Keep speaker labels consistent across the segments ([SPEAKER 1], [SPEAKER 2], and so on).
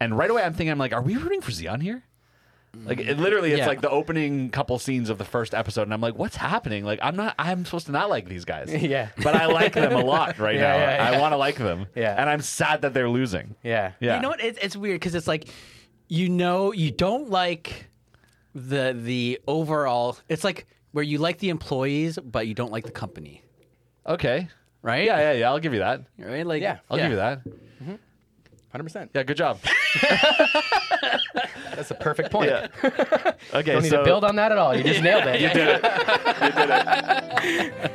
[SPEAKER 1] And right away, I'm thinking, I'm like, are we rooting for Zeon here? Like it, literally, it's
[SPEAKER 2] Yeah.
[SPEAKER 1] like the opening couple scenes of the first episode, and I'm like, "What's happening?" Like I'm not, I'm supposed to not like these guys,
[SPEAKER 2] Yeah.
[SPEAKER 1] But I like them a lot right
[SPEAKER 2] Yeah,
[SPEAKER 1] now.
[SPEAKER 2] yeah, yeah.
[SPEAKER 1] I want to like them,
[SPEAKER 2] Yeah.
[SPEAKER 1] And I'm sad that they're losing.
[SPEAKER 2] Yeah.
[SPEAKER 1] Yeah.
[SPEAKER 3] You know what? It's, it's weird because it's like, you know, you don't like the the overall. It's like where you like the employees, but you don't like the company,
[SPEAKER 1] Okay.
[SPEAKER 3] right?
[SPEAKER 1] Yeah, yeah, yeah. I'll give you that.
[SPEAKER 3] Right? Like,
[SPEAKER 2] Yeah.
[SPEAKER 1] I'll give you that.
[SPEAKER 2] Hundred percent.
[SPEAKER 1] Yeah, good job.
[SPEAKER 2] That's the perfect point.
[SPEAKER 1] Yeah. Okay,
[SPEAKER 2] Don't need
[SPEAKER 1] so
[SPEAKER 2] to build on that at all. You just nailed it.
[SPEAKER 1] you did it. You did it.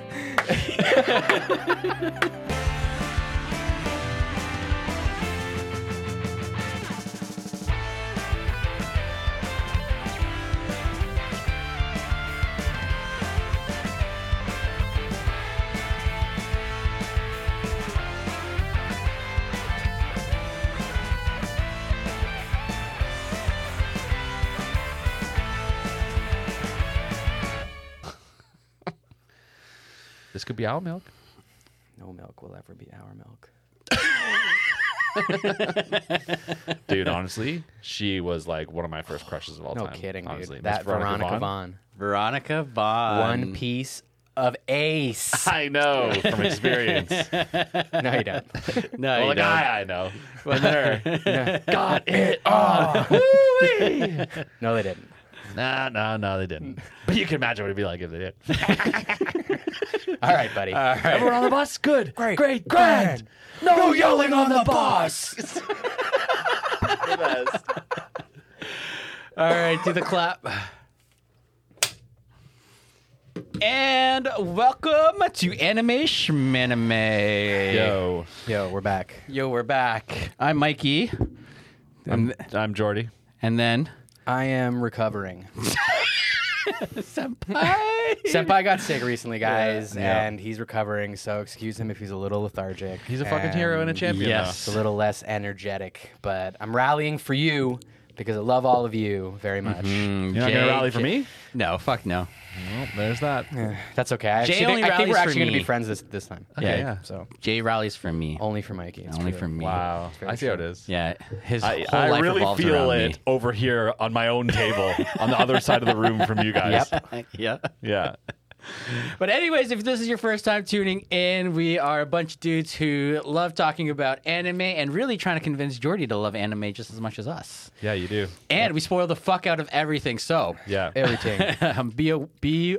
[SPEAKER 1] This could be owl milk.
[SPEAKER 2] No milk will ever be our milk.
[SPEAKER 1] Dude, honestly, she was like one of my first crushes of all
[SPEAKER 2] No
[SPEAKER 1] time.
[SPEAKER 2] kidding,
[SPEAKER 1] honestly.
[SPEAKER 2] dude.
[SPEAKER 1] Miss
[SPEAKER 2] That Veronica, Vaughn.
[SPEAKER 3] Veronica Vaughn.
[SPEAKER 2] One piece of ace.
[SPEAKER 1] I know from experience.
[SPEAKER 2] no, you don't.
[SPEAKER 3] No,
[SPEAKER 1] well,
[SPEAKER 3] you
[SPEAKER 1] the
[SPEAKER 3] don't.
[SPEAKER 1] guy I know. But her got it. Oh,
[SPEAKER 2] No, they didn't.
[SPEAKER 1] nah, no, no, they didn't. But you can imagine what it'd be like if they did.
[SPEAKER 2] All right, buddy.
[SPEAKER 1] Everyone on the bus, good, great, great, grand. No, yelling on the bus.
[SPEAKER 3] All right, do the clap. And welcome to Anime Schmanime.
[SPEAKER 1] Yo,
[SPEAKER 2] Yo, we're back.
[SPEAKER 3] Yo, we're back. I'm Mikey.
[SPEAKER 1] I'm I'm Jordy.
[SPEAKER 3] And then.
[SPEAKER 2] I am recovering.
[SPEAKER 3] Senpai.
[SPEAKER 2] Senpai got sick recently, guys,
[SPEAKER 1] Yeah.
[SPEAKER 2] and he's recovering. So excuse him if he's a little lethargic.
[SPEAKER 1] He's a fucking hero and a champion.
[SPEAKER 3] yes.
[SPEAKER 2] It's a little less energetic, but I'm rallying for you because I love all of you very much.
[SPEAKER 1] though. You're not gonna
[SPEAKER 3] Jake.
[SPEAKER 1] rally for me?
[SPEAKER 3] No, fuck no.
[SPEAKER 1] Well, there's that.
[SPEAKER 2] That's okay. I,
[SPEAKER 3] Jay
[SPEAKER 2] actually
[SPEAKER 3] only
[SPEAKER 2] think, I think
[SPEAKER 3] rallies
[SPEAKER 2] we're
[SPEAKER 3] for
[SPEAKER 2] actually going to
[SPEAKER 3] me.
[SPEAKER 2] be friends this this time.
[SPEAKER 1] Okay,
[SPEAKER 3] yeah.
[SPEAKER 2] So
[SPEAKER 3] Jay rallies for me.
[SPEAKER 2] only for Mikey. It's
[SPEAKER 3] Only
[SPEAKER 2] true.
[SPEAKER 3] for me.
[SPEAKER 1] Wow,
[SPEAKER 2] very
[SPEAKER 1] I see how it
[SPEAKER 2] true.
[SPEAKER 1] is.
[SPEAKER 3] Yeah. His
[SPEAKER 1] I,
[SPEAKER 3] whole
[SPEAKER 1] I
[SPEAKER 3] life
[SPEAKER 1] really
[SPEAKER 3] revolves
[SPEAKER 1] feel
[SPEAKER 3] around
[SPEAKER 1] it over here on my own table, on the other side of the room from you guys.
[SPEAKER 2] Yep.
[SPEAKER 3] me. yeah.
[SPEAKER 1] Yeah.
[SPEAKER 3] But anyways, if this is your first time tuning in, we are a bunch of dudes who love talking about anime and really trying to convince Jordy to love anime just as much as us.
[SPEAKER 1] Yeah, you do.
[SPEAKER 3] And we spoil the fuck out of everything. So
[SPEAKER 1] Yeah.
[SPEAKER 2] Everything.
[SPEAKER 3] um, be a, be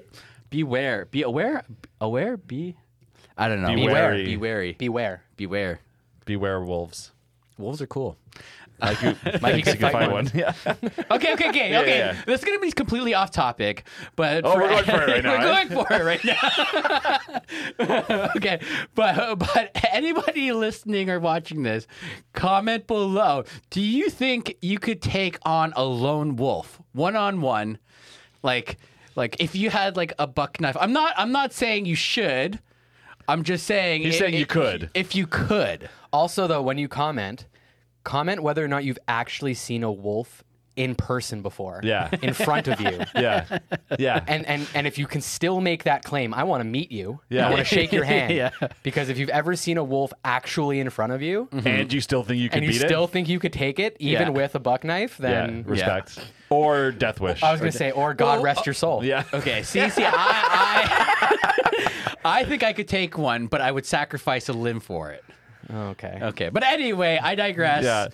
[SPEAKER 3] beware, be aware, aware, be. I don't know.
[SPEAKER 1] Be wary.
[SPEAKER 3] Be wary. Be,
[SPEAKER 2] Beware.
[SPEAKER 3] beware.
[SPEAKER 1] Beware wolves.
[SPEAKER 3] Wolves are cool.
[SPEAKER 1] Like you,
[SPEAKER 2] Like you
[SPEAKER 1] thanks,
[SPEAKER 2] could fight one.
[SPEAKER 1] Yeah.
[SPEAKER 3] Okay, okay, okay,
[SPEAKER 1] Yeah,
[SPEAKER 3] okay.
[SPEAKER 1] yeah, yeah.
[SPEAKER 3] This is gonna be completely off topic, but
[SPEAKER 1] Oh, we're going for it right now,
[SPEAKER 3] we're
[SPEAKER 1] eh?
[SPEAKER 3] going for it right now. okay, but but anybody listening or watching this, comment below. Do you think you could take on a lone wolf one on one, like like if you had like a buck knife? I'm not I'm not saying you should. I'm just saying
[SPEAKER 1] He's
[SPEAKER 3] i-
[SPEAKER 1] saying you
[SPEAKER 3] if-
[SPEAKER 1] could.
[SPEAKER 3] if you could.
[SPEAKER 2] Also, though, when you comment, comment whether or not you've actually seen a wolf in person before.
[SPEAKER 1] Yeah.
[SPEAKER 2] In front of you.
[SPEAKER 1] Yeah. Yeah.
[SPEAKER 2] And, and and if you can still make that claim, I want to meet you.
[SPEAKER 1] Yeah.
[SPEAKER 2] I want to shake your hand.
[SPEAKER 3] Yeah.
[SPEAKER 2] Because if you've ever seen a wolf actually in front of you
[SPEAKER 1] And you still think you can
[SPEAKER 2] and you
[SPEAKER 1] Mm-hmm. beat
[SPEAKER 2] still
[SPEAKER 1] it?
[SPEAKER 2] think you could take it, even
[SPEAKER 3] Yeah.
[SPEAKER 2] with a buck knife,
[SPEAKER 1] Yeah.
[SPEAKER 2] then
[SPEAKER 1] Respect. Or death wish.
[SPEAKER 2] I was going to say, or God
[SPEAKER 3] Well,
[SPEAKER 2] rest your soul.
[SPEAKER 1] yeah.
[SPEAKER 3] Okay, see, see, I, I, I think I could take one, but I would sacrifice a limb for it.
[SPEAKER 2] Oh, Okay.
[SPEAKER 3] Okay, but anyway, I digress.
[SPEAKER 1] Yeah.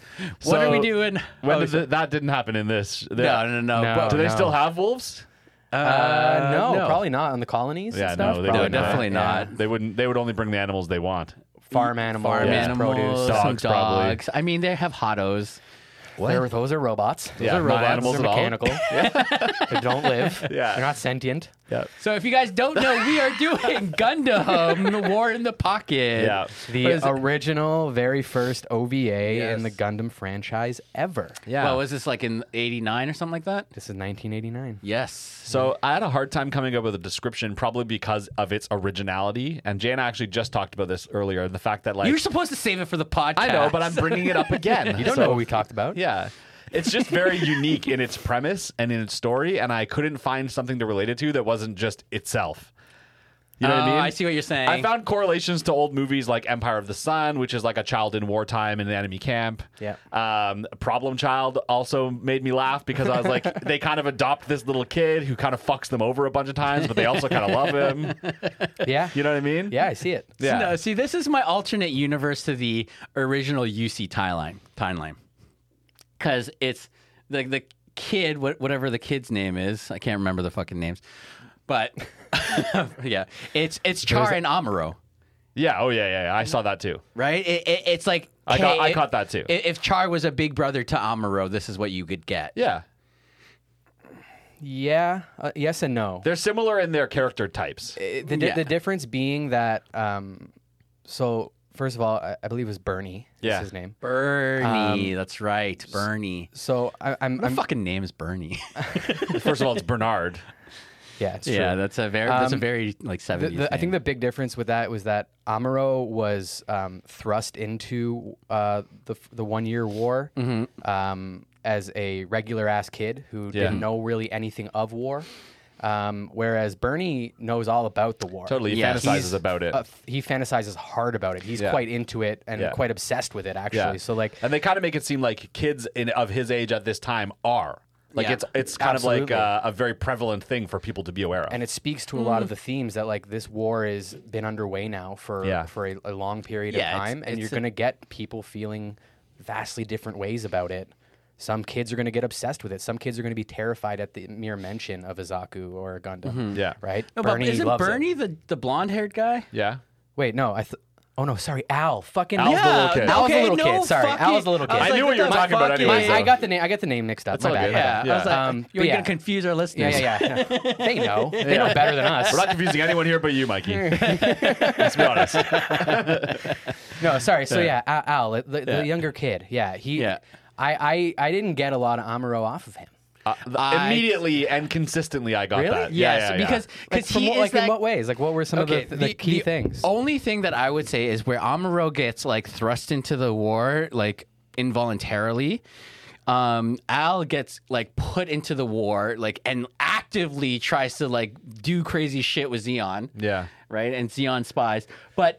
[SPEAKER 3] What are we
[SPEAKER 1] So,
[SPEAKER 3] doing?
[SPEAKER 1] When
[SPEAKER 3] Oh,
[SPEAKER 1] did th- that didn't happen in this. They-
[SPEAKER 3] no, no, no,
[SPEAKER 2] No.
[SPEAKER 3] but-
[SPEAKER 1] Do they
[SPEAKER 2] no.
[SPEAKER 1] still have wolves?
[SPEAKER 2] Uh, no,
[SPEAKER 3] no.
[SPEAKER 2] probably not on the colonies.
[SPEAKER 1] Yeah,
[SPEAKER 2] and stuff?
[SPEAKER 1] no, they
[SPEAKER 2] Probably
[SPEAKER 3] no,
[SPEAKER 1] wouldn't.
[SPEAKER 2] not.
[SPEAKER 3] definitely
[SPEAKER 2] Yeah.
[SPEAKER 3] not.
[SPEAKER 1] They wouldn't. They would only bring the animals they want.
[SPEAKER 2] Farm animals,
[SPEAKER 3] Farm
[SPEAKER 1] Yeah.
[SPEAKER 3] animals,
[SPEAKER 2] produce.
[SPEAKER 3] some
[SPEAKER 1] Dogs, probably.
[SPEAKER 3] dogs. I mean, they have hotos.
[SPEAKER 2] They're- those are robots. Those
[SPEAKER 1] Yeah,
[SPEAKER 2] are
[SPEAKER 1] not
[SPEAKER 2] robots.
[SPEAKER 1] animals
[SPEAKER 2] They're
[SPEAKER 1] at all.
[SPEAKER 2] mechanical. they don't live.
[SPEAKER 1] Yeah.
[SPEAKER 2] They're not sentient.
[SPEAKER 1] Yeah.
[SPEAKER 3] So if you guys don't know, we are doing Gundam War in the Pocket.
[SPEAKER 1] Yeah.
[SPEAKER 2] The uh,
[SPEAKER 3] What is it?
[SPEAKER 2] original, very first OVA in the
[SPEAKER 1] Yes.
[SPEAKER 2] Gundam franchise ever.
[SPEAKER 1] Yeah.
[SPEAKER 3] Well, was this like in '89 or something like that?
[SPEAKER 2] This is 1989.
[SPEAKER 3] Yes.
[SPEAKER 1] So I had a hard time coming up with a description, probably because of its originality. And Jana actually just talked about this earlier. The fact that like
[SPEAKER 3] You're supposed to save it for the podcast.
[SPEAKER 1] I know, but I'm bringing it up again.
[SPEAKER 2] You don't know what we talked about.
[SPEAKER 1] Yeah. It's just very unique in its premise and in its story, and I couldn't find something to relate it to that wasn't just itself. You know what I
[SPEAKER 3] Oh,
[SPEAKER 1] mean?
[SPEAKER 3] I see what you're saying.
[SPEAKER 1] I found correlations to old movies like Empire of the Sun, which is like a child in wartime in an enemy camp.
[SPEAKER 2] Yeah.
[SPEAKER 1] Um, Problem Child also made me laugh because I was like, they kind of adopt this little kid who kind of fucks them over a bunch of times, but they also kind of love him.
[SPEAKER 2] Yeah.
[SPEAKER 1] You know what I mean?
[SPEAKER 2] yeah, I see it.
[SPEAKER 1] Yeah.
[SPEAKER 3] No, see, this is my alternate universe to the original UC timeline. Timeline, because it's the the kid, wha- whatever the kid's name is, I can't remember the fucking names, but yeah, it's it's Char and Amuro,
[SPEAKER 1] Yeah. Oh yeah. Yeah. yeah. I saw that too.
[SPEAKER 3] right? It, it, it's like
[SPEAKER 1] I got-
[SPEAKER 3] K-
[SPEAKER 1] I caught that too.
[SPEAKER 3] i- If Char was a big brother to Amuro, this is what you could get.
[SPEAKER 1] Yeah.
[SPEAKER 2] Yeah. Uh, yes and no.
[SPEAKER 1] They're similar in their character types.
[SPEAKER 2] Uh, the, di-
[SPEAKER 3] Yeah.
[SPEAKER 2] the difference being that um, so first of all I, I believe it was bernie is
[SPEAKER 1] Yeah.
[SPEAKER 2] his name
[SPEAKER 3] Bernie, that's right, Bernie.
[SPEAKER 2] so I, i'm,
[SPEAKER 3] The
[SPEAKER 2] Um, I'm
[SPEAKER 3] fucking name is Bernie.
[SPEAKER 1] First of all, it's Bernard.
[SPEAKER 2] yeah it's true
[SPEAKER 3] yeah, that's a very that's a
[SPEAKER 2] Um,
[SPEAKER 3] very like
[SPEAKER 2] The-
[SPEAKER 3] seventies.
[SPEAKER 2] the- i think the big difference with that was that amuro was um, thrust into uh, the, f- the one year war
[SPEAKER 1] Mm-hmm.
[SPEAKER 2] um, as a regular ass kid who didn't know really anything of war um, whereas bernie knows all about the war
[SPEAKER 1] Totally
[SPEAKER 3] Yeah,
[SPEAKER 1] fantasizes
[SPEAKER 3] he's
[SPEAKER 1] about it.
[SPEAKER 2] uh, f- he fantasizes hard about it. He's
[SPEAKER 1] Yeah.
[SPEAKER 2] quite into it and
[SPEAKER 1] Yeah.
[SPEAKER 2] quite obsessed with it, actually.
[SPEAKER 1] Yeah.
[SPEAKER 2] So, like,
[SPEAKER 1] and they kind of make it seem like kids in of his age at this time are like
[SPEAKER 3] Yeah.
[SPEAKER 1] it's it's kind of like
[SPEAKER 2] Absolutely.
[SPEAKER 1] uh, a very prevalent thing for people to be aware of.
[SPEAKER 2] and it speaks to a
[SPEAKER 3] Mm.
[SPEAKER 2] lot of the themes that like this war has been underway now for
[SPEAKER 1] Yeah.
[SPEAKER 2] for a, a long period
[SPEAKER 3] Yeah,
[SPEAKER 2] of
[SPEAKER 3] it's-
[SPEAKER 2] time, and you're
[SPEAKER 3] it's a-
[SPEAKER 2] going to get people feeling vastly different ways about it. Some kids are going to get obsessed with it. Some kids are going to be terrified at the mere mention of a Zaku or a Gundam.
[SPEAKER 1] Mm-hmm. Yeah.
[SPEAKER 2] right.
[SPEAKER 3] No,
[SPEAKER 2] Bernie
[SPEAKER 3] but isn't
[SPEAKER 2] loves it.
[SPEAKER 3] Bernie the, the blonde haired guy?
[SPEAKER 1] yeah.
[SPEAKER 2] Wait, no, I. Th- oh no, sorry, Al. Fucking
[SPEAKER 1] Al's the little kid.
[SPEAKER 2] Al's the little kid. Sorry,
[SPEAKER 3] fucking-
[SPEAKER 2] Al's the little
[SPEAKER 3] was
[SPEAKER 2] kid.
[SPEAKER 1] I knew what you were
[SPEAKER 3] the
[SPEAKER 1] talking about
[SPEAKER 3] fuck
[SPEAKER 1] anyway,
[SPEAKER 3] is-
[SPEAKER 1] though.
[SPEAKER 2] I, I got the name. I got the name mixed up.
[SPEAKER 1] all
[SPEAKER 2] my bad.
[SPEAKER 1] good.
[SPEAKER 2] my
[SPEAKER 3] yeah,
[SPEAKER 2] bad.
[SPEAKER 1] Yeah.
[SPEAKER 3] I was like,
[SPEAKER 2] Um,
[SPEAKER 3] you're
[SPEAKER 2] but yeah.
[SPEAKER 3] gonna confuse our
[SPEAKER 2] Yeah,
[SPEAKER 3] listeners.
[SPEAKER 2] yeah, yeah. they know. They know better than us.
[SPEAKER 1] We're not confusing anyone here but you, Mikey. Let's be honest.
[SPEAKER 2] No, sorry. So yeah, Al, Al the, the the younger kid. Yeah, he.
[SPEAKER 3] Yeah.
[SPEAKER 2] I, I I didn't get a lot of Amuro off of him.
[SPEAKER 1] Uh, th- Immediately and consistently, I got
[SPEAKER 2] Really?
[SPEAKER 1] that. Yeah,
[SPEAKER 3] Yes,
[SPEAKER 1] yeah, yeah.
[SPEAKER 3] because
[SPEAKER 2] Like,
[SPEAKER 3] because
[SPEAKER 2] from
[SPEAKER 3] he
[SPEAKER 2] what,
[SPEAKER 3] is
[SPEAKER 2] like
[SPEAKER 3] that,
[SPEAKER 2] in what ways? Like what were some of the, the, key things?
[SPEAKER 3] Only thing that I would say is where Amuro gets like thrust into the war like involuntarily. Um, Al gets like put into the war like and actively tries to like do crazy shit with Zeon.
[SPEAKER 1] Yeah.
[SPEAKER 3] Right? And Zeon spies. But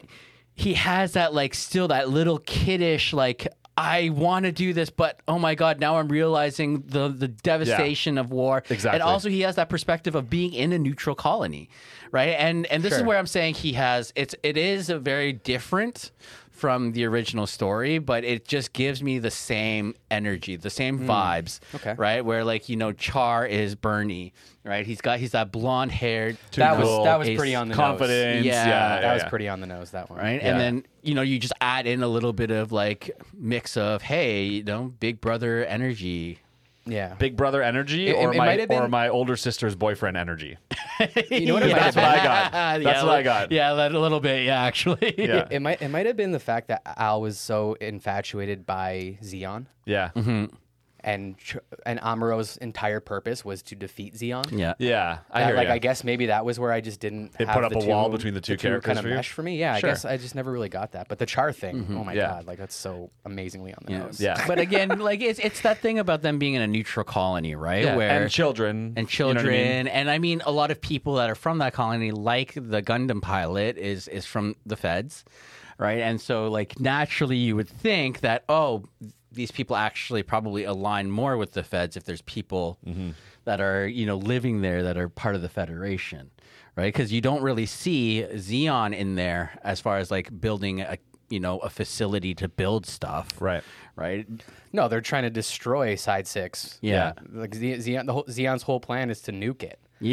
[SPEAKER 3] he has that like still that little kiddish like I want to do this, but oh my god! Now I'm realizing the the devastation of war.
[SPEAKER 1] Exactly.
[SPEAKER 3] And also, he has that perspective of being in a neutral colony, right? And and this is
[SPEAKER 2] Sure.
[SPEAKER 3] where I'm saying he has it's it is a very different from the original story, but it just gives me the same energy, the same
[SPEAKER 1] Hmm.
[SPEAKER 3] vibes,
[SPEAKER 2] okay.
[SPEAKER 3] right? Where like you know, Char is Bernie, right? He's got he's that blonde haired.
[SPEAKER 2] that was
[SPEAKER 1] cool.
[SPEAKER 2] that was
[SPEAKER 3] Ace.
[SPEAKER 2] pretty on the nose.
[SPEAKER 1] confidence.
[SPEAKER 3] Yeah,
[SPEAKER 1] Yeah, yeah,
[SPEAKER 2] That was
[SPEAKER 1] yeah.
[SPEAKER 2] pretty on the nose. That one.
[SPEAKER 3] right? And then you know you just add in a little bit of like mix of hey, you know, Big Brother energy.
[SPEAKER 2] Yeah.
[SPEAKER 1] Big brother energy,
[SPEAKER 2] It-
[SPEAKER 1] or
[SPEAKER 2] it- it
[SPEAKER 1] my
[SPEAKER 2] might have
[SPEAKER 1] or
[SPEAKER 2] been-
[SPEAKER 1] my older sister's boyfriend energy.
[SPEAKER 2] You know what it might have
[SPEAKER 1] That's what
[SPEAKER 2] been?
[SPEAKER 1] I got.
[SPEAKER 3] Yeah,
[SPEAKER 1] That's what I got.
[SPEAKER 3] Yeah, that- a little bit. Yeah, actually.
[SPEAKER 1] Yeah,
[SPEAKER 2] It might it might have been the fact that Al was so infatuated by Zeon.
[SPEAKER 1] yeah,
[SPEAKER 2] Mm-hmm. And Ch- and Amuro's entire purpose was to defeat Zeon.
[SPEAKER 3] Yeah.
[SPEAKER 1] yeah. I
[SPEAKER 2] That,
[SPEAKER 1] hear
[SPEAKER 2] like
[SPEAKER 1] ya.
[SPEAKER 2] I guess maybe that was where I just didn't.
[SPEAKER 1] It
[SPEAKER 2] have
[SPEAKER 1] put up
[SPEAKER 2] the
[SPEAKER 1] a
[SPEAKER 2] two,
[SPEAKER 1] wall between the two characters
[SPEAKER 2] kind of
[SPEAKER 1] for you?
[SPEAKER 2] mesh for me. Yeah,
[SPEAKER 1] Sure. Mm-hmm.
[SPEAKER 2] I guess I just never really got that. But the char thing, oh my
[SPEAKER 1] Yeah.
[SPEAKER 2] god, like that's so amazingly on the nose.
[SPEAKER 1] Yeah.
[SPEAKER 3] but again, like it's it's that thing about them being in a neutral colony, right?
[SPEAKER 1] Yeah,
[SPEAKER 3] Where
[SPEAKER 1] and children
[SPEAKER 3] and
[SPEAKER 1] you know what I
[SPEAKER 3] children,
[SPEAKER 1] mean?
[SPEAKER 3] and I mean a lot of people that are from that colony, like the Gundam pilot, is is from the Feds, right? And so like naturally, you would think that oh, these people actually probably align more with the Feds if there's people
[SPEAKER 1] Mm-hmm.
[SPEAKER 3] that are you know living there that are part of the Federation, right? Because you don't really see Xeon in there as far as like building a you know a facility to build stuff,
[SPEAKER 1] Right.
[SPEAKER 3] Right?
[SPEAKER 2] No, they're trying to destroy Side Six.
[SPEAKER 3] Yeah.
[SPEAKER 2] Like Ze- Zeon, the whole, Zeon's whole plan is to nuke it.
[SPEAKER 1] Yeah.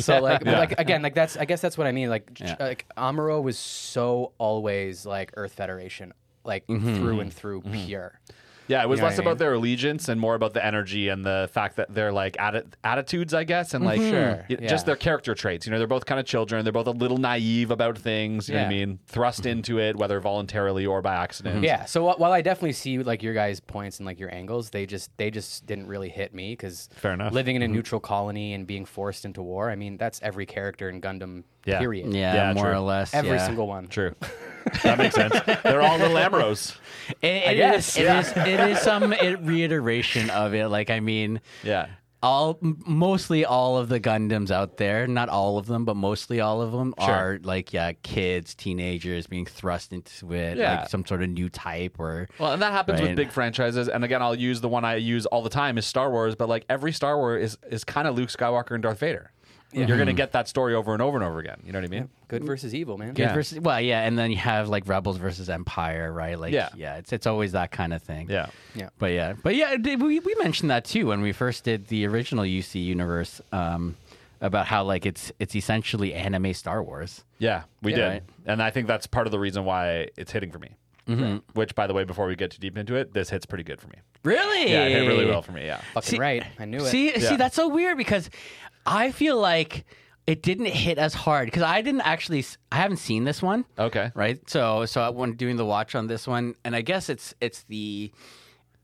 [SPEAKER 2] So like, but, like again, like that's I guess that's what I mean. Like, ch-
[SPEAKER 3] Yeah.
[SPEAKER 2] like Amuro was so always like Earth Federation, like
[SPEAKER 1] Mm-hmm.
[SPEAKER 2] through and through pure.
[SPEAKER 1] Yeah, it was
[SPEAKER 2] You know
[SPEAKER 1] less
[SPEAKER 2] what I
[SPEAKER 1] about
[SPEAKER 2] mean?
[SPEAKER 1] their allegiance and more about the energy and the fact that they're like atti- attitudes, I guess, and like y-
[SPEAKER 2] Sure, yeah.
[SPEAKER 1] just their character traits. You know, they're both kind of children. They're both a little naive about things. You know what I
[SPEAKER 2] Yeah.
[SPEAKER 1] mean? Thrust into it, whether voluntarily or by accident.
[SPEAKER 2] Yeah. So wh- while I definitely see like your guys' points and like your angles, they just they just didn't really hit me because
[SPEAKER 1] Fair enough.
[SPEAKER 2] Living in a neutral colony and being forced into war. I mean, that's every character in Gundam.
[SPEAKER 1] Yeah.
[SPEAKER 2] Period.
[SPEAKER 3] Yeah,
[SPEAKER 1] Yeah,
[SPEAKER 3] more
[SPEAKER 1] true.
[SPEAKER 3] or less.
[SPEAKER 2] Every
[SPEAKER 3] yeah.
[SPEAKER 2] single one.
[SPEAKER 1] True. that makes sense. They're all little Amros.
[SPEAKER 3] It, it is-
[SPEAKER 2] guess,
[SPEAKER 3] it is- it is some it- reiteration of it. Like I mean,
[SPEAKER 1] Yeah.
[SPEAKER 3] all m- mostly all of the Gundams out there, not all of them, but mostly all of them
[SPEAKER 1] Sure.
[SPEAKER 3] are like yeah, kids, teenagers being thrust into it,
[SPEAKER 1] Yeah.
[SPEAKER 3] like some sort of new type or
[SPEAKER 1] Well, and that happens with
[SPEAKER 3] Right.
[SPEAKER 1] big franchises. And again, I'll use the one I use all the time is Star Wars, but like every Star Wars is, is kind of Luke Skywalker and Darth Vader. You're going to get that story over and over and over again. You know what I mean?
[SPEAKER 2] Good versus evil, man.
[SPEAKER 3] Good versus well, yeah, and then you have like rebels versus empire, right? Like
[SPEAKER 1] Yeah.
[SPEAKER 3] yeah, it's it's always that kind of thing.
[SPEAKER 1] Yeah.
[SPEAKER 2] Yeah.
[SPEAKER 3] But yeah, but yeah, did- we we mentioned that too when we first did the original UC universe um, about how like it's it's essentially anime Star Wars.
[SPEAKER 1] Yeah, we did.
[SPEAKER 3] right.
[SPEAKER 1] And I think that's part of the reason why it's hitting for me. Which, by the way, before we get too deep into it, this hits pretty good for me. Eh.
[SPEAKER 3] Really?
[SPEAKER 1] Yeah, it hit really well for me. Yeah.
[SPEAKER 2] Fucking
[SPEAKER 3] See-
[SPEAKER 2] right. I knew it.
[SPEAKER 3] See,
[SPEAKER 1] Yeah.
[SPEAKER 3] see, that's so weird because I feel like it didn't hit as hard because I didn't actually. s- I haven't seen this one.
[SPEAKER 1] Okay.
[SPEAKER 3] Right. So, so I when doing the watch on this one, and I guess it's it's the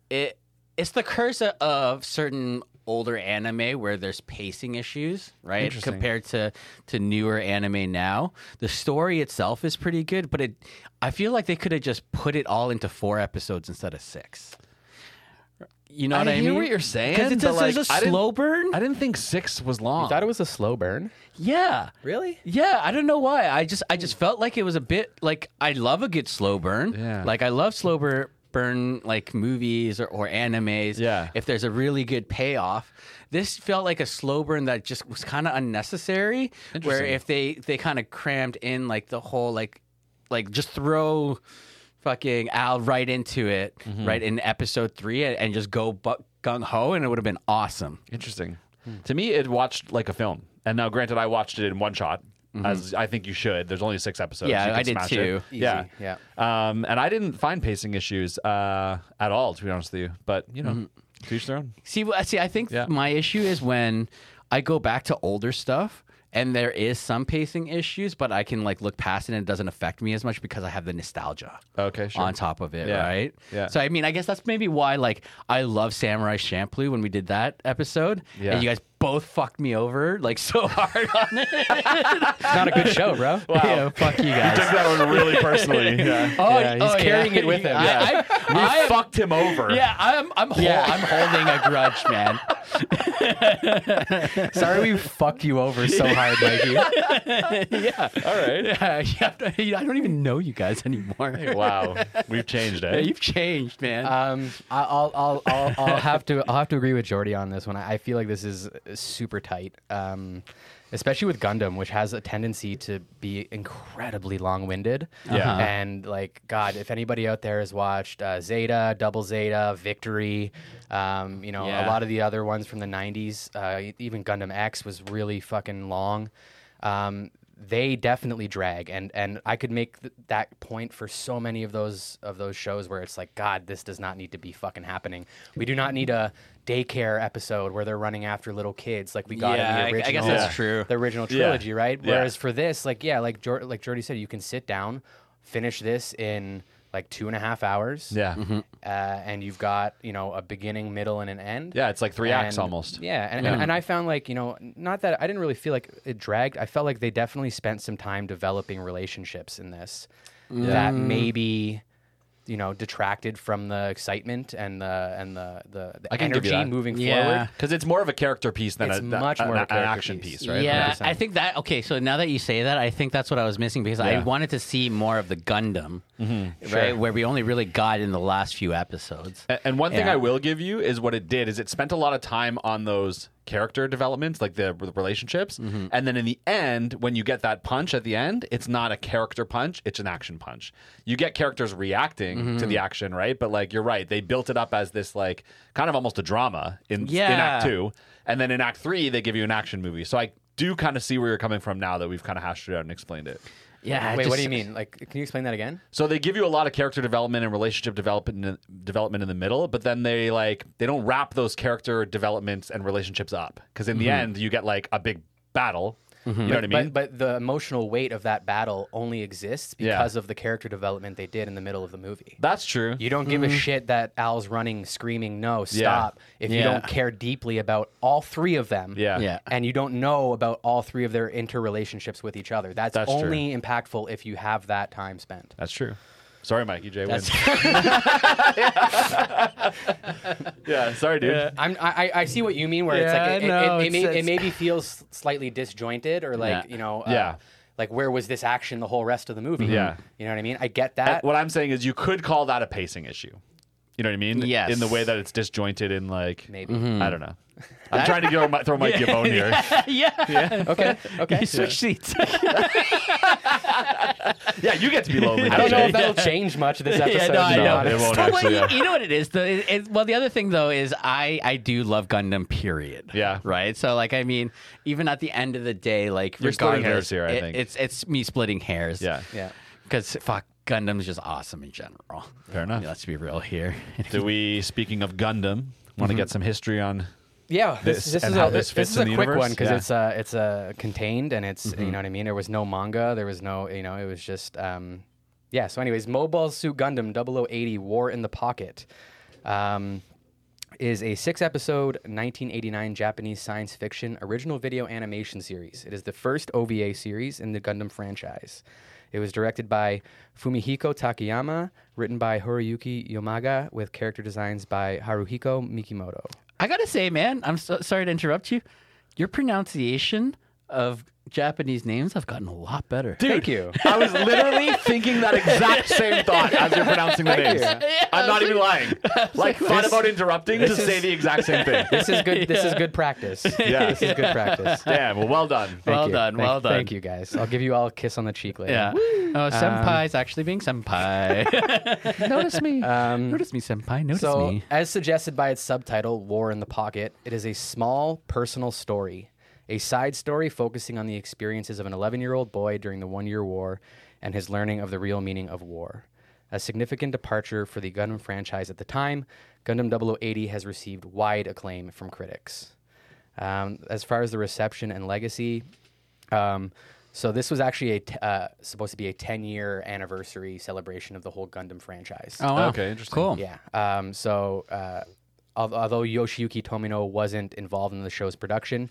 [SPEAKER 3] it it's the curse o- of certain older anime where there's pacing issues, right?
[SPEAKER 1] Interesting.
[SPEAKER 3] Compared to to newer anime now, the story itself is pretty good, but it I feel like they could have just put it all into four episodes instead of six. You know what I
[SPEAKER 1] hear
[SPEAKER 3] mean?
[SPEAKER 1] what you're saying,
[SPEAKER 3] Because it's, a-
[SPEAKER 1] but, like,
[SPEAKER 3] it's a
[SPEAKER 1] I didn't-
[SPEAKER 3] slow burn.
[SPEAKER 1] I didn't think six was long.
[SPEAKER 2] I thought it was a slow burn.
[SPEAKER 3] Yeah.
[SPEAKER 2] Really?
[SPEAKER 3] Yeah, I don't know why. I just I
[SPEAKER 1] Hmm.
[SPEAKER 3] just felt like it was a bit like I love a good slow burn.
[SPEAKER 1] Yeah.
[SPEAKER 3] Like I love slow bur- burn like movies or, or animes.
[SPEAKER 1] Yeah.
[SPEAKER 3] If there's a really good payoff. This felt like a slow burn that just was kinda unnecessary. Where
[SPEAKER 1] Interesting.
[SPEAKER 3] if they they kinda crammed in like the whole like like just throw fucking Al right into it,
[SPEAKER 1] Mm-hmm.
[SPEAKER 3] right in episode three and, and just go bu- gung ho and it would have been awesome.
[SPEAKER 1] Interesting. To me, it watched like a film. And now, granted, I watched it in one shot, as I think you should. There's only six episodes.
[SPEAKER 3] Yeah,
[SPEAKER 1] You can
[SPEAKER 3] I did
[SPEAKER 1] smash
[SPEAKER 3] too.
[SPEAKER 1] it. Yeah,
[SPEAKER 2] yeah.
[SPEAKER 1] Um, and I didn't find pacing issues uh, at all, to be honest with you. But you know, to each their own.
[SPEAKER 3] See, well, see, I think
[SPEAKER 1] Yeah.
[SPEAKER 3] my issue is when I go back to older stuff and there is some pacing issues, but I can like look past it and it doesn't affect me as much because I have the nostalgia
[SPEAKER 1] Okay, Oh, sure.
[SPEAKER 3] on top of it,
[SPEAKER 1] Yeah.
[SPEAKER 3] right?
[SPEAKER 1] Yeah.
[SPEAKER 3] So I mean, I guess that's maybe why like I love Samurai Champloo when we did that episode,
[SPEAKER 1] Yeah.
[SPEAKER 3] and you guys both fucked me over like so hard on it.
[SPEAKER 2] It's not a good show, bro.
[SPEAKER 3] Yeah, fuck you guys.
[SPEAKER 1] Took that one really personally. Yeah.
[SPEAKER 3] Oh,
[SPEAKER 2] Yeah, he's carrying it with him.
[SPEAKER 3] I-
[SPEAKER 1] Yeah.
[SPEAKER 3] I-
[SPEAKER 1] we
[SPEAKER 3] I am-
[SPEAKER 1] fucked him over.
[SPEAKER 3] yeah, I'm I'm, hol-
[SPEAKER 2] Yeah.
[SPEAKER 3] I'm holding a grudge, man.
[SPEAKER 2] Sorry we fucked you over so hard, Mikey.
[SPEAKER 3] yeah.
[SPEAKER 1] All right.
[SPEAKER 3] Yeah, you have to, I don't even know you guys anymore.
[SPEAKER 1] Wow, we've changed
[SPEAKER 3] Yeah,
[SPEAKER 1] it.
[SPEAKER 3] you've changed, man.
[SPEAKER 2] Um, I- I'll, I'll, I'll, I'll have to, I'll have to agree with Jordy on this one. I I feel like this is super tight, um, especially with Gundam, which has a tendency to be incredibly long-winded.
[SPEAKER 1] Yeah.
[SPEAKER 2] And like, God, if anybody out there has watched uh, Zeta, Double Zeta, Victory, um, you know, a
[SPEAKER 3] Yeah.
[SPEAKER 2] lot of the other ones from the '90s, uh, e- even Gundam X was really fucking long. Um, they definitely drag, and and I could make th- that point for so many of those of those shows where it's like, God, this does not need to be fucking happening. We do not need a daycare episode where they're running after little kids like we got
[SPEAKER 3] Yeah, I- I
[SPEAKER 2] in the
[SPEAKER 3] guess
[SPEAKER 2] original.
[SPEAKER 3] that's Yeah. true.
[SPEAKER 2] The original
[SPEAKER 1] Yeah.
[SPEAKER 2] trilogy, right?
[SPEAKER 1] Yeah.
[SPEAKER 2] Whereas for this, like yeah, like Jor- like Jordy said, you can sit down, finish this in like two and a half hours.
[SPEAKER 1] Yeah.
[SPEAKER 2] Uh, and you've got you know a beginning, middle, and an end.
[SPEAKER 1] Yeah, it's like three acts
[SPEAKER 2] And-
[SPEAKER 1] almost.
[SPEAKER 2] Yeah, and, and I found like you know not that I didn't really feel like it dragged. I felt like they definitely spent some time developing relationships in this that
[SPEAKER 1] Mm.
[SPEAKER 2] maybe you know detracted from the excitement and the and the the, the
[SPEAKER 1] can give you
[SPEAKER 2] energy
[SPEAKER 1] that.
[SPEAKER 2] moving
[SPEAKER 3] Yeah.
[SPEAKER 2] forward.
[SPEAKER 1] Because it's more of a character piece than
[SPEAKER 2] It's
[SPEAKER 1] a,
[SPEAKER 2] much
[SPEAKER 1] a-
[SPEAKER 2] more of a
[SPEAKER 1] an
[SPEAKER 2] character
[SPEAKER 1] action
[SPEAKER 2] piece.
[SPEAKER 1] piece, right?
[SPEAKER 3] Yeah,
[SPEAKER 2] 100%.
[SPEAKER 3] I think that okay. So now that you say that, I think that's what I was missing because I
[SPEAKER 1] Yeah.
[SPEAKER 3] wanted to see more of the Gundam, right? Where we only really got in the last few episodes.
[SPEAKER 1] A- And one thing
[SPEAKER 3] Yeah.
[SPEAKER 1] I will give you is what it did is it spent a lot of time on those character developments, like the, the relationships,
[SPEAKER 3] Mm-hmm.
[SPEAKER 1] and then in the end, when you get that punch at the end, it's not a character punch; it's an action punch. You get characters reacting
[SPEAKER 3] Mm-hmm.
[SPEAKER 1] to the action, right? But like you're right, they built it up as this like kind of almost a drama in in Act
[SPEAKER 3] Yeah.
[SPEAKER 1] Two, and then in Act Three they give you an action movie. So I do kind of see where you're coming from now that we've kind of hashed it out and explained it.
[SPEAKER 3] Yeah. I
[SPEAKER 2] Wait, what
[SPEAKER 3] just-
[SPEAKER 2] do you mean? Like, can you explain that again?
[SPEAKER 1] So they give you a lot of character development and relationship development development in the middle, but then they like they don't wrap those character developments and relationships up because in the end you get like a big battle. You know what I mean?
[SPEAKER 2] Mm-hmm. But but the emotional weight of that battle only exists
[SPEAKER 1] Yeah.
[SPEAKER 2] because of the character development they did in the middle of the movie.
[SPEAKER 1] That's true.
[SPEAKER 2] You don't give
[SPEAKER 3] Mm-hmm.
[SPEAKER 2] a shit that Al's running, screaming, no, stop, if you
[SPEAKER 3] Yeah.
[SPEAKER 2] don't care deeply about all three of them.
[SPEAKER 1] Yeah.
[SPEAKER 3] Yeah.
[SPEAKER 2] And you don't know about all three of their interrelationships with each other. That's,
[SPEAKER 1] That's true.
[SPEAKER 2] only impactful if you have that time spent.
[SPEAKER 1] E That's true. Sorry, Mike. EJ wins.
[SPEAKER 3] That's-
[SPEAKER 1] Yeah, sorry, dude.
[SPEAKER 2] I'm, I, I- I see what you mean, where
[SPEAKER 3] Yeah,
[SPEAKER 2] it's like it,
[SPEAKER 3] no,
[SPEAKER 2] it, it, it,
[SPEAKER 3] it's-
[SPEAKER 2] may,
[SPEAKER 3] it's-
[SPEAKER 2] it maybe feels slightly disjointed, or like
[SPEAKER 3] Yeah.
[SPEAKER 2] you know, uh,
[SPEAKER 1] Yeah.
[SPEAKER 2] like where was this action the whole rest of the movie?
[SPEAKER 1] Yeah.
[SPEAKER 2] you know what I mean. I get
[SPEAKER 1] And
[SPEAKER 2] that.
[SPEAKER 1] what I'm saying is you could call that a pacing issue. You know what I mean?
[SPEAKER 3] Yes.
[SPEAKER 1] In the way that it's disjointed in like
[SPEAKER 2] Maybe. Mm-hmm.
[SPEAKER 1] I don't know. I'm trying to throw, my, throw Mike Gibone here.
[SPEAKER 3] yeah. yeah.
[SPEAKER 2] okay, okay.
[SPEAKER 3] You switch seats.
[SPEAKER 1] Yeah, you get to be lonely.
[SPEAKER 2] I don't know
[SPEAKER 1] Jay.
[SPEAKER 2] if that'll change much this episode.
[SPEAKER 3] Yeah, no, I
[SPEAKER 2] to be
[SPEAKER 1] No,
[SPEAKER 3] know.
[SPEAKER 1] it
[SPEAKER 2] honest.
[SPEAKER 1] won't
[SPEAKER 3] Well,
[SPEAKER 1] actually,
[SPEAKER 3] you,
[SPEAKER 1] yeah.
[SPEAKER 3] you know what it is, though. It, it, well, the other thing though is I I do love Gundam. Period.
[SPEAKER 1] Yeah.
[SPEAKER 3] Right. So like I mean, even at the end of the day, like
[SPEAKER 1] You're splitting hairs
[SPEAKER 3] regardless,
[SPEAKER 1] here, I
[SPEAKER 3] it-
[SPEAKER 1] think.
[SPEAKER 3] it's it's me splitting hairs.
[SPEAKER 1] Yeah.
[SPEAKER 2] Yeah.
[SPEAKER 3] Because fuck, Gundam's just awesome in general.
[SPEAKER 1] Fair enough.
[SPEAKER 3] Yeah, let's be real here.
[SPEAKER 1] Do we, speaking of Gundam, want to get some history on?
[SPEAKER 2] Yeah, this,
[SPEAKER 1] This
[SPEAKER 2] this,
[SPEAKER 1] and
[SPEAKER 2] is
[SPEAKER 1] how
[SPEAKER 2] a,
[SPEAKER 1] this
[SPEAKER 2] this,
[SPEAKER 1] fits
[SPEAKER 2] is
[SPEAKER 1] in
[SPEAKER 2] a
[SPEAKER 1] the
[SPEAKER 2] quick
[SPEAKER 1] universe?
[SPEAKER 2] one because
[SPEAKER 1] Yeah. Mm-hmm.
[SPEAKER 2] it's uh, it's uh, contained and it's you know what I mean. There was no manga, there was no you know it was just um, yeah. So, anyways, Mobile Suit Gundam 0080 War in the Pocket um, is a six episode 1989 Japanese science fiction original video animation series. It is the first OVA series in the Gundam franchise. It was directed by Fumihiko Takayama, written by Horiyuki Yomaga, with character designs by Haruhiko Mikimoto.
[SPEAKER 3] I gotta say, man, I'm so, sorry to interrupt you. Your pronunciation of Japanese names have gotten a lot better.
[SPEAKER 2] Thank you.
[SPEAKER 1] I was literally thinking that exact same thought as you're pronouncing the names. I'm not even lying. Like, thought about interrupting to say the exact same thing.
[SPEAKER 2] This is good. This is good practice.
[SPEAKER 1] Yeah.
[SPEAKER 2] This is good practice. Thank
[SPEAKER 1] Damn, well, well done.
[SPEAKER 3] well
[SPEAKER 2] you.
[SPEAKER 3] done.
[SPEAKER 2] Thank-
[SPEAKER 3] well done.
[SPEAKER 2] Thank you guys. I'll give you all a kiss on the cheek later.
[SPEAKER 3] Yeah.
[SPEAKER 1] Um,
[SPEAKER 3] Oh, senpai's actually being senpai. notice me.
[SPEAKER 1] Um,
[SPEAKER 3] notice me, senpai. Notice
[SPEAKER 2] So,
[SPEAKER 3] me.
[SPEAKER 2] as suggested by its subtitle, War in the Pocket, it is a small personal story, a side story focusing on the experiences of an 11 year old boy during the one year war and his learning of the real meaning of war. A significant departure for the Gundam franchise at the time, Gundam 0080 has received wide acclaim from critics. Um, as far as the reception and legacy, um, so this was actually a t- uh, supposed to be a 10 year anniversary celebration of the whole Gundam franchise.
[SPEAKER 3] Oh, wow.
[SPEAKER 1] okay, interesting.
[SPEAKER 3] Cool.
[SPEAKER 2] Yeah. Um, so, uh, al- although Yoshiyuki Tomino wasn't involved in the show's production,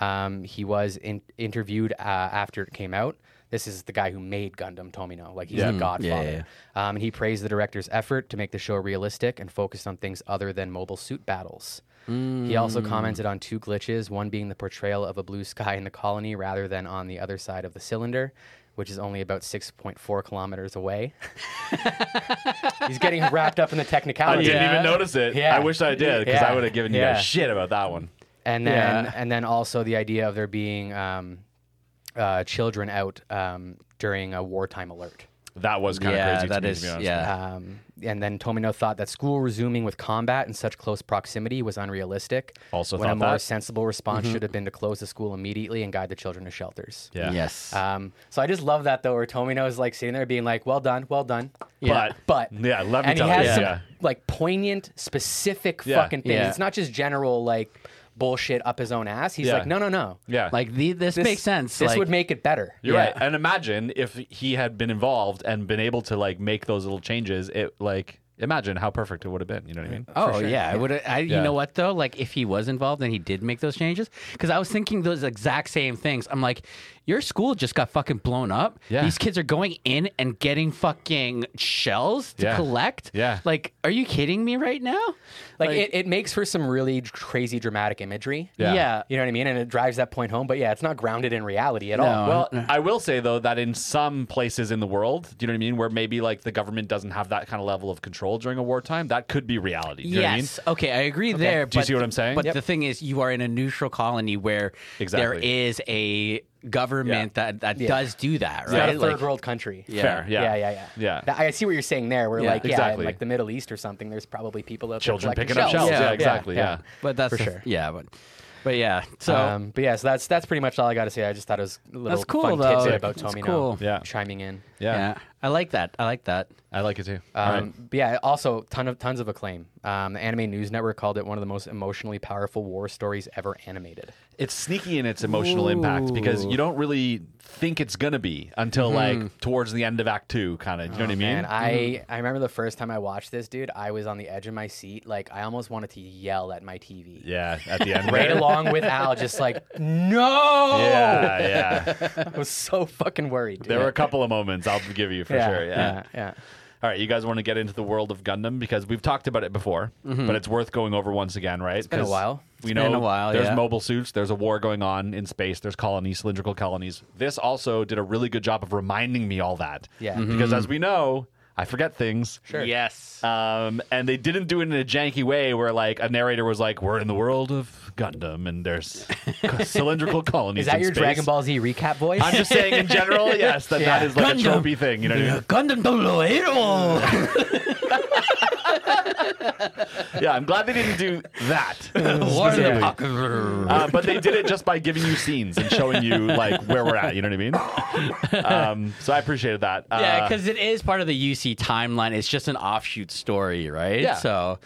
[SPEAKER 2] um, he was in- interviewed uh, after it came out. This is the guy who made Gundam Tomino. Like, he's the godfather. Um, and he praised the director's effort to make the show realistic and focused on things other than mobile suit battles. He also commented on two glitches, one being the portrayal of a blue sky in the colony rather than on the other side of the cylinder, which is only about 6.4 kilometers away. He's getting wrapped up in the
[SPEAKER 1] I
[SPEAKER 2] technicality.
[SPEAKER 1] didn't
[SPEAKER 3] Yeah.
[SPEAKER 1] even notice it.
[SPEAKER 2] Yeah.
[SPEAKER 1] I wish I did because
[SPEAKER 2] Yeah.
[SPEAKER 1] I would have given you
[SPEAKER 2] Yeah.
[SPEAKER 1] guys shit about that one.
[SPEAKER 2] And then
[SPEAKER 3] Yeah.
[SPEAKER 2] and then also the idea of there being um, uh, children out um, during a wartime alert.
[SPEAKER 1] That was kind of
[SPEAKER 3] Yeah,
[SPEAKER 1] crazy.
[SPEAKER 3] that
[SPEAKER 1] to me,
[SPEAKER 3] is-
[SPEAKER 1] To be honest.
[SPEAKER 3] yeah.
[SPEAKER 2] Um, and then Tomino thought that school resuming with combat in such close proximity was unrealistic.
[SPEAKER 1] Also
[SPEAKER 2] when a
[SPEAKER 1] thought
[SPEAKER 2] more
[SPEAKER 1] that. Mm-hmm.
[SPEAKER 2] sensible response should have been to close the school immediately and guide the children to shelters.
[SPEAKER 1] Yeah. Uh,
[SPEAKER 3] Yes.
[SPEAKER 2] Um, so I just love that though, where Tomino is like sitting there being like, "Well done, well done,"
[SPEAKER 1] But
[SPEAKER 2] but
[SPEAKER 1] yeah, let me
[SPEAKER 2] and he
[SPEAKER 1] tell
[SPEAKER 2] has
[SPEAKER 1] you.
[SPEAKER 2] some
[SPEAKER 1] yeah.
[SPEAKER 2] like poignant, specific
[SPEAKER 1] Yeah.
[SPEAKER 2] fucking things.
[SPEAKER 3] Yeah.
[SPEAKER 2] It's not just general like bullshit up his own ass. He's
[SPEAKER 1] Yeah.
[SPEAKER 2] like, no, no, no.
[SPEAKER 1] Yeah.
[SPEAKER 3] like the, this,
[SPEAKER 2] This
[SPEAKER 3] makes sense.
[SPEAKER 2] This
[SPEAKER 3] like,
[SPEAKER 2] would make it better.
[SPEAKER 1] You're
[SPEAKER 3] Yeah.
[SPEAKER 1] right. And imagine if he had been involved and been able to like make those little changes. It like imagine how perfect it would have been. You know what I mean?
[SPEAKER 3] Oh yeah, I would. I, you
[SPEAKER 1] Yeah.
[SPEAKER 3] know what though? Like if he was involved and he did make those changes, because I was thinking those exact same things. I'm like, your school just got fucking blown up.
[SPEAKER 1] Yeah.
[SPEAKER 3] These kids are going in and getting fucking shells to
[SPEAKER 1] Yeah.
[SPEAKER 3] collect.
[SPEAKER 1] Yeah.
[SPEAKER 3] Like, are you kidding me right now?
[SPEAKER 2] Like, it, it makes for some really dr- crazy dramatic imagery.
[SPEAKER 1] Yeah.
[SPEAKER 3] yeah.
[SPEAKER 2] You know what I mean? And it drives that point home. But yeah, it's not grounded in reality at all.
[SPEAKER 1] Oh, Well, I will say though that in some places in the world, do you know what I mean, where maybe like the government doesn't have that kind of level of control during a wartime, that could be reality. Do you know what I mean?
[SPEAKER 3] yes. Okay, I agree there.
[SPEAKER 1] Do you
[SPEAKER 3] but-
[SPEAKER 1] see what I'm saying?
[SPEAKER 3] But
[SPEAKER 1] Yep.
[SPEAKER 3] the thing is, you are in a neutral colony where there
[SPEAKER 1] Exactly.
[SPEAKER 3] is a government that that does do that,
[SPEAKER 2] It's
[SPEAKER 3] right?
[SPEAKER 2] not a third
[SPEAKER 3] Like-
[SPEAKER 2] world country.
[SPEAKER 3] Yeah.
[SPEAKER 1] Fair. Yeah.
[SPEAKER 2] yeah, yeah, yeah.
[SPEAKER 1] Yeah.
[SPEAKER 2] That- I see what you're saying there. Where
[SPEAKER 3] Yeah.
[SPEAKER 2] like, yeah,
[SPEAKER 1] Exactly.
[SPEAKER 2] in, like the Middle East or something. There's probably people out there
[SPEAKER 1] Children
[SPEAKER 2] collecting
[SPEAKER 1] picking up shells. Yeah,
[SPEAKER 3] Yeah,
[SPEAKER 1] exactly. Yeah.
[SPEAKER 3] but that's
[SPEAKER 2] For
[SPEAKER 3] the-
[SPEAKER 2] sure.
[SPEAKER 3] Yeah, but but yeah. So
[SPEAKER 2] Um, but yeah, so that's that's pretty much all I got to say. I just thought it was a little
[SPEAKER 3] That's cool,
[SPEAKER 2] fun
[SPEAKER 3] though.
[SPEAKER 2] tidbit about
[SPEAKER 3] That's
[SPEAKER 2] Tomino
[SPEAKER 3] cool.
[SPEAKER 1] Yeah.
[SPEAKER 2] chiming in.
[SPEAKER 1] Yeah.
[SPEAKER 3] yeah. I like that. I like that.
[SPEAKER 1] I like it too. All right.
[SPEAKER 2] Um, but yeah, also ton of tons of acclaim. Um, the Anime News Network called it one of the most emotionally powerful war stories ever animated.
[SPEAKER 1] it's sneaky in its emotional impact because you don't really think it's gonna be until like towards the end of Act Two, kind of. You know what I mean?
[SPEAKER 2] And
[SPEAKER 1] Mm-hmm.
[SPEAKER 2] I I remember the first time I watched this, dude. I was on the edge of my seat, like I almost wanted to yell at my TV.
[SPEAKER 1] yeah, at the end.
[SPEAKER 2] Right
[SPEAKER 1] there.
[SPEAKER 2] along with Al, just like no.
[SPEAKER 1] Yeah, yeah.
[SPEAKER 2] I was so fucking worried. Dude.
[SPEAKER 1] There were a couple of moments I'll give you for
[SPEAKER 2] yeah,
[SPEAKER 1] sure. Yeah.
[SPEAKER 2] yeah, yeah.
[SPEAKER 1] All right, you guys want to get into the world of Gundam because we've talked about it before, but it's worth going over once again, right? It's
[SPEAKER 2] Mm-hmm. been a while.
[SPEAKER 1] We know
[SPEAKER 3] been a while,
[SPEAKER 1] there's
[SPEAKER 3] yeah.
[SPEAKER 1] mobile suits, there's a war going on in space, there's colonies, cylindrical colonies. This also did a really good job of reminding me all that.
[SPEAKER 2] Yeah. Mhm.
[SPEAKER 1] Because as we know, I forget things.
[SPEAKER 2] Sure.
[SPEAKER 3] Yes.
[SPEAKER 1] Um, and they didn't do it in a janky way where like a narrator was like, "We're in the world of Gundam, and there's cylindrical colonies."
[SPEAKER 2] Is that
[SPEAKER 1] in
[SPEAKER 2] your
[SPEAKER 1] space."
[SPEAKER 2] Dragon Ball Z recap voice?
[SPEAKER 1] I'm just saying in general, yes, that that
[SPEAKER 2] Yeah.
[SPEAKER 1] is like a
[SPEAKER 3] Gundam.
[SPEAKER 1] tropey thing. You know what I mean?
[SPEAKER 3] Gundam
[SPEAKER 1] Yeah, I'm glad they didn't do that. specifically.
[SPEAKER 3] Hero.
[SPEAKER 1] Uh, but they did it just by giving you scenes and showing you like where we're at. You know what I mean? Um, so I appreciated that. Uh,
[SPEAKER 3] Yeah, because it is part of the UC timeline. It's just an offshoot story, right?
[SPEAKER 1] Yeah.
[SPEAKER 3] So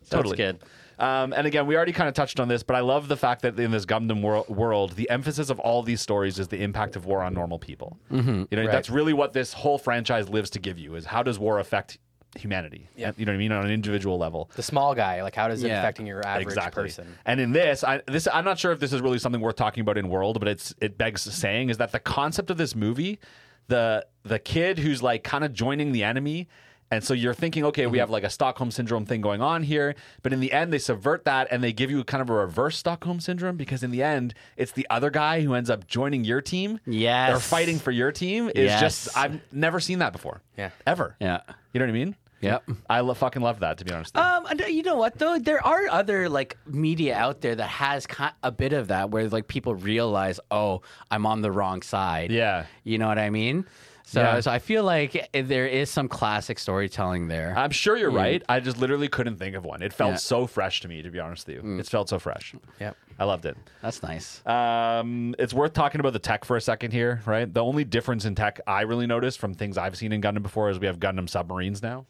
[SPEAKER 3] that's
[SPEAKER 1] totally
[SPEAKER 3] good.
[SPEAKER 1] Um, and again, we already kind of touched on this, but I love the fact that in this Gundam wor- world, the emphasis of all these stories is the impact of war on normal people. You know, that's really what this whole franchise lives to give you: is how does war affect humanity? Yeah. You know what I mean on an individual level.
[SPEAKER 2] the small guy. Like, how does it
[SPEAKER 3] Yeah.
[SPEAKER 2] affecting your average person?
[SPEAKER 1] And in this, I this I'm not sure if this is really something worth talking about in world, but it's it begs saying is that the concept of this movie, the the kid who's like kind of joining the enemy. And so you're thinking, okay,
[SPEAKER 3] Mm-hmm.
[SPEAKER 1] we have like a Stockholm syndrome thing going on here, but in the end, they subvert that and they give you kind of a reverse Stockholm syndrome because in the end, it's the other guy who ends up joining your team.
[SPEAKER 3] Yes.
[SPEAKER 1] or fighting for your team. Is
[SPEAKER 3] Yes.
[SPEAKER 1] just I've never seen that before.
[SPEAKER 2] Yeah.
[SPEAKER 1] ever.
[SPEAKER 3] Yeah.
[SPEAKER 1] you know what I mean.
[SPEAKER 3] Yep.
[SPEAKER 1] I lo- fucking love that. To be honest,
[SPEAKER 3] Um, and you know what though? There are other like media out there that has ki- a bit of that, where like people realize, oh, I'm on the wrong side.
[SPEAKER 1] yeah.
[SPEAKER 3] You know what I mean? So,
[SPEAKER 1] Yeah.
[SPEAKER 3] so I feel like there is some classic storytelling there.
[SPEAKER 1] I'm sure you're right. I just literally couldn't think of one. It felt
[SPEAKER 3] Mm. Yeah. Mm.
[SPEAKER 1] so fresh to me, to be honest with you. It felt so fresh.
[SPEAKER 2] Yep.
[SPEAKER 1] I loved it.
[SPEAKER 3] That's nice.
[SPEAKER 1] Um, it's worth talking about the tech for a second here, right? The only difference in tech I really noticed from things I've seen in Gundam before is we have Gundam submarines now.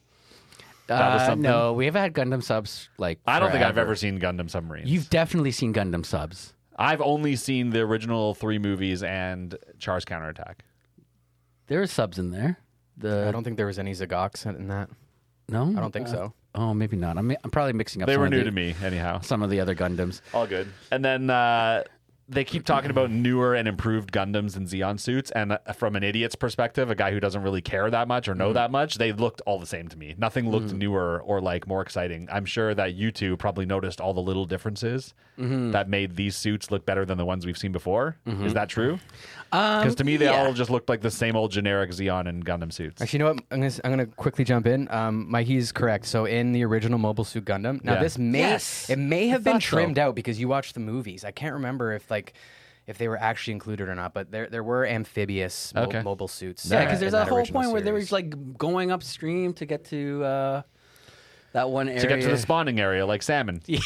[SPEAKER 1] that was
[SPEAKER 3] Uh,
[SPEAKER 1] something.
[SPEAKER 3] no, we haven't had Gundam subs like.
[SPEAKER 1] I don't think I've
[SPEAKER 3] forever.
[SPEAKER 1] ever seen Gundam submarines.
[SPEAKER 3] You've definitely seen Gundam subs.
[SPEAKER 1] I've only seen the original three movies and Char's Counterattack.
[SPEAKER 3] There are subs in there. The
[SPEAKER 2] I don't think there was any Zagox in that.
[SPEAKER 3] no,
[SPEAKER 2] I don't think so.
[SPEAKER 3] Oh, maybe not. I'm, I'm probably mixing up.
[SPEAKER 1] They
[SPEAKER 3] some
[SPEAKER 1] were
[SPEAKER 3] of
[SPEAKER 1] new
[SPEAKER 3] the-
[SPEAKER 1] to me, anyhow.
[SPEAKER 3] Some of the other Gundams.
[SPEAKER 1] All good. And then uh, they keep talking about newer and improved Gundams and Xeon suits. And uh, from an idiot's perspective, a guy who doesn't really care that much or
[SPEAKER 3] Mm-hmm.
[SPEAKER 1] know that much, they looked all the same to me. Nothing looked newer or like more exciting. I'm sure that you two probably noticed all the little differences
[SPEAKER 3] Mm-hmm.
[SPEAKER 1] that made these suits look better than the ones we've seen before. Is that true? Because to me, they
[SPEAKER 3] Um, yeah.
[SPEAKER 1] all just looked like the same old generic Xeon and Gundam suits.
[SPEAKER 2] Actually, you know what? I'm gonna s- I'm gonna quickly jump in. Um, Mikey's correct. So in the original Mobile Suit Gundam, now
[SPEAKER 1] Yeah.
[SPEAKER 2] this may
[SPEAKER 3] Yes!
[SPEAKER 2] it
[SPEAKER 3] I
[SPEAKER 2] may have been
[SPEAKER 3] thought so.
[SPEAKER 2] trimmed out because you watched the movies. I can't remember if like if they were actually included or not, but there there were amphibious mo-
[SPEAKER 1] Okay.
[SPEAKER 2] mobile suits.
[SPEAKER 3] Yeah,
[SPEAKER 2] uh,
[SPEAKER 3] because there's
[SPEAKER 2] in
[SPEAKER 3] a
[SPEAKER 2] that
[SPEAKER 3] whole
[SPEAKER 2] original
[SPEAKER 3] point where they were
[SPEAKER 2] series.
[SPEAKER 3] like going upstream to get to uh, that one area.
[SPEAKER 1] to get to the spawning area, like salmon. Yeah,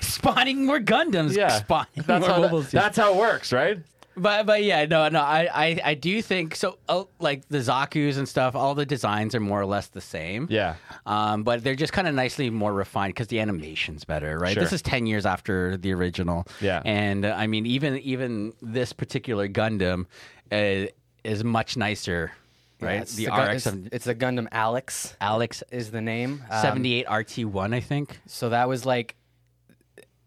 [SPEAKER 3] spawning more Gundams. spawning
[SPEAKER 1] that's
[SPEAKER 3] more
[SPEAKER 1] how,
[SPEAKER 3] mobile
[SPEAKER 1] that,
[SPEAKER 3] suits.
[SPEAKER 1] that's how it works, right?
[SPEAKER 3] But but yeah, no, no, I I, I do think so. Uh, like the Zaku's and stuff, all the designs are more or less the same.
[SPEAKER 1] Yeah.
[SPEAKER 3] Um, but they're just kind of nicely more refined because the animation's better, right?
[SPEAKER 1] Sure.
[SPEAKER 3] This is ten years after the original.
[SPEAKER 1] Yeah.
[SPEAKER 3] And uh, I mean, even even this particular Gundam uh, is much nicer,
[SPEAKER 2] Yeah,
[SPEAKER 3] right?
[SPEAKER 2] it's
[SPEAKER 3] the
[SPEAKER 2] Gun-
[SPEAKER 3] RX
[SPEAKER 2] it's,
[SPEAKER 3] of
[SPEAKER 2] it's the Gundam Alex
[SPEAKER 3] Alex
[SPEAKER 2] is the name. Um,
[SPEAKER 3] seventy eight RT one, I think.
[SPEAKER 2] So that was like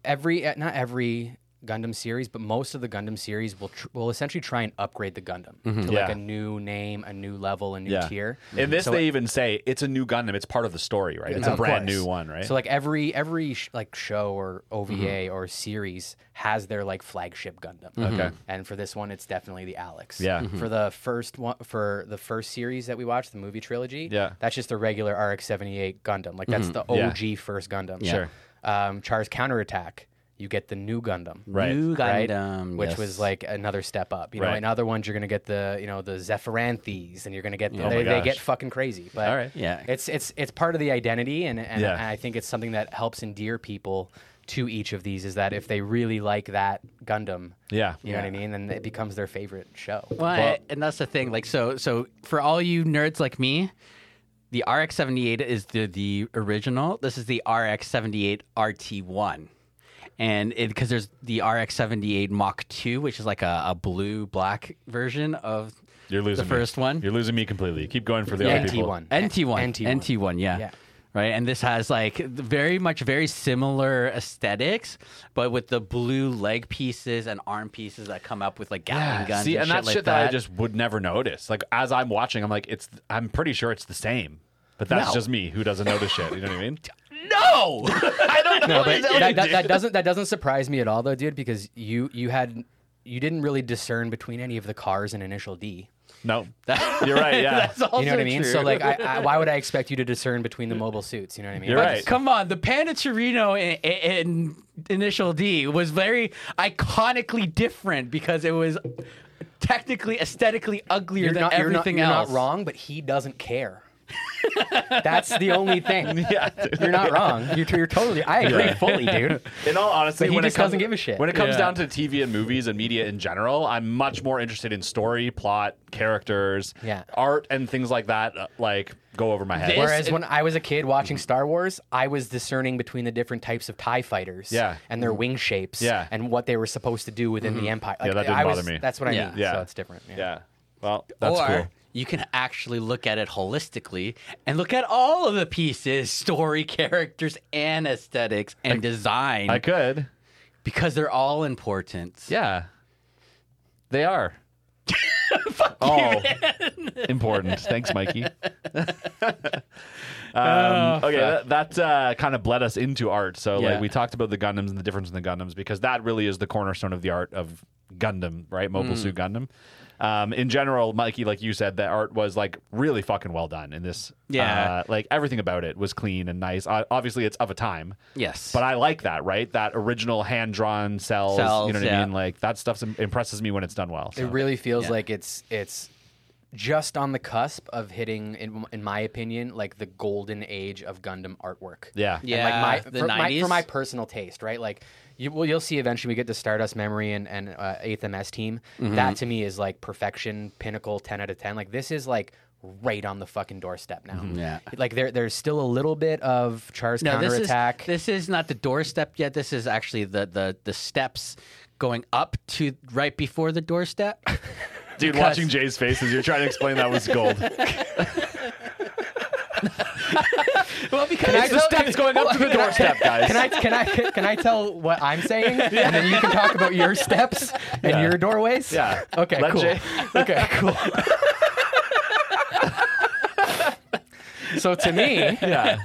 [SPEAKER 2] every eh, not every Gundam series, but most of the Gundam series will tr- will essentially try and upgrade the Gundam to like
[SPEAKER 1] Yeah.
[SPEAKER 2] a new name, a new level, a new tier.
[SPEAKER 1] In this,
[SPEAKER 2] So
[SPEAKER 1] they even say it's a new Gundam. It's part of the story, right? It's a
[SPEAKER 2] Of
[SPEAKER 1] brand
[SPEAKER 2] course.
[SPEAKER 1] new one, right? Mm-hmm.
[SPEAKER 2] So like every every sh- like show or OVA or series has their like flagship Gundam.
[SPEAKER 1] Okay.
[SPEAKER 2] And for this one, it's definitely the Alex.
[SPEAKER 1] Mm-hmm. Yeah.
[SPEAKER 3] Mm-hmm.
[SPEAKER 1] Mhm.
[SPEAKER 2] For the first one, for the first series that we watched, the movie trilogy.
[SPEAKER 1] Yeah. Mm-hmm.
[SPEAKER 2] That's just the regular RX-78 Gundam. Like that's the
[SPEAKER 1] Yeah.
[SPEAKER 2] OG first Gundam.
[SPEAKER 1] Sure.
[SPEAKER 2] Um, Char's counterattack. You get the new Gundam.
[SPEAKER 1] Right.
[SPEAKER 3] New
[SPEAKER 2] Right?
[SPEAKER 3] Gundam,
[SPEAKER 2] Which
[SPEAKER 3] yes.
[SPEAKER 2] was like another step up. You know,
[SPEAKER 1] Right.
[SPEAKER 2] in other ones you're gonna get the you know the Zephyranthes, and you're gonna get the,
[SPEAKER 1] Oh my
[SPEAKER 2] they, they
[SPEAKER 1] gosh.
[SPEAKER 2] get fucking crazy. But
[SPEAKER 1] All right.
[SPEAKER 3] Yeah.
[SPEAKER 2] it's it's it's part of the identity, and and,
[SPEAKER 1] Yeah.
[SPEAKER 2] and I think it's something that helps endear people to each of these. Is that if they really like that Gundam,
[SPEAKER 1] Yeah.
[SPEAKER 2] you know what I mean, then it becomes their favorite show.
[SPEAKER 3] Well, and that's the thing. Like, so, so for all you nerds like me, the RX seventy eight is the the original. This is the RX seventy eight RT one, and because there's the RX seventy eight Mach two, which is like a, a blue black version of
[SPEAKER 1] You're losing
[SPEAKER 3] the first
[SPEAKER 1] me.
[SPEAKER 3] one.
[SPEAKER 1] You're losing me completely. Keep going for the
[SPEAKER 2] Yeah.
[SPEAKER 1] other people.
[SPEAKER 2] NT1.
[SPEAKER 3] NT one,
[SPEAKER 2] NT1.
[SPEAKER 3] NT one, yeah.
[SPEAKER 2] Yeah.
[SPEAKER 3] right? And this has like very much very similar aesthetics, but with the blue leg pieces and arm pieces that come up with like Gatling guns.
[SPEAKER 1] See,
[SPEAKER 3] and,
[SPEAKER 1] and that's
[SPEAKER 3] like
[SPEAKER 1] shit that, I just would never notice. Like as I'm watching, I'm like, it's. I'm pretty sure it's the same, but that's
[SPEAKER 3] No.
[SPEAKER 1] just me who doesn't notice shit. You know what I mean?
[SPEAKER 3] no. I don't know.
[SPEAKER 2] No, but that, that, that doesn't that doesn't surprise me at all, though, dude. Because you you had you didn't really discern between any of the cars in Initial D.
[SPEAKER 1] No, you're right. Yeah,
[SPEAKER 3] That's also
[SPEAKER 2] You know what I mean?
[SPEAKER 3] True.
[SPEAKER 2] So like, I, I, why would I expect you to discern between the mobile suits? You know what I mean?
[SPEAKER 1] You're
[SPEAKER 2] Like,
[SPEAKER 1] right.
[SPEAKER 3] Come on, the Panda Torino in, in Initial D was very iconically different because it was technically aesthetically uglier
[SPEAKER 2] You're
[SPEAKER 3] than
[SPEAKER 2] not, you're, not,
[SPEAKER 3] everything
[SPEAKER 2] you're
[SPEAKER 3] else.
[SPEAKER 2] not wrong, but he doesn't care. That's the only thing.
[SPEAKER 1] yeah.
[SPEAKER 2] You're not wrong. You're, you're totally. I agree
[SPEAKER 1] Yeah.
[SPEAKER 2] fully, dude.
[SPEAKER 1] In all honesty,
[SPEAKER 2] But he
[SPEAKER 1] when it
[SPEAKER 2] just
[SPEAKER 1] comes,
[SPEAKER 2] doesn't give a shit.
[SPEAKER 1] When it comes
[SPEAKER 3] Yeah.
[SPEAKER 1] down to TV and movies and media in general, I'm much more interested in story, plot, characters,
[SPEAKER 2] Yeah.
[SPEAKER 1] art, and things like that. uh, Like go over my head.
[SPEAKER 3] This-
[SPEAKER 2] Whereas
[SPEAKER 3] it-
[SPEAKER 2] when I was a kid watching Star Wars, I was discerning between the different types of Tie fighters,
[SPEAKER 1] Yeah.
[SPEAKER 2] and their wing shapes,
[SPEAKER 1] Yeah. Mm-hmm.
[SPEAKER 2] and what they were supposed to do within the Empire. Like,
[SPEAKER 1] that didn't
[SPEAKER 2] I was-
[SPEAKER 1] bother me.
[SPEAKER 2] That's what I
[SPEAKER 3] Yeah.
[SPEAKER 2] mean.
[SPEAKER 1] Yeah.
[SPEAKER 2] So it's different. Yeah.
[SPEAKER 1] yeah. Well, that's
[SPEAKER 3] or
[SPEAKER 1] cool.
[SPEAKER 3] you can actually look at it holistically and look at all of the pieces, story, characters, and aesthetics and design
[SPEAKER 1] I could.
[SPEAKER 3] because they're all important.
[SPEAKER 1] Yeah. They are. All important. Thanks, Mikey. um, okay, that, that uh, kind of bled us into art. So,
[SPEAKER 3] Yeah.
[SPEAKER 1] like, we talked about the Gundams and the difference in the Gundams because that really is the cornerstone of the art of Gundam, right? Mobile Suit Gundam. Um, in general, Mikey, like you said, the art was like really fucking well done in this.
[SPEAKER 3] Yeah.
[SPEAKER 1] uh, like everything about it was clean and nice. O- obviously, it's of a time.
[SPEAKER 3] Yes.
[SPEAKER 1] But I like that, right? That original hand drawn cells, You
[SPEAKER 3] Cells,
[SPEAKER 1] know what I
[SPEAKER 3] yeah.
[SPEAKER 1] mean? Like that stuff impresses me when it's done well. so.
[SPEAKER 2] It really feels
[SPEAKER 3] Yeah.
[SPEAKER 2] like it's it's just on the cusp of hitting, in, in my opinion, like the golden age of Gundam artwork.
[SPEAKER 1] yeah.
[SPEAKER 3] Yeah.
[SPEAKER 2] And, like my,
[SPEAKER 3] the
[SPEAKER 2] for, my
[SPEAKER 3] 90s.
[SPEAKER 2] for my personal taste, right? Like you well, you'll see eventually we get to Stardust Memory and and uh, Eighth MS Team. That to me is like perfection, pinnacle, ten out of ten. Like this is like right on the fucking doorstep now.
[SPEAKER 3] Yeah.
[SPEAKER 2] Like there there's still a little bit of Char's
[SPEAKER 3] No, this is
[SPEAKER 2] counterattack.
[SPEAKER 3] this is not the doorstep yet. This is actually the the the steps going up to right before the doorstep.
[SPEAKER 1] Dude,
[SPEAKER 3] Because-
[SPEAKER 1] watching Jay's face as you're trying to explain that was gold.
[SPEAKER 3] well, Oh, because
[SPEAKER 2] Can I tell-
[SPEAKER 1] going up to the doorstep, guys.
[SPEAKER 2] Can I can I can I tell what I'm saying, and then you can talk about your steps and your doorways?
[SPEAKER 1] Yeah.
[SPEAKER 2] Okay.
[SPEAKER 1] Let
[SPEAKER 2] cool.
[SPEAKER 1] Jay-
[SPEAKER 2] Okay. Cool. so to me,
[SPEAKER 1] yeah.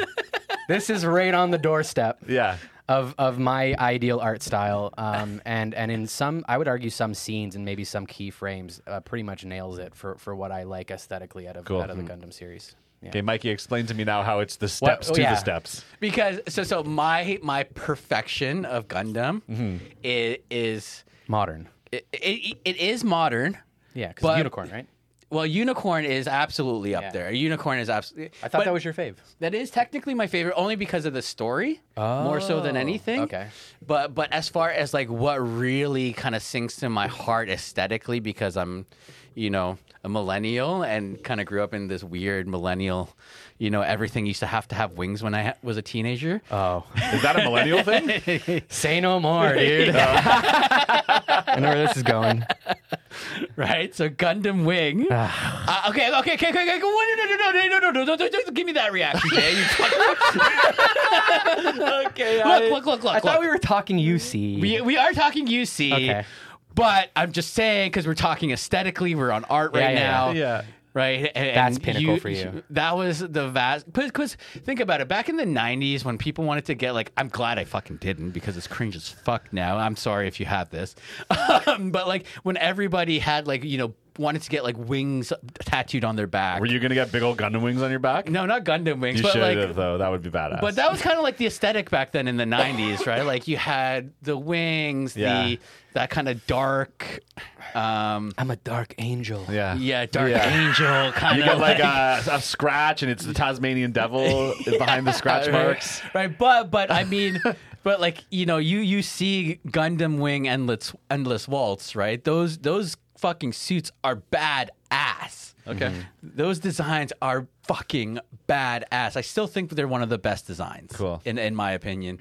[SPEAKER 2] this is right on the doorstep
[SPEAKER 1] Yeah.
[SPEAKER 2] of of my ideal art style, um, and and in some, I would argue some scenes and maybe some key frames, uh, pretty much nails it for for what I like aesthetically out of
[SPEAKER 1] Cool. Hmm.
[SPEAKER 2] out of the Gundam series. Yeah.
[SPEAKER 1] Okay, Mikey, explain to me now how it's the steps
[SPEAKER 2] oh,
[SPEAKER 1] to
[SPEAKER 2] yeah.
[SPEAKER 1] the steps.
[SPEAKER 3] because so so my my perfection of Gundam i- is
[SPEAKER 2] Modern.
[SPEAKER 3] it, it, it is modern.
[SPEAKER 2] Yeah, because
[SPEAKER 3] But-
[SPEAKER 2] unicorn, right?
[SPEAKER 3] Well, Unicorn is absolutely up
[SPEAKER 2] Yeah.
[SPEAKER 3] there. Unicorn is absolutely.
[SPEAKER 2] I thought that was your fave.
[SPEAKER 3] That is technically my favorite, only because of the story, more so than
[SPEAKER 2] Oh,
[SPEAKER 3] anything.
[SPEAKER 2] okay.
[SPEAKER 3] But but as far as like what really kind of sinks to my heart aesthetically, because I'm, you know, a millennial and kind of grew up in this weird millennial, you know, everything used to have to have wings when I ha- was a teenager.
[SPEAKER 2] Oh,
[SPEAKER 1] Is that a millennial thing?
[SPEAKER 2] say no more, dude. I know where this is going.
[SPEAKER 3] right? So Gundam Wing. uh, okay, okay, okay, okay, okay. No, no, no, no, no, no, no, no, no, no, no, give me that reaction, Jay. You
[SPEAKER 1] okay.
[SPEAKER 3] look, look, look, look.
[SPEAKER 2] I thought
[SPEAKER 3] look.
[SPEAKER 2] we were talking UC.
[SPEAKER 3] We, we are talking UC,
[SPEAKER 2] Okay.
[SPEAKER 3] but I'm just saying because we're talking aesthetically, we're on art right
[SPEAKER 2] yeah,
[SPEAKER 3] now.
[SPEAKER 1] yeah.
[SPEAKER 3] Right, and
[SPEAKER 2] That's pinnacle for you.
[SPEAKER 3] That was the vast. Because think about it, back in the '90s, when people wanted to get like, I'm glad I fucking didn't because it's cringe as fuck now. I'm sorry if you had this, um, but like when everybody had like you know wanted to get like wings tattooed on their back.
[SPEAKER 1] Were you gonna get big old Gundam wings on your back?
[SPEAKER 3] no, not Gundam wings,
[SPEAKER 1] You
[SPEAKER 3] but
[SPEAKER 1] should
[SPEAKER 3] like
[SPEAKER 1] have though. That would be badass.
[SPEAKER 3] but that was kind of like the aesthetic back then in the 90s, right? Like you had the wings,
[SPEAKER 1] Yeah.
[SPEAKER 3] the that kind of dark um
[SPEAKER 2] I'm a dark angel.
[SPEAKER 1] yeah.
[SPEAKER 3] yeah, dark
[SPEAKER 1] Yeah.
[SPEAKER 3] angel kind
[SPEAKER 1] You
[SPEAKER 3] of
[SPEAKER 1] get like a, a scratch, and it's the Tasmanian devil behind the scratch marks.
[SPEAKER 3] right, but but I mean but like, you know, you you see Gundam Wing Endless Endless Waltz, right? Those those fucking suits are bad ass.
[SPEAKER 1] Okay.
[SPEAKER 3] Those designs are fucking badass. I still think they're one of the best designs.
[SPEAKER 1] Cool.
[SPEAKER 3] In in my opinion.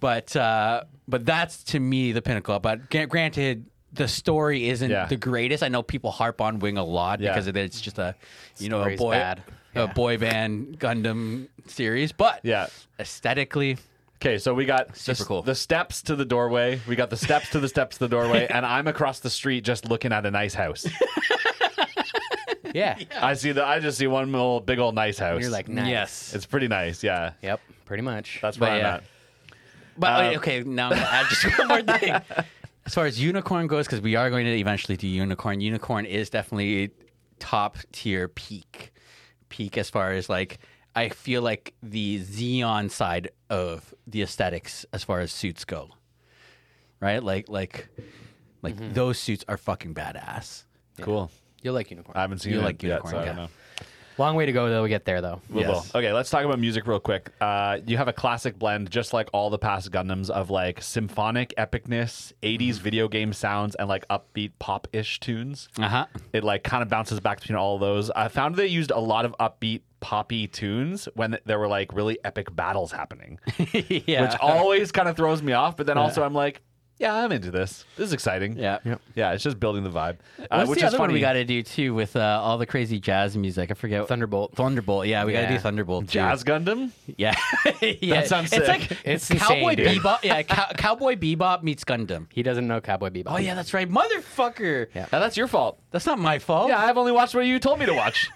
[SPEAKER 3] But uh but that's to me the pinnacle. But gra- granted the story isn't
[SPEAKER 1] Yeah.
[SPEAKER 3] the greatest. I know people harp on Wing a lot
[SPEAKER 1] Yeah.
[SPEAKER 3] because it, it's just a you know
[SPEAKER 2] Story's
[SPEAKER 3] a boy
[SPEAKER 2] bad.
[SPEAKER 3] a boy band Gundam series, but
[SPEAKER 1] Yeah.
[SPEAKER 3] aesthetically,
[SPEAKER 1] Okay, so we got
[SPEAKER 3] Super
[SPEAKER 1] the,
[SPEAKER 3] cool.
[SPEAKER 1] the steps to the doorway. We got the steps to the steps to the doorway, and I'm across the street just looking at a nice house.
[SPEAKER 2] Yeah.
[SPEAKER 1] I see the I just see one little big old nice house.
[SPEAKER 2] You're like, nice.
[SPEAKER 3] yes.
[SPEAKER 1] it's pretty nice, yeah.
[SPEAKER 2] Yep. Pretty much.
[SPEAKER 1] That's where
[SPEAKER 3] But
[SPEAKER 1] I'm
[SPEAKER 3] yeah.
[SPEAKER 1] at.
[SPEAKER 3] But
[SPEAKER 1] Um,
[SPEAKER 3] wait, okay, now I'm gonna add just one more thing. As far as unicorn goes, because we are going to eventually do unicorn. Unicorn is definitely top tier peak, peak as far as like I feel like the Xeon side of the aesthetics as far as suits go, right? Like like like those suits are fucking badass.
[SPEAKER 1] Cool.
[SPEAKER 2] You'll like unicorn.
[SPEAKER 1] I haven't seen
[SPEAKER 3] You
[SPEAKER 1] it
[SPEAKER 3] like
[SPEAKER 1] yet,
[SPEAKER 3] unicorn,
[SPEAKER 1] so I don't
[SPEAKER 3] yeah.
[SPEAKER 1] know.
[SPEAKER 2] Long way to go though. We get there though.
[SPEAKER 1] We will.
[SPEAKER 3] Yes.
[SPEAKER 1] Okay, let's talk about music real quick. Uh, you have a classic blend, just like all the past Gundams, of like symphonic epicness, 80s
[SPEAKER 3] Mm-hmm.
[SPEAKER 1] video game sounds, and like upbeat pop ish tunes.
[SPEAKER 3] Uh huh.
[SPEAKER 1] It like kind of bounces back between all of those. I found they used a lot of upbeat poppy tunes when there were like really epic battles happening,
[SPEAKER 3] yeah.
[SPEAKER 1] which always kind of throws me off. But then also I'm like, yeah, I'm into this. This is exciting.
[SPEAKER 3] yeah.
[SPEAKER 1] Yeah, it's just building the vibe. Uh,
[SPEAKER 3] What's
[SPEAKER 1] which
[SPEAKER 3] the
[SPEAKER 1] is
[SPEAKER 3] other one
[SPEAKER 1] funny.
[SPEAKER 3] we got to do too with uh, all the crazy jazz music? I forget.
[SPEAKER 2] Thunderbolt.
[SPEAKER 3] Thunderbolt. Yeah, we got to
[SPEAKER 2] Yeah.
[SPEAKER 3] do Thunderbolt. too.
[SPEAKER 1] Jazz Gundam?
[SPEAKER 3] Yeah, yeah.
[SPEAKER 1] sounds
[SPEAKER 3] it's
[SPEAKER 1] sick.
[SPEAKER 3] like
[SPEAKER 2] It's
[SPEAKER 3] it's
[SPEAKER 2] insane,
[SPEAKER 3] Cowboy
[SPEAKER 2] dude.
[SPEAKER 3] Bebop. Yeah, cow- Cowboy Bebop meets Gundam.
[SPEAKER 2] He doesn't know Cowboy Bebop.
[SPEAKER 3] Oh yeah, that's right, motherfucker.
[SPEAKER 2] Yeah.
[SPEAKER 1] Now, that's your fault.
[SPEAKER 3] That's not my fault.
[SPEAKER 1] Yeah, I've only watched what you told me to watch.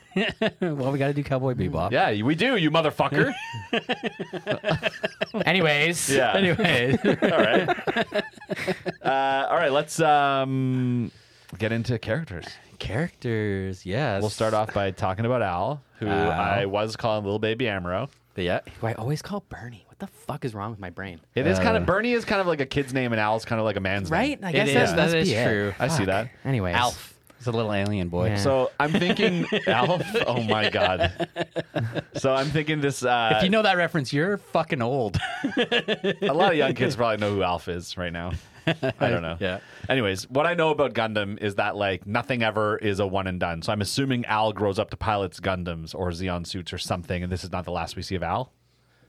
[SPEAKER 3] well, we got to do Cowboy Bebop.
[SPEAKER 1] Yeah, we do, you motherfucker.
[SPEAKER 2] Anyways.
[SPEAKER 1] Yeah.
[SPEAKER 3] Anyway,
[SPEAKER 1] all right. Uh, all right, let's um, get into characters.
[SPEAKER 3] characters. Yes.
[SPEAKER 1] We'll start off by talking about Al, who
[SPEAKER 3] Al.
[SPEAKER 1] I was calling Little Baby Amaro.
[SPEAKER 3] Yeah.
[SPEAKER 2] Who I always call Bernie. What the fuck is wrong with my brain?
[SPEAKER 1] It is kind
[SPEAKER 3] Uh.
[SPEAKER 1] of Bernie is kind of like a kid's name, and Al's kind of like a man's
[SPEAKER 2] Right?
[SPEAKER 1] name.
[SPEAKER 2] I guess
[SPEAKER 3] is,
[SPEAKER 2] that's
[SPEAKER 3] that
[SPEAKER 2] must
[SPEAKER 3] is
[SPEAKER 2] be it.
[SPEAKER 3] true.
[SPEAKER 1] I see
[SPEAKER 2] Fuck.
[SPEAKER 1] that.
[SPEAKER 2] Anyways.
[SPEAKER 3] Alf. He's a little alien boy.
[SPEAKER 2] Yeah.
[SPEAKER 1] So I'm thinking Alf. Oh my god. So I'm thinking this. Uh,
[SPEAKER 3] If you know that reference, you're fucking old.
[SPEAKER 1] a lot of young kids probably know who Alf is right now. I don't know.
[SPEAKER 3] Yeah.
[SPEAKER 1] Anyways, what I know about Gundam is that like nothing ever is a one and done. So I'm assuming Al grows up to pilots Gundams or Xeon suits or something, and this is not the last we see of Al.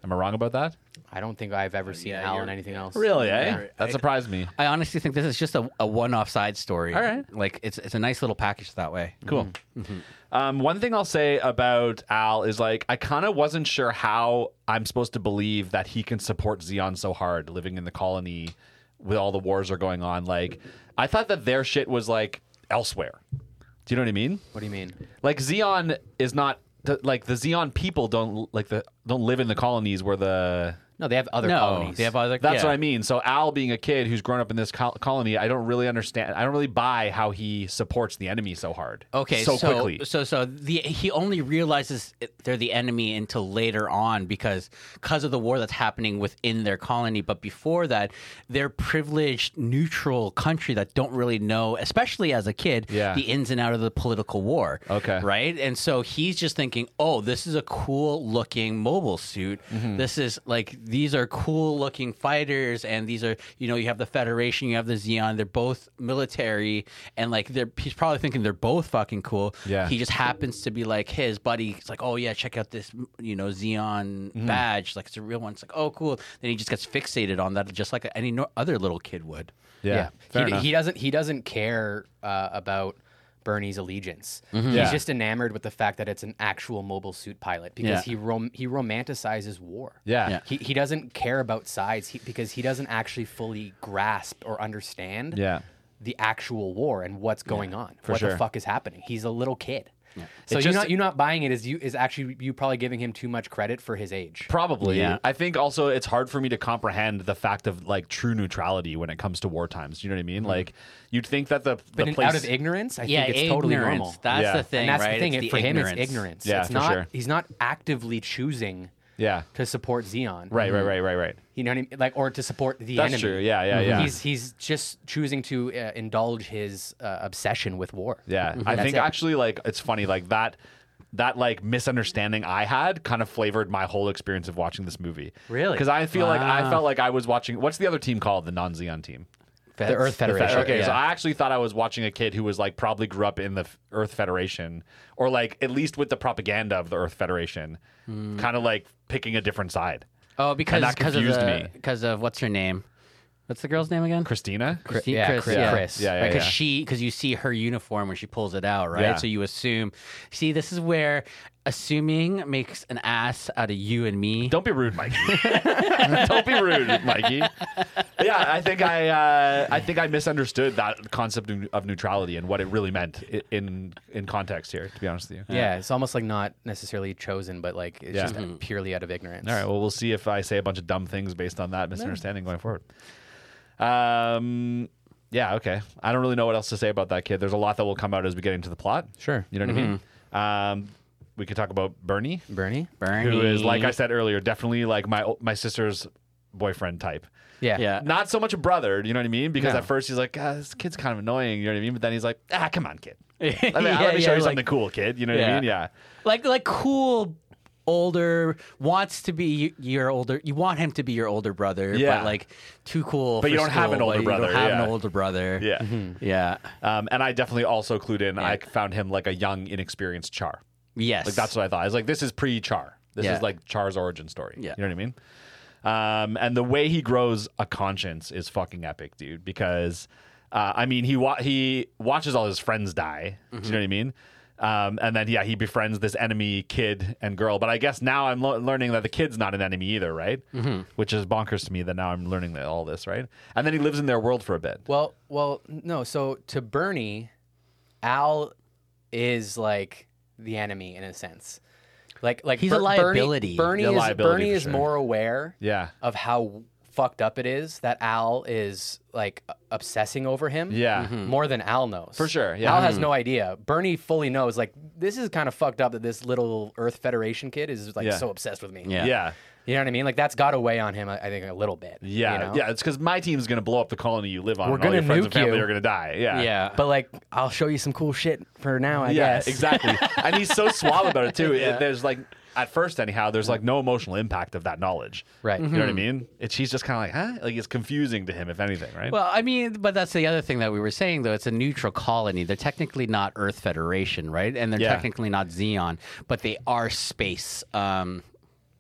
[SPEAKER 1] Am I wrong about that?
[SPEAKER 2] I don't think I've
[SPEAKER 1] Oh,
[SPEAKER 2] ever seen
[SPEAKER 3] Yeah,
[SPEAKER 2] Al
[SPEAKER 3] you're-
[SPEAKER 2] in anything else.
[SPEAKER 1] eh?
[SPEAKER 2] Yeah.
[SPEAKER 1] That surprised me.
[SPEAKER 3] I honestly think this is just a, a one-off side story. All
[SPEAKER 1] right.
[SPEAKER 3] Like it's it's a nice little package that way.
[SPEAKER 1] Cool.
[SPEAKER 3] Mm-hmm.
[SPEAKER 1] Um, one thing I'll say about Al is like I kind of wasn't sure how I'm supposed to believe that he can support Xeon so hard, living in the colony with all the wars are going on. Like I thought that their shit was like elsewhere. Do you know what I mean?
[SPEAKER 2] What do you mean?
[SPEAKER 1] Like Xeon is not the, like the Xeon people don't like the don't live in the colonies where the
[SPEAKER 2] No, they have other
[SPEAKER 3] no,
[SPEAKER 2] colonies.
[SPEAKER 3] they have other.
[SPEAKER 1] that's
[SPEAKER 3] yeah.
[SPEAKER 1] what I mean. So Al being a kid who's grown up in this col- colony, I don't really understand. I don't really buy how he supports the enemy so hard.
[SPEAKER 3] Okay,
[SPEAKER 1] so,
[SPEAKER 3] so
[SPEAKER 1] quickly.
[SPEAKER 3] So so the he only realizes it- they're the enemy until later on because because of the war that's happening within their colony. But before that, they're privileged, neutral country that don't really know, especially as a kid,
[SPEAKER 1] Yeah.
[SPEAKER 3] the ins and out of the political war.
[SPEAKER 1] Okay.
[SPEAKER 3] right? And so he's just thinking, oh, this is a cool looking mobile suit.
[SPEAKER 2] Mm-hmm.
[SPEAKER 3] This is like these are cool looking fighters, and these are you know you have the Federation, you have the Xeon. They're both military, and like they're he's probably thinking they're both fucking cool.
[SPEAKER 1] Yeah.
[SPEAKER 3] He just happens to be like his buddy. He's like, oh yeah, check out this you know Xeon
[SPEAKER 2] Mm-hmm.
[SPEAKER 3] badge. Like it's a real one. It's like oh cool. Then he just gets fixated on that, just like any no- other little kid would.
[SPEAKER 1] yeah. Fair
[SPEAKER 2] He,
[SPEAKER 1] enough.
[SPEAKER 2] he doesn't. He doesn't care uh, about Bernie's allegiance.
[SPEAKER 1] Mm-hmm. Yeah.
[SPEAKER 2] He's just enamored with the fact that it's an actual mobile suit pilot because
[SPEAKER 3] Yeah.
[SPEAKER 2] he rom- he romanticizes war.
[SPEAKER 1] Yeah.
[SPEAKER 3] Yeah.
[SPEAKER 2] He, he doesn't care about sides he, because he doesn't actually fully grasp or understand
[SPEAKER 1] Yeah.
[SPEAKER 2] the actual war and what's going on. what
[SPEAKER 1] sure.
[SPEAKER 2] the fuck is happening? He's a little kid. So
[SPEAKER 1] It
[SPEAKER 2] you're
[SPEAKER 1] just-
[SPEAKER 2] not you're not buying it is you is actually you probably giving him too much credit for his age.
[SPEAKER 1] Probably.
[SPEAKER 3] Yeah.
[SPEAKER 1] I think also it's hard for me to comprehend the fact of like true neutrality when it comes to war times. You know what I mean? Like you'd think that the, the
[SPEAKER 2] Mm-hmm. But in,
[SPEAKER 1] place
[SPEAKER 2] out of ignorance, I think it's totally
[SPEAKER 3] ignorance.
[SPEAKER 2] normal.
[SPEAKER 3] That's
[SPEAKER 1] Yeah.
[SPEAKER 3] the thing,
[SPEAKER 2] and that's
[SPEAKER 3] right?
[SPEAKER 2] the thing.
[SPEAKER 3] It's
[SPEAKER 2] it- for him, it's ignorance.
[SPEAKER 1] Yeah,
[SPEAKER 2] it's
[SPEAKER 1] for
[SPEAKER 2] not.
[SPEAKER 1] sure.
[SPEAKER 2] He's not actively choosing
[SPEAKER 1] Yeah.
[SPEAKER 2] to support Xeon.
[SPEAKER 1] Right, right, right, right, right.
[SPEAKER 2] You know what I mean? Like, or to support the
[SPEAKER 1] That's
[SPEAKER 2] enemy. Mm-hmm.
[SPEAKER 1] true. Yeah, yeah, yeah.
[SPEAKER 2] He's he's just choosing to uh, indulge his uh, obsession with war.
[SPEAKER 1] Yeah, I
[SPEAKER 2] Mm-hmm. That's
[SPEAKER 1] think
[SPEAKER 2] it.
[SPEAKER 1] actually, like, it's funny, like that, that like misunderstanding I had kind of flavored my whole experience of watching this movie.
[SPEAKER 2] Really? Ah.
[SPEAKER 1] Because I feel like I
[SPEAKER 3] Wow.
[SPEAKER 1] felt like I was watching. What's the other team called? The non-Zeon team.
[SPEAKER 2] The Earth Federation.
[SPEAKER 1] Okay, so
[SPEAKER 2] yeah.
[SPEAKER 1] I actually thought I was watching a kid who was like probably grew up in the F- Earth Federation, or like at least with the propaganda of the Earth Federation,
[SPEAKER 2] Hmm.
[SPEAKER 1] kind of like picking a different side.
[SPEAKER 3] Oh, because
[SPEAKER 1] that
[SPEAKER 3] because of
[SPEAKER 1] confused
[SPEAKER 3] the,
[SPEAKER 1] me.
[SPEAKER 3] because of what's her name? What's the girl's name again?
[SPEAKER 1] Christina,
[SPEAKER 3] Christine-
[SPEAKER 2] yeah, Chris- yeah. Chris.
[SPEAKER 1] Yeah, yeah,
[SPEAKER 3] Because
[SPEAKER 1] yeah.
[SPEAKER 3] she because you see her uniform when she pulls it out, right?
[SPEAKER 1] Yeah.
[SPEAKER 3] So you assume. See, this is where assuming makes an ass out of you and me.
[SPEAKER 1] Don't be rude, Mikey. Don't be rude, Mikey. Yeah, I think I uh, I think I misunderstood that concept of- of neutrality and what it really meant i- in in context here. To be honest with you.
[SPEAKER 2] Yeah, it's almost like not necessarily chosen, but like it's
[SPEAKER 1] Yeah.
[SPEAKER 2] just purely out of ignorance.
[SPEAKER 1] All right. Well, we'll see if I say a bunch of dumb things based on that misunderstanding going forward. Um. Yeah. Okay. I don't really know what else to say about that kid. There's a lot that will come out as we get into the plot.
[SPEAKER 2] Sure.
[SPEAKER 1] You know what
[SPEAKER 3] Mm-hmm.
[SPEAKER 1] I mean? Um. We could talk about Bernie.
[SPEAKER 2] Bernie.
[SPEAKER 3] Bernie.
[SPEAKER 1] who is like I said earlier, definitely like my my sister's boyfriend type. Uh,
[SPEAKER 2] Yeah.
[SPEAKER 3] yeah.
[SPEAKER 1] Not so much a brother, you know what I mean? Because
[SPEAKER 3] No.
[SPEAKER 1] at first he's like, ah, this kid's kind of annoying, you know what I mean? But then he's like, ah, come on, kid. Let me,
[SPEAKER 3] Yeah,
[SPEAKER 1] let me show
[SPEAKER 3] yeah,
[SPEAKER 1] you
[SPEAKER 3] like-
[SPEAKER 1] something cool, kid. You know what I
[SPEAKER 3] Yeah.
[SPEAKER 1] mean? Yeah.
[SPEAKER 3] like like cool older wants to be y- your older you want him to be your older brother
[SPEAKER 1] Yeah.
[SPEAKER 3] but like too cool
[SPEAKER 1] But
[SPEAKER 3] for
[SPEAKER 1] you don't have
[SPEAKER 3] school,
[SPEAKER 1] an older
[SPEAKER 3] but you
[SPEAKER 1] brother,
[SPEAKER 3] don't have
[SPEAKER 1] yeah.
[SPEAKER 3] an older brother
[SPEAKER 1] Yeah.
[SPEAKER 3] yeah
[SPEAKER 1] Um, and I definitely also clued in, I found him like a young, inexperienced Char.
[SPEAKER 3] yes
[SPEAKER 1] Like, that's what I thought. I was like, this is pre Char. This
[SPEAKER 3] Yeah.
[SPEAKER 1] is like Char's origin story.
[SPEAKER 3] Yeah.
[SPEAKER 1] You know what I mean? Um, and the way he grows a conscience is fucking epic, dude. Because, uh, I mean, he wa- he watches all his friends die. Do
[SPEAKER 3] Mm-hmm.
[SPEAKER 1] you know what I mean? Um, and then yeah, he befriends this enemy kid and girl. But I guess now I'm lo- learning that the kid's not an enemy either, right?
[SPEAKER 3] Mm-hmm.
[SPEAKER 1] Which is bonkers to me that now I'm learning that all this, right? And then he lives in their world for a bit.
[SPEAKER 2] Well, well, no. So to Bernie, Al is like the enemy in a sense. Like, like
[SPEAKER 3] He's a
[SPEAKER 2] Bernie-
[SPEAKER 3] liability.
[SPEAKER 2] Bernie,
[SPEAKER 1] He's a
[SPEAKER 2] is
[SPEAKER 1] liability
[SPEAKER 2] Bernie
[SPEAKER 1] for
[SPEAKER 2] is
[SPEAKER 1] sure.
[SPEAKER 2] more aware
[SPEAKER 1] Yeah.
[SPEAKER 2] of how fucked up it is that Al is like obsessing over him. Mm-hmm.
[SPEAKER 1] Yeah. Mm-hmm.
[SPEAKER 2] More than Al knows.
[SPEAKER 1] For sure, yeah. Mm-hmm.
[SPEAKER 2] Al has no idea. Bernie fully knows, like, this is kind of fucked up that this little Earth Federation kid is like
[SPEAKER 1] Yeah.
[SPEAKER 2] so obsessed with me.
[SPEAKER 3] Yeah.
[SPEAKER 1] Yeah.
[SPEAKER 2] You know what I mean? Like that's got to weigh on him, I I think, a little bit.
[SPEAKER 1] Yeah,
[SPEAKER 2] you know?
[SPEAKER 1] yeah. It's because my team's gonna blow up the colony you live on.
[SPEAKER 2] We're
[SPEAKER 1] and all your
[SPEAKER 2] gonna
[SPEAKER 1] friends and
[SPEAKER 2] nuke
[SPEAKER 1] family
[SPEAKER 2] you.
[SPEAKER 1] are gonna die. Yeah,
[SPEAKER 3] yeah
[SPEAKER 2] But like, I'll show you some cool shit for now, I
[SPEAKER 1] yeah.
[SPEAKER 2] guess.
[SPEAKER 1] Exactly. and he's so suave about it too. It- there's like, at first, anyhow, there's like no emotional impact of that knowledge.
[SPEAKER 2] Right. Mm-hmm.
[SPEAKER 1] You know what I mean? It's he's just kind of like, huh? Like it's confusing to him, if anything, right?
[SPEAKER 3] well i mean but that's the other thing that we were saying though it's a neutral colony they're technically not earth federation right and they're
[SPEAKER 1] Yeah.
[SPEAKER 3] technically not xeon but they are space um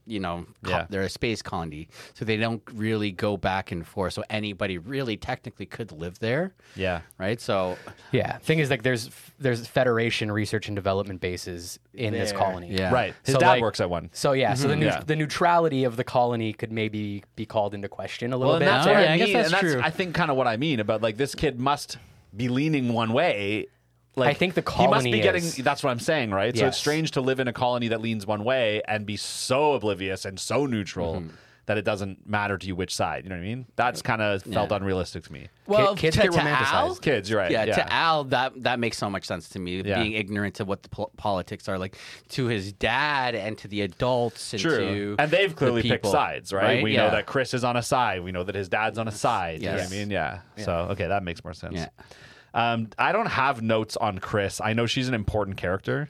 [SPEAKER 3] you know, co-
[SPEAKER 1] Yeah.
[SPEAKER 3] they're a space colony, so they don't really go back and forth. So anybody really technically could live there,
[SPEAKER 1] yeah.
[SPEAKER 3] right? So
[SPEAKER 2] Yeah. Thing is, like, there's there's Federation research and development bases in this colony.
[SPEAKER 3] Yeah.
[SPEAKER 1] Right. His
[SPEAKER 2] So,
[SPEAKER 1] dad
[SPEAKER 2] like-
[SPEAKER 1] works at one. Mm-hmm.
[SPEAKER 2] So yeah, so the neut-
[SPEAKER 1] Yeah.
[SPEAKER 2] the neutrality of the colony could maybe be called into question a little
[SPEAKER 1] and
[SPEAKER 2] bit.
[SPEAKER 1] that's
[SPEAKER 3] Oh,
[SPEAKER 1] what
[SPEAKER 3] yeah,
[SPEAKER 1] I
[SPEAKER 3] I
[SPEAKER 1] mean.
[SPEAKER 3] guess that's
[SPEAKER 1] and that's,
[SPEAKER 3] true.
[SPEAKER 1] I think kind of what I mean about like this kid must be leaning one way. Like
[SPEAKER 2] I think the
[SPEAKER 1] he must
[SPEAKER 2] colony
[SPEAKER 1] be
[SPEAKER 2] is-
[SPEAKER 1] getting. That's what I'm saying, right? So it's
[SPEAKER 2] Yes.
[SPEAKER 1] strange to live in a colony that leans one way and be so oblivious and so neutral
[SPEAKER 3] Mm-hmm.
[SPEAKER 1] that it doesn't matter to you which side. You know what I mean? That's kind of felt unrealistic to me.
[SPEAKER 3] Well,
[SPEAKER 2] kids
[SPEAKER 3] to,
[SPEAKER 2] get
[SPEAKER 3] to Al,
[SPEAKER 2] romanticized.
[SPEAKER 1] Kids, you're right.
[SPEAKER 3] yeah,
[SPEAKER 1] Yeah.
[SPEAKER 3] to Al, that that makes so much sense to me.
[SPEAKER 1] Yeah.
[SPEAKER 3] Being ignorant of what the pol- politics are, like to his dad and to the adults, and
[SPEAKER 1] True,
[SPEAKER 3] to
[SPEAKER 1] and they've clearly
[SPEAKER 3] the
[SPEAKER 1] picked
[SPEAKER 3] people,
[SPEAKER 1] sides, right? We
[SPEAKER 3] Yeah.
[SPEAKER 1] know that Chris is on a side. We know that his dad's on a side. You know
[SPEAKER 3] Yes.
[SPEAKER 1] what I mean? Yeah. So okay, that makes more sense.
[SPEAKER 3] Yeah.
[SPEAKER 1] Um, I don't have notes on Chris. I know she's an important character.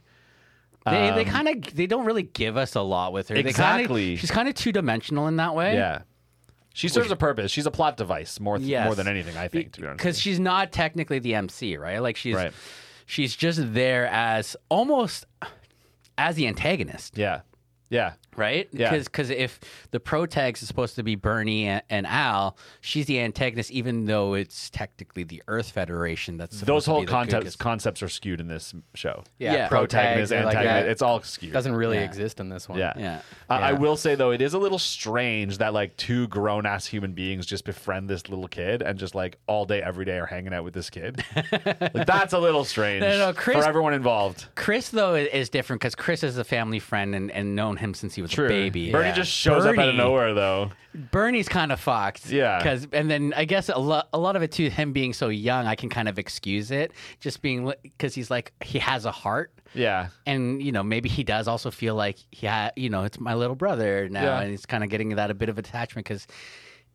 [SPEAKER 3] they they kind of they don't really give us a lot with her. They kinda-
[SPEAKER 1] Um, Exactly.
[SPEAKER 3] she's kind of two dimensional in that way.
[SPEAKER 1] Yeah. She serves a purpose. She's a plot device more th-
[SPEAKER 3] Yes.
[SPEAKER 1] more than anything, I think, to be honest. with
[SPEAKER 3] because she's not technically the MC, right? Like she's
[SPEAKER 1] Right.
[SPEAKER 3] she's just there as almost as the antagonist.
[SPEAKER 1] you. Yeah. Yeah.
[SPEAKER 3] right?
[SPEAKER 1] Yeah.
[SPEAKER 3] Because if the protags is supposed to be Bernie and, and Al, she's the antagonist, even though it's technically the Earth Federation that's supposed
[SPEAKER 1] Those
[SPEAKER 3] to
[SPEAKER 1] whole
[SPEAKER 3] be the
[SPEAKER 1] concepts
[SPEAKER 3] good guys.
[SPEAKER 1] concepts are skewed in this show.
[SPEAKER 2] yeah,
[SPEAKER 3] Yeah.
[SPEAKER 2] protagonist,
[SPEAKER 1] Protagonist,
[SPEAKER 2] and, like,
[SPEAKER 1] antagonist,
[SPEAKER 2] that
[SPEAKER 1] it's all skewed.
[SPEAKER 2] doesn't really
[SPEAKER 3] Yeah.
[SPEAKER 2] exist in this one.
[SPEAKER 1] yeah.
[SPEAKER 3] Yeah.
[SPEAKER 1] Uh, I will say though, it is a little strange that like two grown ass human beings just befriend this little kid and just like all day, every day are hanging out with this kid. like, that's a little strange
[SPEAKER 3] No, no, Chris-
[SPEAKER 1] for everyone involved.
[SPEAKER 3] Chris though i- is different because Chris is a family friend and, and known him since he was a baby.
[SPEAKER 1] Bernie
[SPEAKER 2] Yeah.
[SPEAKER 1] just shows up out of
[SPEAKER 3] Bernie.
[SPEAKER 1] nowhere though.
[SPEAKER 3] Bernie's kind of fucked.
[SPEAKER 1] Yeah.
[SPEAKER 3] Because and then I guess a lot a lot of it too him being so young, I can kind of excuse it just being because he's like he has a heart.
[SPEAKER 1] Yeah.
[SPEAKER 3] and you know maybe he does also feel like yeah you know it's my little brother now
[SPEAKER 1] Yeah.
[SPEAKER 3] and he's kind of getting that a bit of attachment because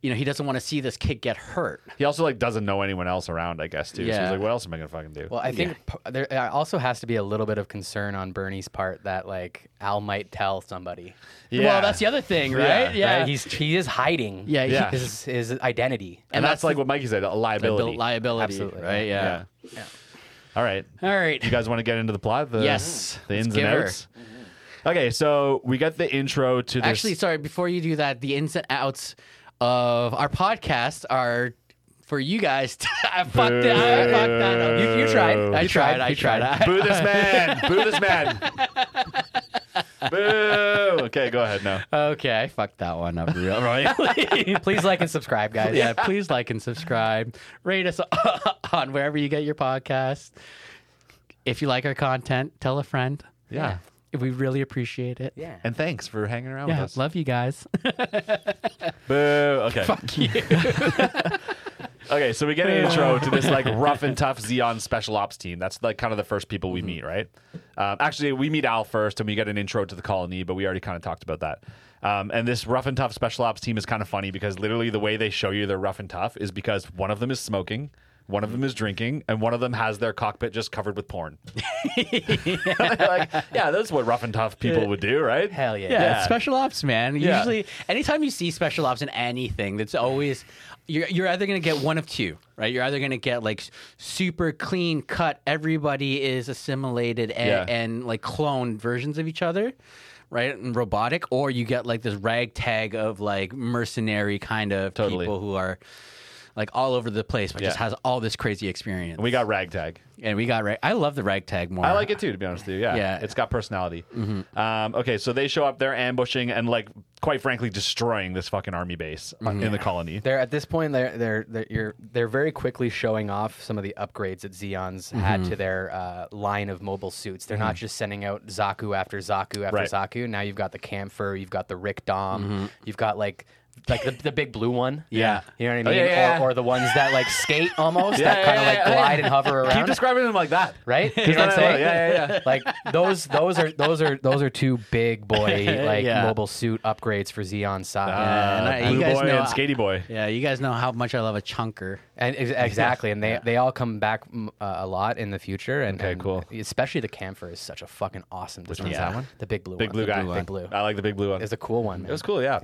[SPEAKER 3] you know he doesn't want to see this kid get hurt
[SPEAKER 1] He also like doesn't know anyone else around, I guess, too. So
[SPEAKER 3] Yeah.
[SPEAKER 1] he's like, what else am I gonna fucking do?
[SPEAKER 2] Well, I think p- there uh, also has to be a little bit of concern on Bernie's part that like Al might tell somebody.
[SPEAKER 1] Yeah.
[SPEAKER 3] well that's the other thing
[SPEAKER 1] Yeah,
[SPEAKER 3] right yeah
[SPEAKER 2] Right? He's he is hiding.
[SPEAKER 3] Yeah, he-
[SPEAKER 1] Yeah.
[SPEAKER 2] His, his identity.
[SPEAKER 1] and, that's, like what Mikey said, a liability.
[SPEAKER 3] liability, liability
[SPEAKER 2] Absolutely.
[SPEAKER 3] right yeah.
[SPEAKER 1] All right.
[SPEAKER 3] all right
[SPEAKER 1] You guys want to get into the plot? The,
[SPEAKER 3] Yes.
[SPEAKER 1] The
[SPEAKER 3] Let's
[SPEAKER 1] ins and
[SPEAKER 3] give her.
[SPEAKER 1] outs. Okay, so we got the intro to this.
[SPEAKER 3] actually sorry before you do that the ins and outs of our podcast are for you guys to, I fucked it I fucked that up
[SPEAKER 2] You, you tried.
[SPEAKER 1] Oh.
[SPEAKER 3] I
[SPEAKER 2] You
[SPEAKER 3] tried, I
[SPEAKER 2] You
[SPEAKER 3] tried.
[SPEAKER 1] boo this man, boo this man. Boo! Okay, go ahead now.
[SPEAKER 3] Okay, I fucked that one up real royally.
[SPEAKER 2] Please like and subscribe, guys.
[SPEAKER 3] yeah, please like and subscribe. Rate us on wherever you get your podcast. If you like our content, tell a friend.
[SPEAKER 1] Yeah.
[SPEAKER 3] We really appreciate it.
[SPEAKER 2] Yeah.
[SPEAKER 1] And thanks for hanging around
[SPEAKER 3] Yeah,
[SPEAKER 1] with us.
[SPEAKER 3] love you guys.
[SPEAKER 1] Boo! Okay.
[SPEAKER 3] Fuck you.
[SPEAKER 1] Okay, so we get an intro to this like rough and tough Xeon special ops team. That's like kind of the first people we meet, right? Um, actually, we meet Al first, and we get an intro to the colony, but we already kind of talked about that. Um, and this rough and tough special ops team is kind of funny because literally the way they show you they're rough and tough is because one of them is smoking, one of them is drinking, and one of them has their cockpit just covered with porn. like, yeah, that's what rough and tough people would do, right?
[SPEAKER 2] Hell yeah.
[SPEAKER 3] Yeah,
[SPEAKER 1] Yeah.
[SPEAKER 3] it's special ops, man.
[SPEAKER 1] Yeah.
[SPEAKER 3] Usually, anytime you see special ops in anything, that's always you're you're either gonna get one of two, right? You're either gonna get like s- super clean cut, everybody is assimilated and,
[SPEAKER 1] Yeah.
[SPEAKER 3] and like cloned versions of each other. Right and robotic, or you get like this ragtag of like mercenary kind of
[SPEAKER 1] Totally.
[SPEAKER 3] people who are like all over the place, but just
[SPEAKER 1] Yeah.
[SPEAKER 3] has all this crazy experience.
[SPEAKER 1] We got ragtag.
[SPEAKER 3] and we got rag. I love the ragtag more.
[SPEAKER 1] I like it too, to be honest with you. Yeah,
[SPEAKER 3] Yeah.
[SPEAKER 1] it's got personality. Um, okay, so they show up, they're ambushing and like, quite frankly, destroying this fucking army base uh, in the colony.
[SPEAKER 2] They're at this point they're they're they're you're, they're very quickly showing off some of the upgrades that Xeons
[SPEAKER 1] Mm-hmm.
[SPEAKER 2] had to their uh, line of mobile suits. They're not just sending out Zaku after Zaku after
[SPEAKER 1] Right.
[SPEAKER 2] Zaku. Now you've got the Camphor, you've got the Rick Dom, you've got like like the, the big blue one.
[SPEAKER 3] Yeah.
[SPEAKER 2] You know what I
[SPEAKER 1] Oh,
[SPEAKER 2] mean?
[SPEAKER 1] yeah, yeah, yeah.
[SPEAKER 2] Or, or the ones that like skate almost,
[SPEAKER 1] Yeah,
[SPEAKER 2] that
[SPEAKER 1] yeah,
[SPEAKER 2] kind of
[SPEAKER 1] yeah,
[SPEAKER 2] like
[SPEAKER 1] yeah.
[SPEAKER 2] glide and hover around.
[SPEAKER 1] Keep describing them like that.
[SPEAKER 2] right? You know
[SPEAKER 1] Yeah,
[SPEAKER 2] what I'm saying?
[SPEAKER 1] yeah, yeah, yeah.
[SPEAKER 2] Like those, those are those are those are two big boy like
[SPEAKER 3] Yeah.
[SPEAKER 2] mobile suit upgrades for Xeon Saga.
[SPEAKER 1] Uh,
[SPEAKER 3] and I- you
[SPEAKER 1] Blue
[SPEAKER 3] guys
[SPEAKER 1] boy
[SPEAKER 3] know
[SPEAKER 1] and
[SPEAKER 3] I-
[SPEAKER 1] skatey boy.
[SPEAKER 3] Yeah, you guys know how much I love a chunker.
[SPEAKER 2] And ex- exactly, and they, they all come back mm, uh, a lot in the future. And,
[SPEAKER 1] Okay,
[SPEAKER 2] and
[SPEAKER 1] cool.
[SPEAKER 2] Especially the camphor is such a fucking awesome. Which
[SPEAKER 1] one's that one?
[SPEAKER 2] The big blue.
[SPEAKER 1] Big
[SPEAKER 2] one.
[SPEAKER 1] blue guy.
[SPEAKER 2] The big blue.
[SPEAKER 1] I like the big blue one.
[SPEAKER 2] It's a cool one. Man.
[SPEAKER 1] It was cool, yeah.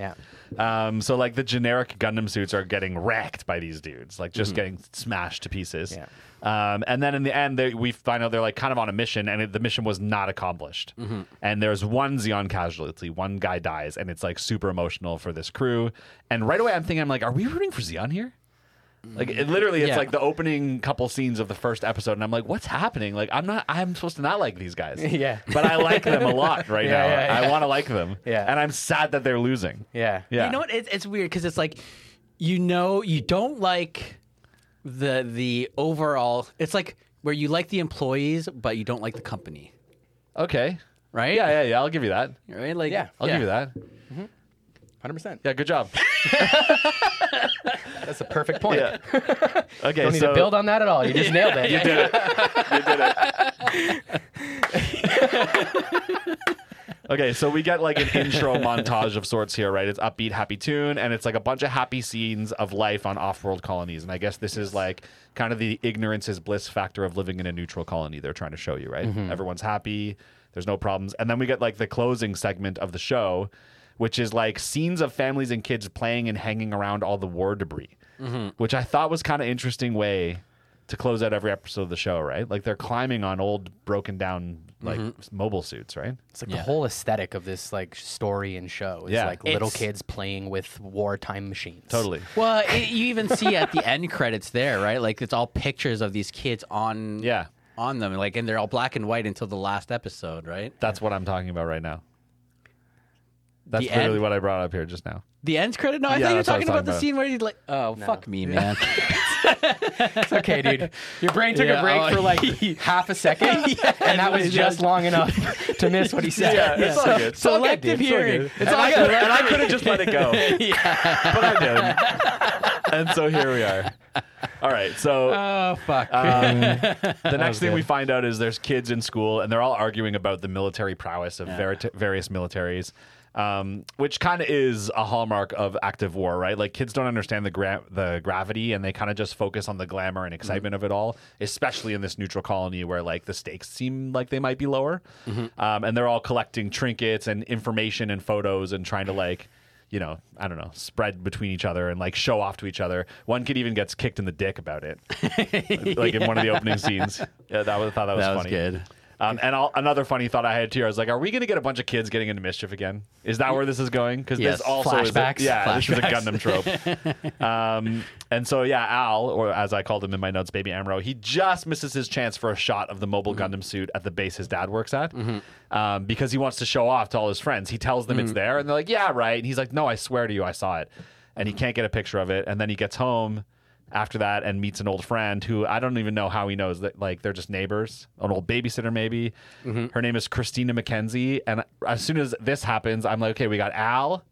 [SPEAKER 1] Yeah. Um, so like the generic Gundam suits are getting wrecked by these dudes, like just getting smashed to pieces.
[SPEAKER 2] Mm-hmm. Yeah.
[SPEAKER 1] Um, and then in the end, they, we find out they're like kind of on a mission, and it, the mission was not accomplished.
[SPEAKER 2] Mm-hmm.
[SPEAKER 1] And there's one Xeon casualty, one guy dies, and it's like super emotional for this crew. And right away, I'm thinking, I'm like, are we rooting for Xeon here? Like it, literally, it's
[SPEAKER 3] Yeah.
[SPEAKER 1] like the opening couple scenes of the first episode, and I'm like, "What's happening?" Like I'm not, I'm supposed to not like these guys,
[SPEAKER 2] Yeah.
[SPEAKER 1] But I like them a lot right now.
[SPEAKER 2] Yeah, yeah,
[SPEAKER 1] I want to like them,
[SPEAKER 2] Yeah.
[SPEAKER 1] And I'm sad that they're losing.
[SPEAKER 2] Yeah.
[SPEAKER 1] Yeah.
[SPEAKER 3] You know what? It's, it's weird because it's like, you know, you don't like the the overall. It's like where you like the employees, but you don't like the company,
[SPEAKER 1] Okay.
[SPEAKER 3] right?
[SPEAKER 1] Yeah, yeah, yeah. I'll give you that.
[SPEAKER 3] Right? Like,
[SPEAKER 2] Yeah,
[SPEAKER 1] I'll give you that.
[SPEAKER 2] Hundred percent.
[SPEAKER 1] Yeah, good job.
[SPEAKER 2] That's the perfect point.
[SPEAKER 1] Yeah. Okay,
[SPEAKER 2] Don't need
[SPEAKER 1] so
[SPEAKER 2] to build on that at all. You just nailed it.
[SPEAKER 1] you did it. You did it. okay, so we get like an intro montage of sorts here, right? It's upbeat, happy tune, and it's like a bunch of happy scenes of life on off-world colonies. And I guess this is like kind of the ignorance is bliss factor of living in a neutral colony. They're trying to show you, right? Everyone's happy. There's no problems. And then we get like the closing segment of the show, which is like scenes of families and kids playing and hanging around all the war debris, which I thought was kind of interesting way to close out every episode of the show, right? Like they're climbing on old, broken down, like mobile suits, right?
[SPEAKER 2] It's like the whole aesthetic of this like story and show is
[SPEAKER 1] Yeah.
[SPEAKER 2] like little
[SPEAKER 3] It's-
[SPEAKER 2] kids playing with wartime machines.
[SPEAKER 1] Totally.
[SPEAKER 3] Well, it, you even see at the end credits there, right? Like, it's all pictures of these kids on
[SPEAKER 1] Yeah.
[SPEAKER 3] on them, like, and they're all black and white until the last episode, right?
[SPEAKER 1] That's what I'm talking about right now. That's
[SPEAKER 3] The
[SPEAKER 1] literally
[SPEAKER 3] end?
[SPEAKER 1] what I brought up here just now.
[SPEAKER 3] The end credit? No,
[SPEAKER 1] Yeah,
[SPEAKER 3] I thought you were
[SPEAKER 1] that's what I was
[SPEAKER 3] talking about,
[SPEAKER 1] talking
[SPEAKER 3] the
[SPEAKER 1] about.
[SPEAKER 3] scene where you like, oh, fuck me, man.
[SPEAKER 2] It's okay, dude. Your brain took
[SPEAKER 3] Yeah,
[SPEAKER 2] a break
[SPEAKER 3] oh,
[SPEAKER 2] for like half a second, and that was just long enough to miss what he said.
[SPEAKER 1] it's all good.
[SPEAKER 2] So
[SPEAKER 3] Selective hearing. It's
[SPEAKER 1] and, I could, and I could have just let it go. But I didn't. and so here we are. Uh, All right. So
[SPEAKER 3] oh, fuck.
[SPEAKER 1] Um, the next thing
[SPEAKER 2] good.
[SPEAKER 1] we find out is there's kids in school and they're all arguing about the military prowess of verit- various militaries um, which kind of is a hallmark of active war right like kids don't understand the gra- the gravity and they kind of just focus on the glamour and excitement of it all especially in this neutral colony where like the stakes seem like they might be lower um, and they're all collecting trinkets and information and photos and trying to like you know, I don't know, spread between each other and like show off to each other. One kid even gets kicked in the dick about it, like in one of the opening scenes. Yeah, that was I thought that was
[SPEAKER 3] That was
[SPEAKER 1] funny.
[SPEAKER 3] good.
[SPEAKER 1] Um, and I'll, another funny thought I had too, I was like, are we going to get a bunch of kids getting into mischief again? Is that where this is going? Because
[SPEAKER 3] Yes.
[SPEAKER 1] this also
[SPEAKER 2] Flashbacks.
[SPEAKER 1] is a, yeah, this is a
[SPEAKER 3] Flashbacks.
[SPEAKER 1] Gundam trope. um, and so yeah, Al, or as I called him in my notes, Baby Amro, he just misses his chance for a shot of the mobile Gundam suit at the base his dad works at, um, because he wants to show off to all his friends. He tells them it's there, and they're like, yeah, right. And he's like, no, I swear to you, I saw it. And he can't get a picture of it. And then he gets home after that and meets an old friend who I don't even know how he knows that like they're just neighbors, an old babysitter maybe. Her name is Christina McKenzie and as soon as this happens I'm like okay, we got Al,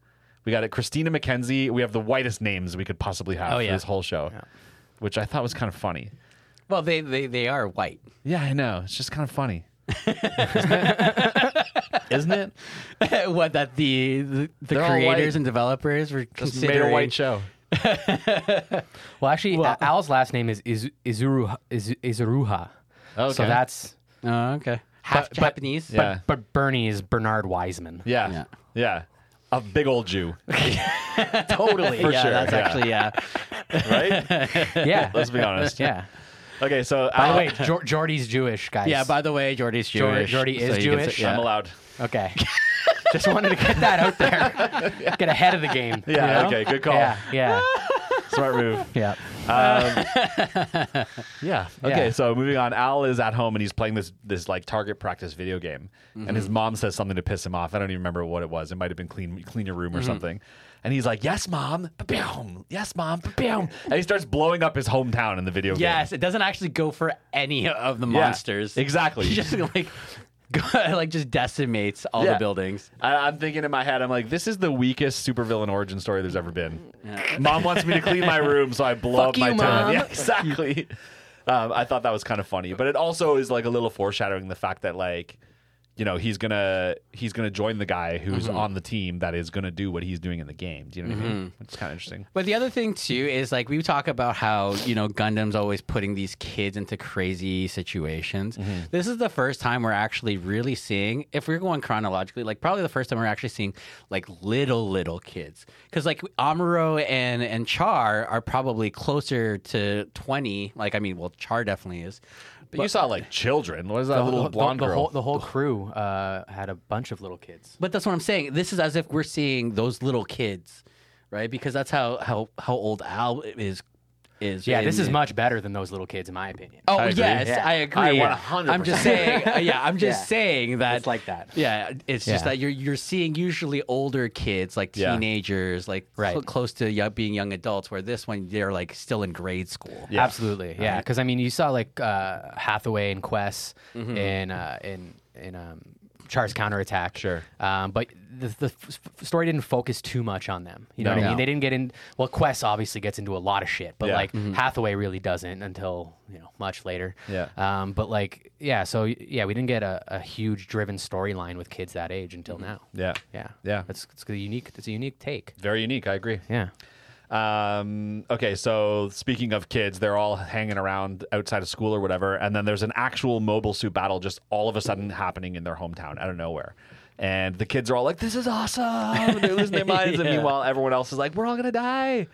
[SPEAKER 1] we got Christina McKenzie, we have the whitest names we could possibly have
[SPEAKER 3] Oh,
[SPEAKER 1] for
[SPEAKER 3] yeah.
[SPEAKER 1] this whole show. Which I thought was kind of funny.
[SPEAKER 3] Well, they, they, they are white.
[SPEAKER 1] Yeah, I know. It's just kind of funny. Isn't it?
[SPEAKER 3] what that the the, the
[SPEAKER 1] They're all
[SPEAKER 3] creators
[SPEAKER 1] white.
[SPEAKER 3] and developers were
[SPEAKER 1] Just made a
[SPEAKER 3] considering
[SPEAKER 1] white show.
[SPEAKER 2] Well, actually, A- Al's last name is Iz- Izuru Iz- Izuruha.
[SPEAKER 1] Okay.
[SPEAKER 2] So that's
[SPEAKER 3] Oh, okay. Half
[SPEAKER 2] But- but-
[SPEAKER 3] Japanese.
[SPEAKER 1] Yeah.
[SPEAKER 2] But, but Bernie is Bernard Wiseman.
[SPEAKER 1] Yeah.
[SPEAKER 3] Yeah.
[SPEAKER 1] Yeah. A big old Jew,
[SPEAKER 2] totally.
[SPEAKER 1] For
[SPEAKER 3] yeah,
[SPEAKER 1] sure,
[SPEAKER 3] that's
[SPEAKER 1] yeah.
[SPEAKER 3] actually yeah.
[SPEAKER 1] right?
[SPEAKER 2] yeah.
[SPEAKER 1] Let's be honest.
[SPEAKER 2] yeah.
[SPEAKER 1] Okay, so
[SPEAKER 2] By
[SPEAKER 1] Al,
[SPEAKER 2] the way, Jor- Jordy's Jewish, guys.
[SPEAKER 3] Yeah, by the way, Jordy's
[SPEAKER 2] Jor-
[SPEAKER 3] Jewish.
[SPEAKER 2] Jordy is
[SPEAKER 3] you can say-
[SPEAKER 2] Jewish?
[SPEAKER 3] yeah.
[SPEAKER 1] I'm allowed.
[SPEAKER 2] okay. Just wanted to get that out there. Get ahead of the game. you
[SPEAKER 1] Yeah.
[SPEAKER 2] know?
[SPEAKER 1] Okay. Good call.
[SPEAKER 2] Yeah. Yeah.
[SPEAKER 1] Smart move.
[SPEAKER 2] Yeah.
[SPEAKER 1] Yeah. Okay.
[SPEAKER 2] Yeah.
[SPEAKER 1] So moving on, Al is at home and he's playing this this like target practice video game, and
[SPEAKER 3] Mm-hmm.
[SPEAKER 1] his mom says something to piss him off. I don't even remember what it was. It might have been clean clean your
[SPEAKER 3] Mm-hmm.
[SPEAKER 1] room or something. And he's like, "Yes, mom, boom. Yes, mom, boom." And he starts blowing up his hometown in the video game.
[SPEAKER 3] Yes, it doesn't actually go for any of the
[SPEAKER 1] Yeah,
[SPEAKER 3] monsters.
[SPEAKER 1] exactly.
[SPEAKER 3] He just like go, like just decimates all the
[SPEAKER 1] Yeah.
[SPEAKER 3] buildings.
[SPEAKER 1] I, I'm thinking in my head, I'm like, this is the weakest supervillain origin story there's ever been. Mom wants me to clean my room, so I blow
[SPEAKER 3] Fuck
[SPEAKER 1] up my
[SPEAKER 3] you,
[SPEAKER 1] town.
[SPEAKER 3] Mom.
[SPEAKER 1] Yeah, exactly. um, I thought that was kind of funny, but it also is like a little foreshadowing the fact that like, you know, he's gonna he's gonna join the guy who's
[SPEAKER 2] Mm-hmm.
[SPEAKER 1] on the team that is gonna do what he's doing in the game. Do you know what I mean?
[SPEAKER 2] Mm-hmm.
[SPEAKER 1] It's kind of interesting.
[SPEAKER 3] But the other thing too is like we talk about how you know Gundam's always putting these kids into crazy situations.
[SPEAKER 2] Mm-hmm.
[SPEAKER 3] This is the first time we're actually really seeing, if we're going chronologically, like probably the first time we're actually seeing like little little kids because like Amuro and and Char are probably closer to twenty. Like I mean, well, Char definitely is.
[SPEAKER 1] But, you saw like children. What is that little
[SPEAKER 2] the,
[SPEAKER 1] blonde
[SPEAKER 2] the
[SPEAKER 1] girl?
[SPEAKER 2] whole the whole crew uh, had a bunch of little kids.
[SPEAKER 3] But that's what I'm saying. This is as if we're seeing those little kids, right? Because that's how how how old Al is. Is
[SPEAKER 2] Yeah,
[SPEAKER 3] in-
[SPEAKER 2] this is much better than those little kids, in my opinion.
[SPEAKER 3] Oh
[SPEAKER 1] I agree.
[SPEAKER 3] yes,
[SPEAKER 1] Yeah.
[SPEAKER 3] I agree.
[SPEAKER 1] I
[SPEAKER 3] Yeah.
[SPEAKER 1] 100%
[SPEAKER 3] I'm just saying. uh, Yeah, I'm just
[SPEAKER 2] Yeah.
[SPEAKER 3] saying that.
[SPEAKER 2] It's like that.
[SPEAKER 3] Yeah, it's just
[SPEAKER 2] Yeah.
[SPEAKER 3] that you're you're seeing usually older kids, like
[SPEAKER 1] Yeah.
[SPEAKER 3] teenagers, like
[SPEAKER 2] Right.
[SPEAKER 3] cl- close to yo- being young adults. Where this one, they're like still in grade school.
[SPEAKER 1] Yeah.
[SPEAKER 2] Absolutely, yeah. Because I mean, you saw like uh, Hathaway and Quest
[SPEAKER 1] Mm-hmm.
[SPEAKER 2] in uh, in in um, Char's counterattack.
[SPEAKER 1] Sure.
[SPEAKER 2] um, but the, the f- f- story didn't focus too much on them. You know what
[SPEAKER 1] No.
[SPEAKER 2] I mean? They didn't get in. Well, Quest obviously gets into a lot of shit, but
[SPEAKER 1] Yeah. Mm-hmm.
[SPEAKER 2] like Hathaway really doesn't until you know much later.
[SPEAKER 1] Yeah.
[SPEAKER 2] Um, but like, yeah. So yeah, we didn't get a, a huge driven storyline with kids that age until now.
[SPEAKER 1] Mm-hmm. Yeah.
[SPEAKER 2] Yeah.
[SPEAKER 1] Yeah.
[SPEAKER 2] That's it's a unique. It's a unique take.
[SPEAKER 1] Very unique. I agree.
[SPEAKER 2] Yeah.
[SPEAKER 1] Um, okay, so speaking of kids, they're all hanging around outside of school or whatever, and then there's an actual mobile suit battle just all of a sudden happening in their hometown out of nowhere. And the kids are all like, "This is awesome!" And they're losing their minds, and meanwhile, everyone else is like, "We're all gonna die."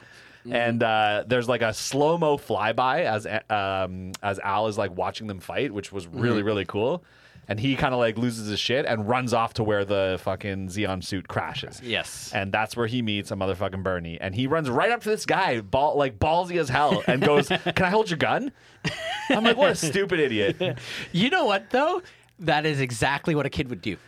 [SPEAKER 1] And uh, there's like a slow mo flyby as um, as Al is like watching them fight, which was really really cool. And he kind of like loses his shit and runs off to where the fucking Xeon suit crashes.
[SPEAKER 3] Yes.
[SPEAKER 1] And that's where he meets a motherfucking Bernie. And he runs right up to this guy, ball, like ballsy as hell, and goes, Can I hold your gun? I'm like, What a stupid idiot.
[SPEAKER 3] You know what though? That is exactly what a kid would do.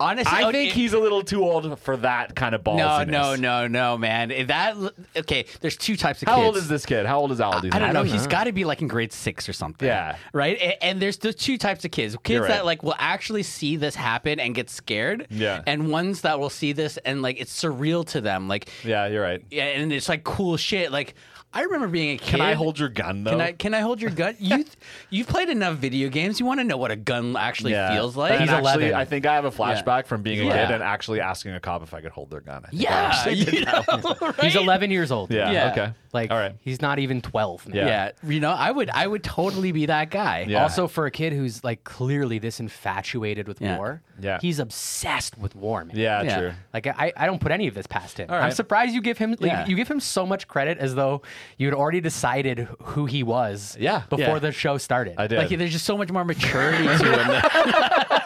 [SPEAKER 3] Honestly,
[SPEAKER 1] I
[SPEAKER 3] oh,
[SPEAKER 1] think
[SPEAKER 3] it-
[SPEAKER 1] he's a little too old for that kind of
[SPEAKER 3] No,
[SPEAKER 1] ballsiness.
[SPEAKER 3] no, no, no, man. That okay. There's two types of
[SPEAKER 1] How
[SPEAKER 3] kids.
[SPEAKER 1] old is this kid? How old is Al? do you
[SPEAKER 3] I
[SPEAKER 1] think?
[SPEAKER 3] don't know. He's got to be like in grade six or something.
[SPEAKER 1] Yeah.
[SPEAKER 3] Right. And, and there's the two types of kids: kids
[SPEAKER 1] You're
[SPEAKER 3] that
[SPEAKER 1] right.
[SPEAKER 3] like will actually see this happen and get scared.
[SPEAKER 1] Yeah.
[SPEAKER 3] And ones that will see this and like it's surreal to them. Like
[SPEAKER 1] Yeah, you're right.
[SPEAKER 3] yeah, and it's like cool shit. Like I remember being a kid.
[SPEAKER 1] Can I hold your gun, though?
[SPEAKER 3] Can I can I hold your gun? You you've played enough video games. You want to know what a gun actually
[SPEAKER 1] Yeah.
[SPEAKER 3] feels like.
[SPEAKER 1] And
[SPEAKER 2] He's
[SPEAKER 1] actually,
[SPEAKER 2] 11.
[SPEAKER 1] I think I have a flashback from being a
[SPEAKER 3] Yeah.
[SPEAKER 1] kid and actually asking a cop if I could hold their gun. I think I
[SPEAKER 3] yeah.
[SPEAKER 1] actually-
[SPEAKER 3] You "Ah," know, right?
[SPEAKER 2] He's 11 years old.
[SPEAKER 1] Yeah.
[SPEAKER 3] Yeah.
[SPEAKER 1] Okay.
[SPEAKER 2] Like,
[SPEAKER 1] All right.
[SPEAKER 2] he's not even twelve. Man.
[SPEAKER 1] Yeah.
[SPEAKER 3] Yeah. You know, I would I would totally be that guy.
[SPEAKER 1] Yeah.
[SPEAKER 2] Also, for a kid who's like clearly this infatuated with
[SPEAKER 3] Yeah.
[SPEAKER 2] war,
[SPEAKER 1] Yeah.
[SPEAKER 2] he's obsessed with war, man.
[SPEAKER 1] Yeah,
[SPEAKER 3] Yeah.
[SPEAKER 1] true.
[SPEAKER 2] Like I, I don't put any of this past him. I'm
[SPEAKER 1] right.
[SPEAKER 2] surprised you give him like,
[SPEAKER 3] Yeah.
[SPEAKER 2] you give him so much credit as though you'd already decided who he was
[SPEAKER 1] Yeah.
[SPEAKER 2] before
[SPEAKER 3] Yeah.
[SPEAKER 2] the show started.
[SPEAKER 1] I did.
[SPEAKER 3] Like there's just so much more maturity to him.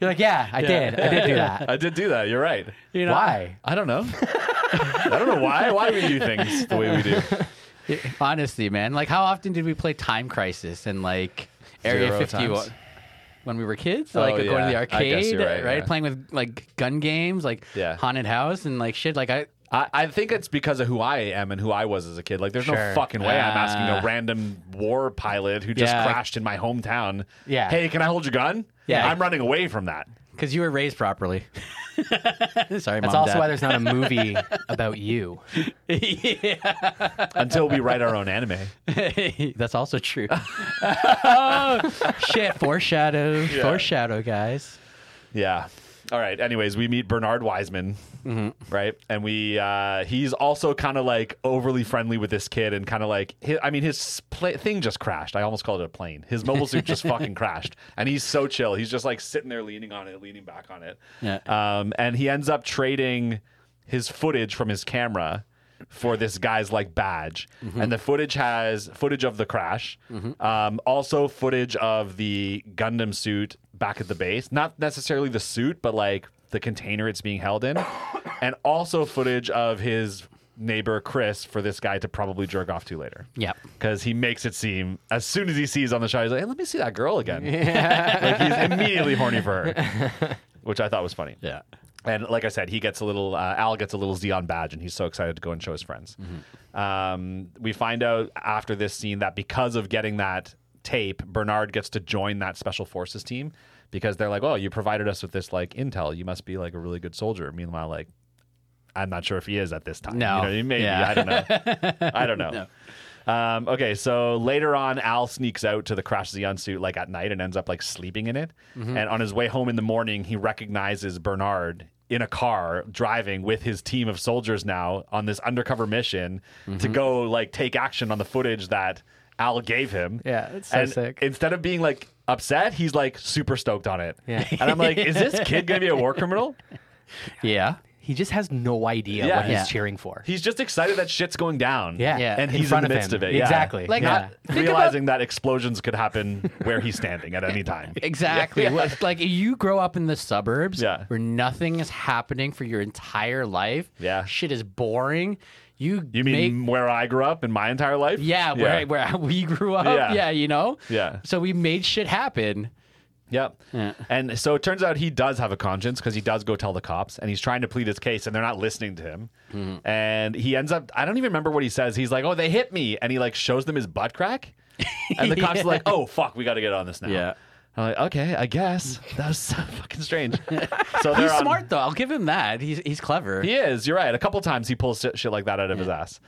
[SPEAKER 2] You're like, yeah, I did. I did do that.
[SPEAKER 1] I did do that. You're right.
[SPEAKER 3] You know?
[SPEAKER 2] Why?
[SPEAKER 1] I don't know. I don't know why. Why we do things the way we do.
[SPEAKER 3] Honestly, man. Like how often did we play Time Crisis and like Area
[SPEAKER 1] Zero
[SPEAKER 3] 51?
[SPEAKER 1] times.
[SPEAKER 3] When we were kids,
[SPEAKER 1] Oh,
[SPEAKER 3] like going to the
[SPEAKER 1] yeah. I guess you're
[SPEAKER 3] arcade,
[SPEAKER 1] right,
[SPEAKER 3] right?
[SPEAKER 1] yeah.
[SPEAKER 3] Playing with like gun games, like
[SPEAKER 1] Yeah.
[SPEAKER 3] haunted house and like shit. Like I,
[SPEAKER 1] I, I think it's because of who I am and who I was as a kid. Like, there's no
[SPEAKER 2] Sure.
[SPEAKER 1] fucking way I'm asking a
[SPEAKER 3] Ah.
[SPEAKER 1] random war pilot who just
[SPEAKER 3] Yeah.
[SPEAKER 1] crashed in my hometown.
[SPEAKER 2] Yeah.
[SPEAKER 1] Hey, can I hold your gun?
[SPEAKER 2] Yeah.
[SPEAKER 1] I'm running away from that.
[SPEAKER 3] because you were raised properly. Sorry,
[SPEAKER 2] That's also why there's not a movie about you.
[SPEAKER 1] Until we write our own anime.
[SPEAKER 3] That's also true. oh, shit, foreshadow, foreshadow, guys.
[SPEAKER 1] Yeah. All right. Anyways, we meet Bernard Wiseman, right? And we uh, he's also kind of like overly friendly with this kid, and kind of like hi I mean, his pla thing just crashed. I almost called it a plane. His mobile suit just fucking crashed, and he's so chill. He's just like sitting there, leaning on it, leaning back on it.
[SPEAKER 3] Yeah.
[SPEAKER 1] Um, and he ends up trading his footage from his camera for this guy's like badge, and the footage has footage of the crash, um, also footage of the Gundam suit back at the base, not necessarily the suit, but like the container it's being held in, and also footage of his neighbor Chris for this guy to probably jerk off to later.
[SPEAKER 3] Yep.
[SPEAKER 1] Because he makes it seem as soon as he sees on the shot, he's like, "Hey, let me see that girl again." like he's immediately horny for her, which I thought was funny.
[SPEAKER 3] Yeah.
[SPEAKER 1] And like I said, he gets a little uh, Al gets a little Xeon badge, and he's so excited to go and show his friends.
[SPEAKER 3] Mm-hmm.
[SPEAKER 1] Um, we find out after this scene that because of getting that tape, Bernard gets to join that special forces team because they're like, "Oh, you provided us with this like intel. You must be like a really good soldier." Meanwhile, like I'm not sure if he is at this time.
[SPEAKER 3] No.
[SPEAKER 1] You know what I mean? maybe
[SPEAKER 3] Yeah.
[SPEAKER 1] I don't know. I don't know. Um, okay, so later on, Al sneaks out to the Crash Xeon suit like at night and ends up like sleeping in it.
[SPEAKER 2] Mm-hmm.
[SPEAKER 1] And on his way home in the morning, he recognizes Bernard in a car driving with his team of soldiers now on this undercover mission to
[SPEAKER 2] Mm-hmm.
[SPEAKER 1] go like take action on the footage that Al gave him.
[SPEAKER 2] Yeah, it's so
[SPEAKER 1] And
[SPEAKER 2] sick.
[SPEAKER 1] Instead of being like upset, he's like super stoked on it.
[SPEAKER 2] Yeah.
[SPEAKER 1] And I'm like, is this kid gonna be a war criminal?
[SPEAKER 3] Yeah.
[SPEAKER 2] He just has no idea
[SPEAKER 1] Yeah.
[SPEAKER 2] what he's
[SPEAKER 1] Yeah.
[SPEAKER 2] cheering for.
[SPEAKER 1] He's just excited that shit's going down.
[SPEAKER 2] Yeah.
[SPEAKER 3] Yeah.
[SPEAKER 1] And
[SPEAKER 2] In
[SPEAKER 1] he's in,
[SPEAKER 2] front
[SPEAKER 1] the
[SPEAKER 2] of
[SPEAKER 1] midst
[SPEAKER 2] him.
[SPEAKER 1] of, it. Yeah.
[SPEAKER 2] Exactly.
[SPEAKER 3] Like,
[SPEAKER 2] Yeah.
[SPEAKER 1] Not
[SPEAKER 2] Think
[SPEAKER 1] realizing that explosions could happen where he's standing at any time.
[SPEAKER 3] Exactly. What- Like you grow up in the suburbs
[SPEAKER 1] Yeah.
[SPEAKER 3] where nothing is happening for your entire life.
[SPEAKER 1] Yeah.
[SPEAKER 3] Shit is boring. You
[SPEAKER 1] You mean where I grew up in my entire life?
[SPEAKER 3] yeah, where where we grew up.
[SPEAKER 1] Yeah.
[SPEAKER 3] Yeah. you know?
[SPEAKER 1] Yeah.
[SPEAKER 3] So we made shit happen.
[SPEAKER 1] Yep.
[SPEAKER 3] Yeah.
[SPEAKER 1] And so it turns out he does have a conscience because he does go tell the cops and he's trying to plead his case and they're not listening to him.
[SPEAKER 3] Hmm.
[SPEAKER 1] And he ends up, I don't even remember what he says. He's like, oh, they hit me. And he like shows them his butt crack. And the cops are like, oh, fuck, we got to get on this now.
[SPEAKER 3] Yeah.
[SPEAKER 1] I'm like, okay, I guess. That was so fucking strange. So they're
[SPEAKER 3] He's
[SPEAKER 1] on-
[SPEAKER 3] smart though. I'll give him that. He's he's clever.
[SPEAKER 1] He is. You're right. A couple times he pulls shit, shit like that out of his ass.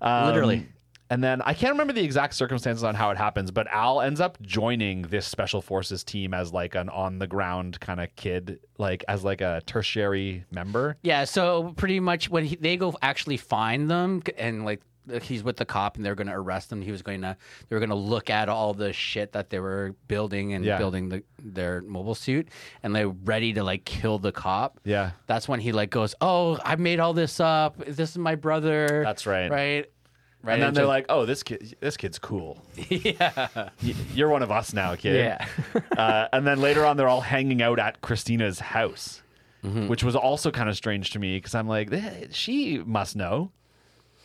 [SPEAKER 1] Um,
[SPEAKER 3] Literally.
[SPEAKER 1] And then I can't remember the exact circumstances on how it happens, but Al ends up joining this special forces team as like an on the ground kind of kid, like as like a tertiary member.
[SPEAKER 3] Yeah, so pretty much when he, they go actually find them c- and like he's with the cop and they're going to arrest him. He was going to they were going to look at all the shit that they were building and
[SPEAKER 1] Yeah.
[SPEAKER 3] building the their mobile suit and they're ready to like kill the cop.
[SPEAKER 1] Yeah.
[SPEAKER 3] That's when he like goes, "Oh, I made all this up. This is my brother."
[SPEAKER 1] That's right.
[SPEAKER 3] Right. Right.
[SPEAKER 1] and then
[SPEAKER 3] it's
[SPEAKER 1] they're
[SPEAKER 3] just-
[SPEAKER 1] like, "Oh, this kid, this kid's cool. yeah, you're one of us now, kid."
[SPEAKER 2] Yeah.
[SPEAKER 1] uh, and then later on, they're all hanging out at Christina's house,
[SPEAKER 2] Mm-hmm.
[SPEAKER 1] which was also kind of strange to me because I'm like, "Eh, she must know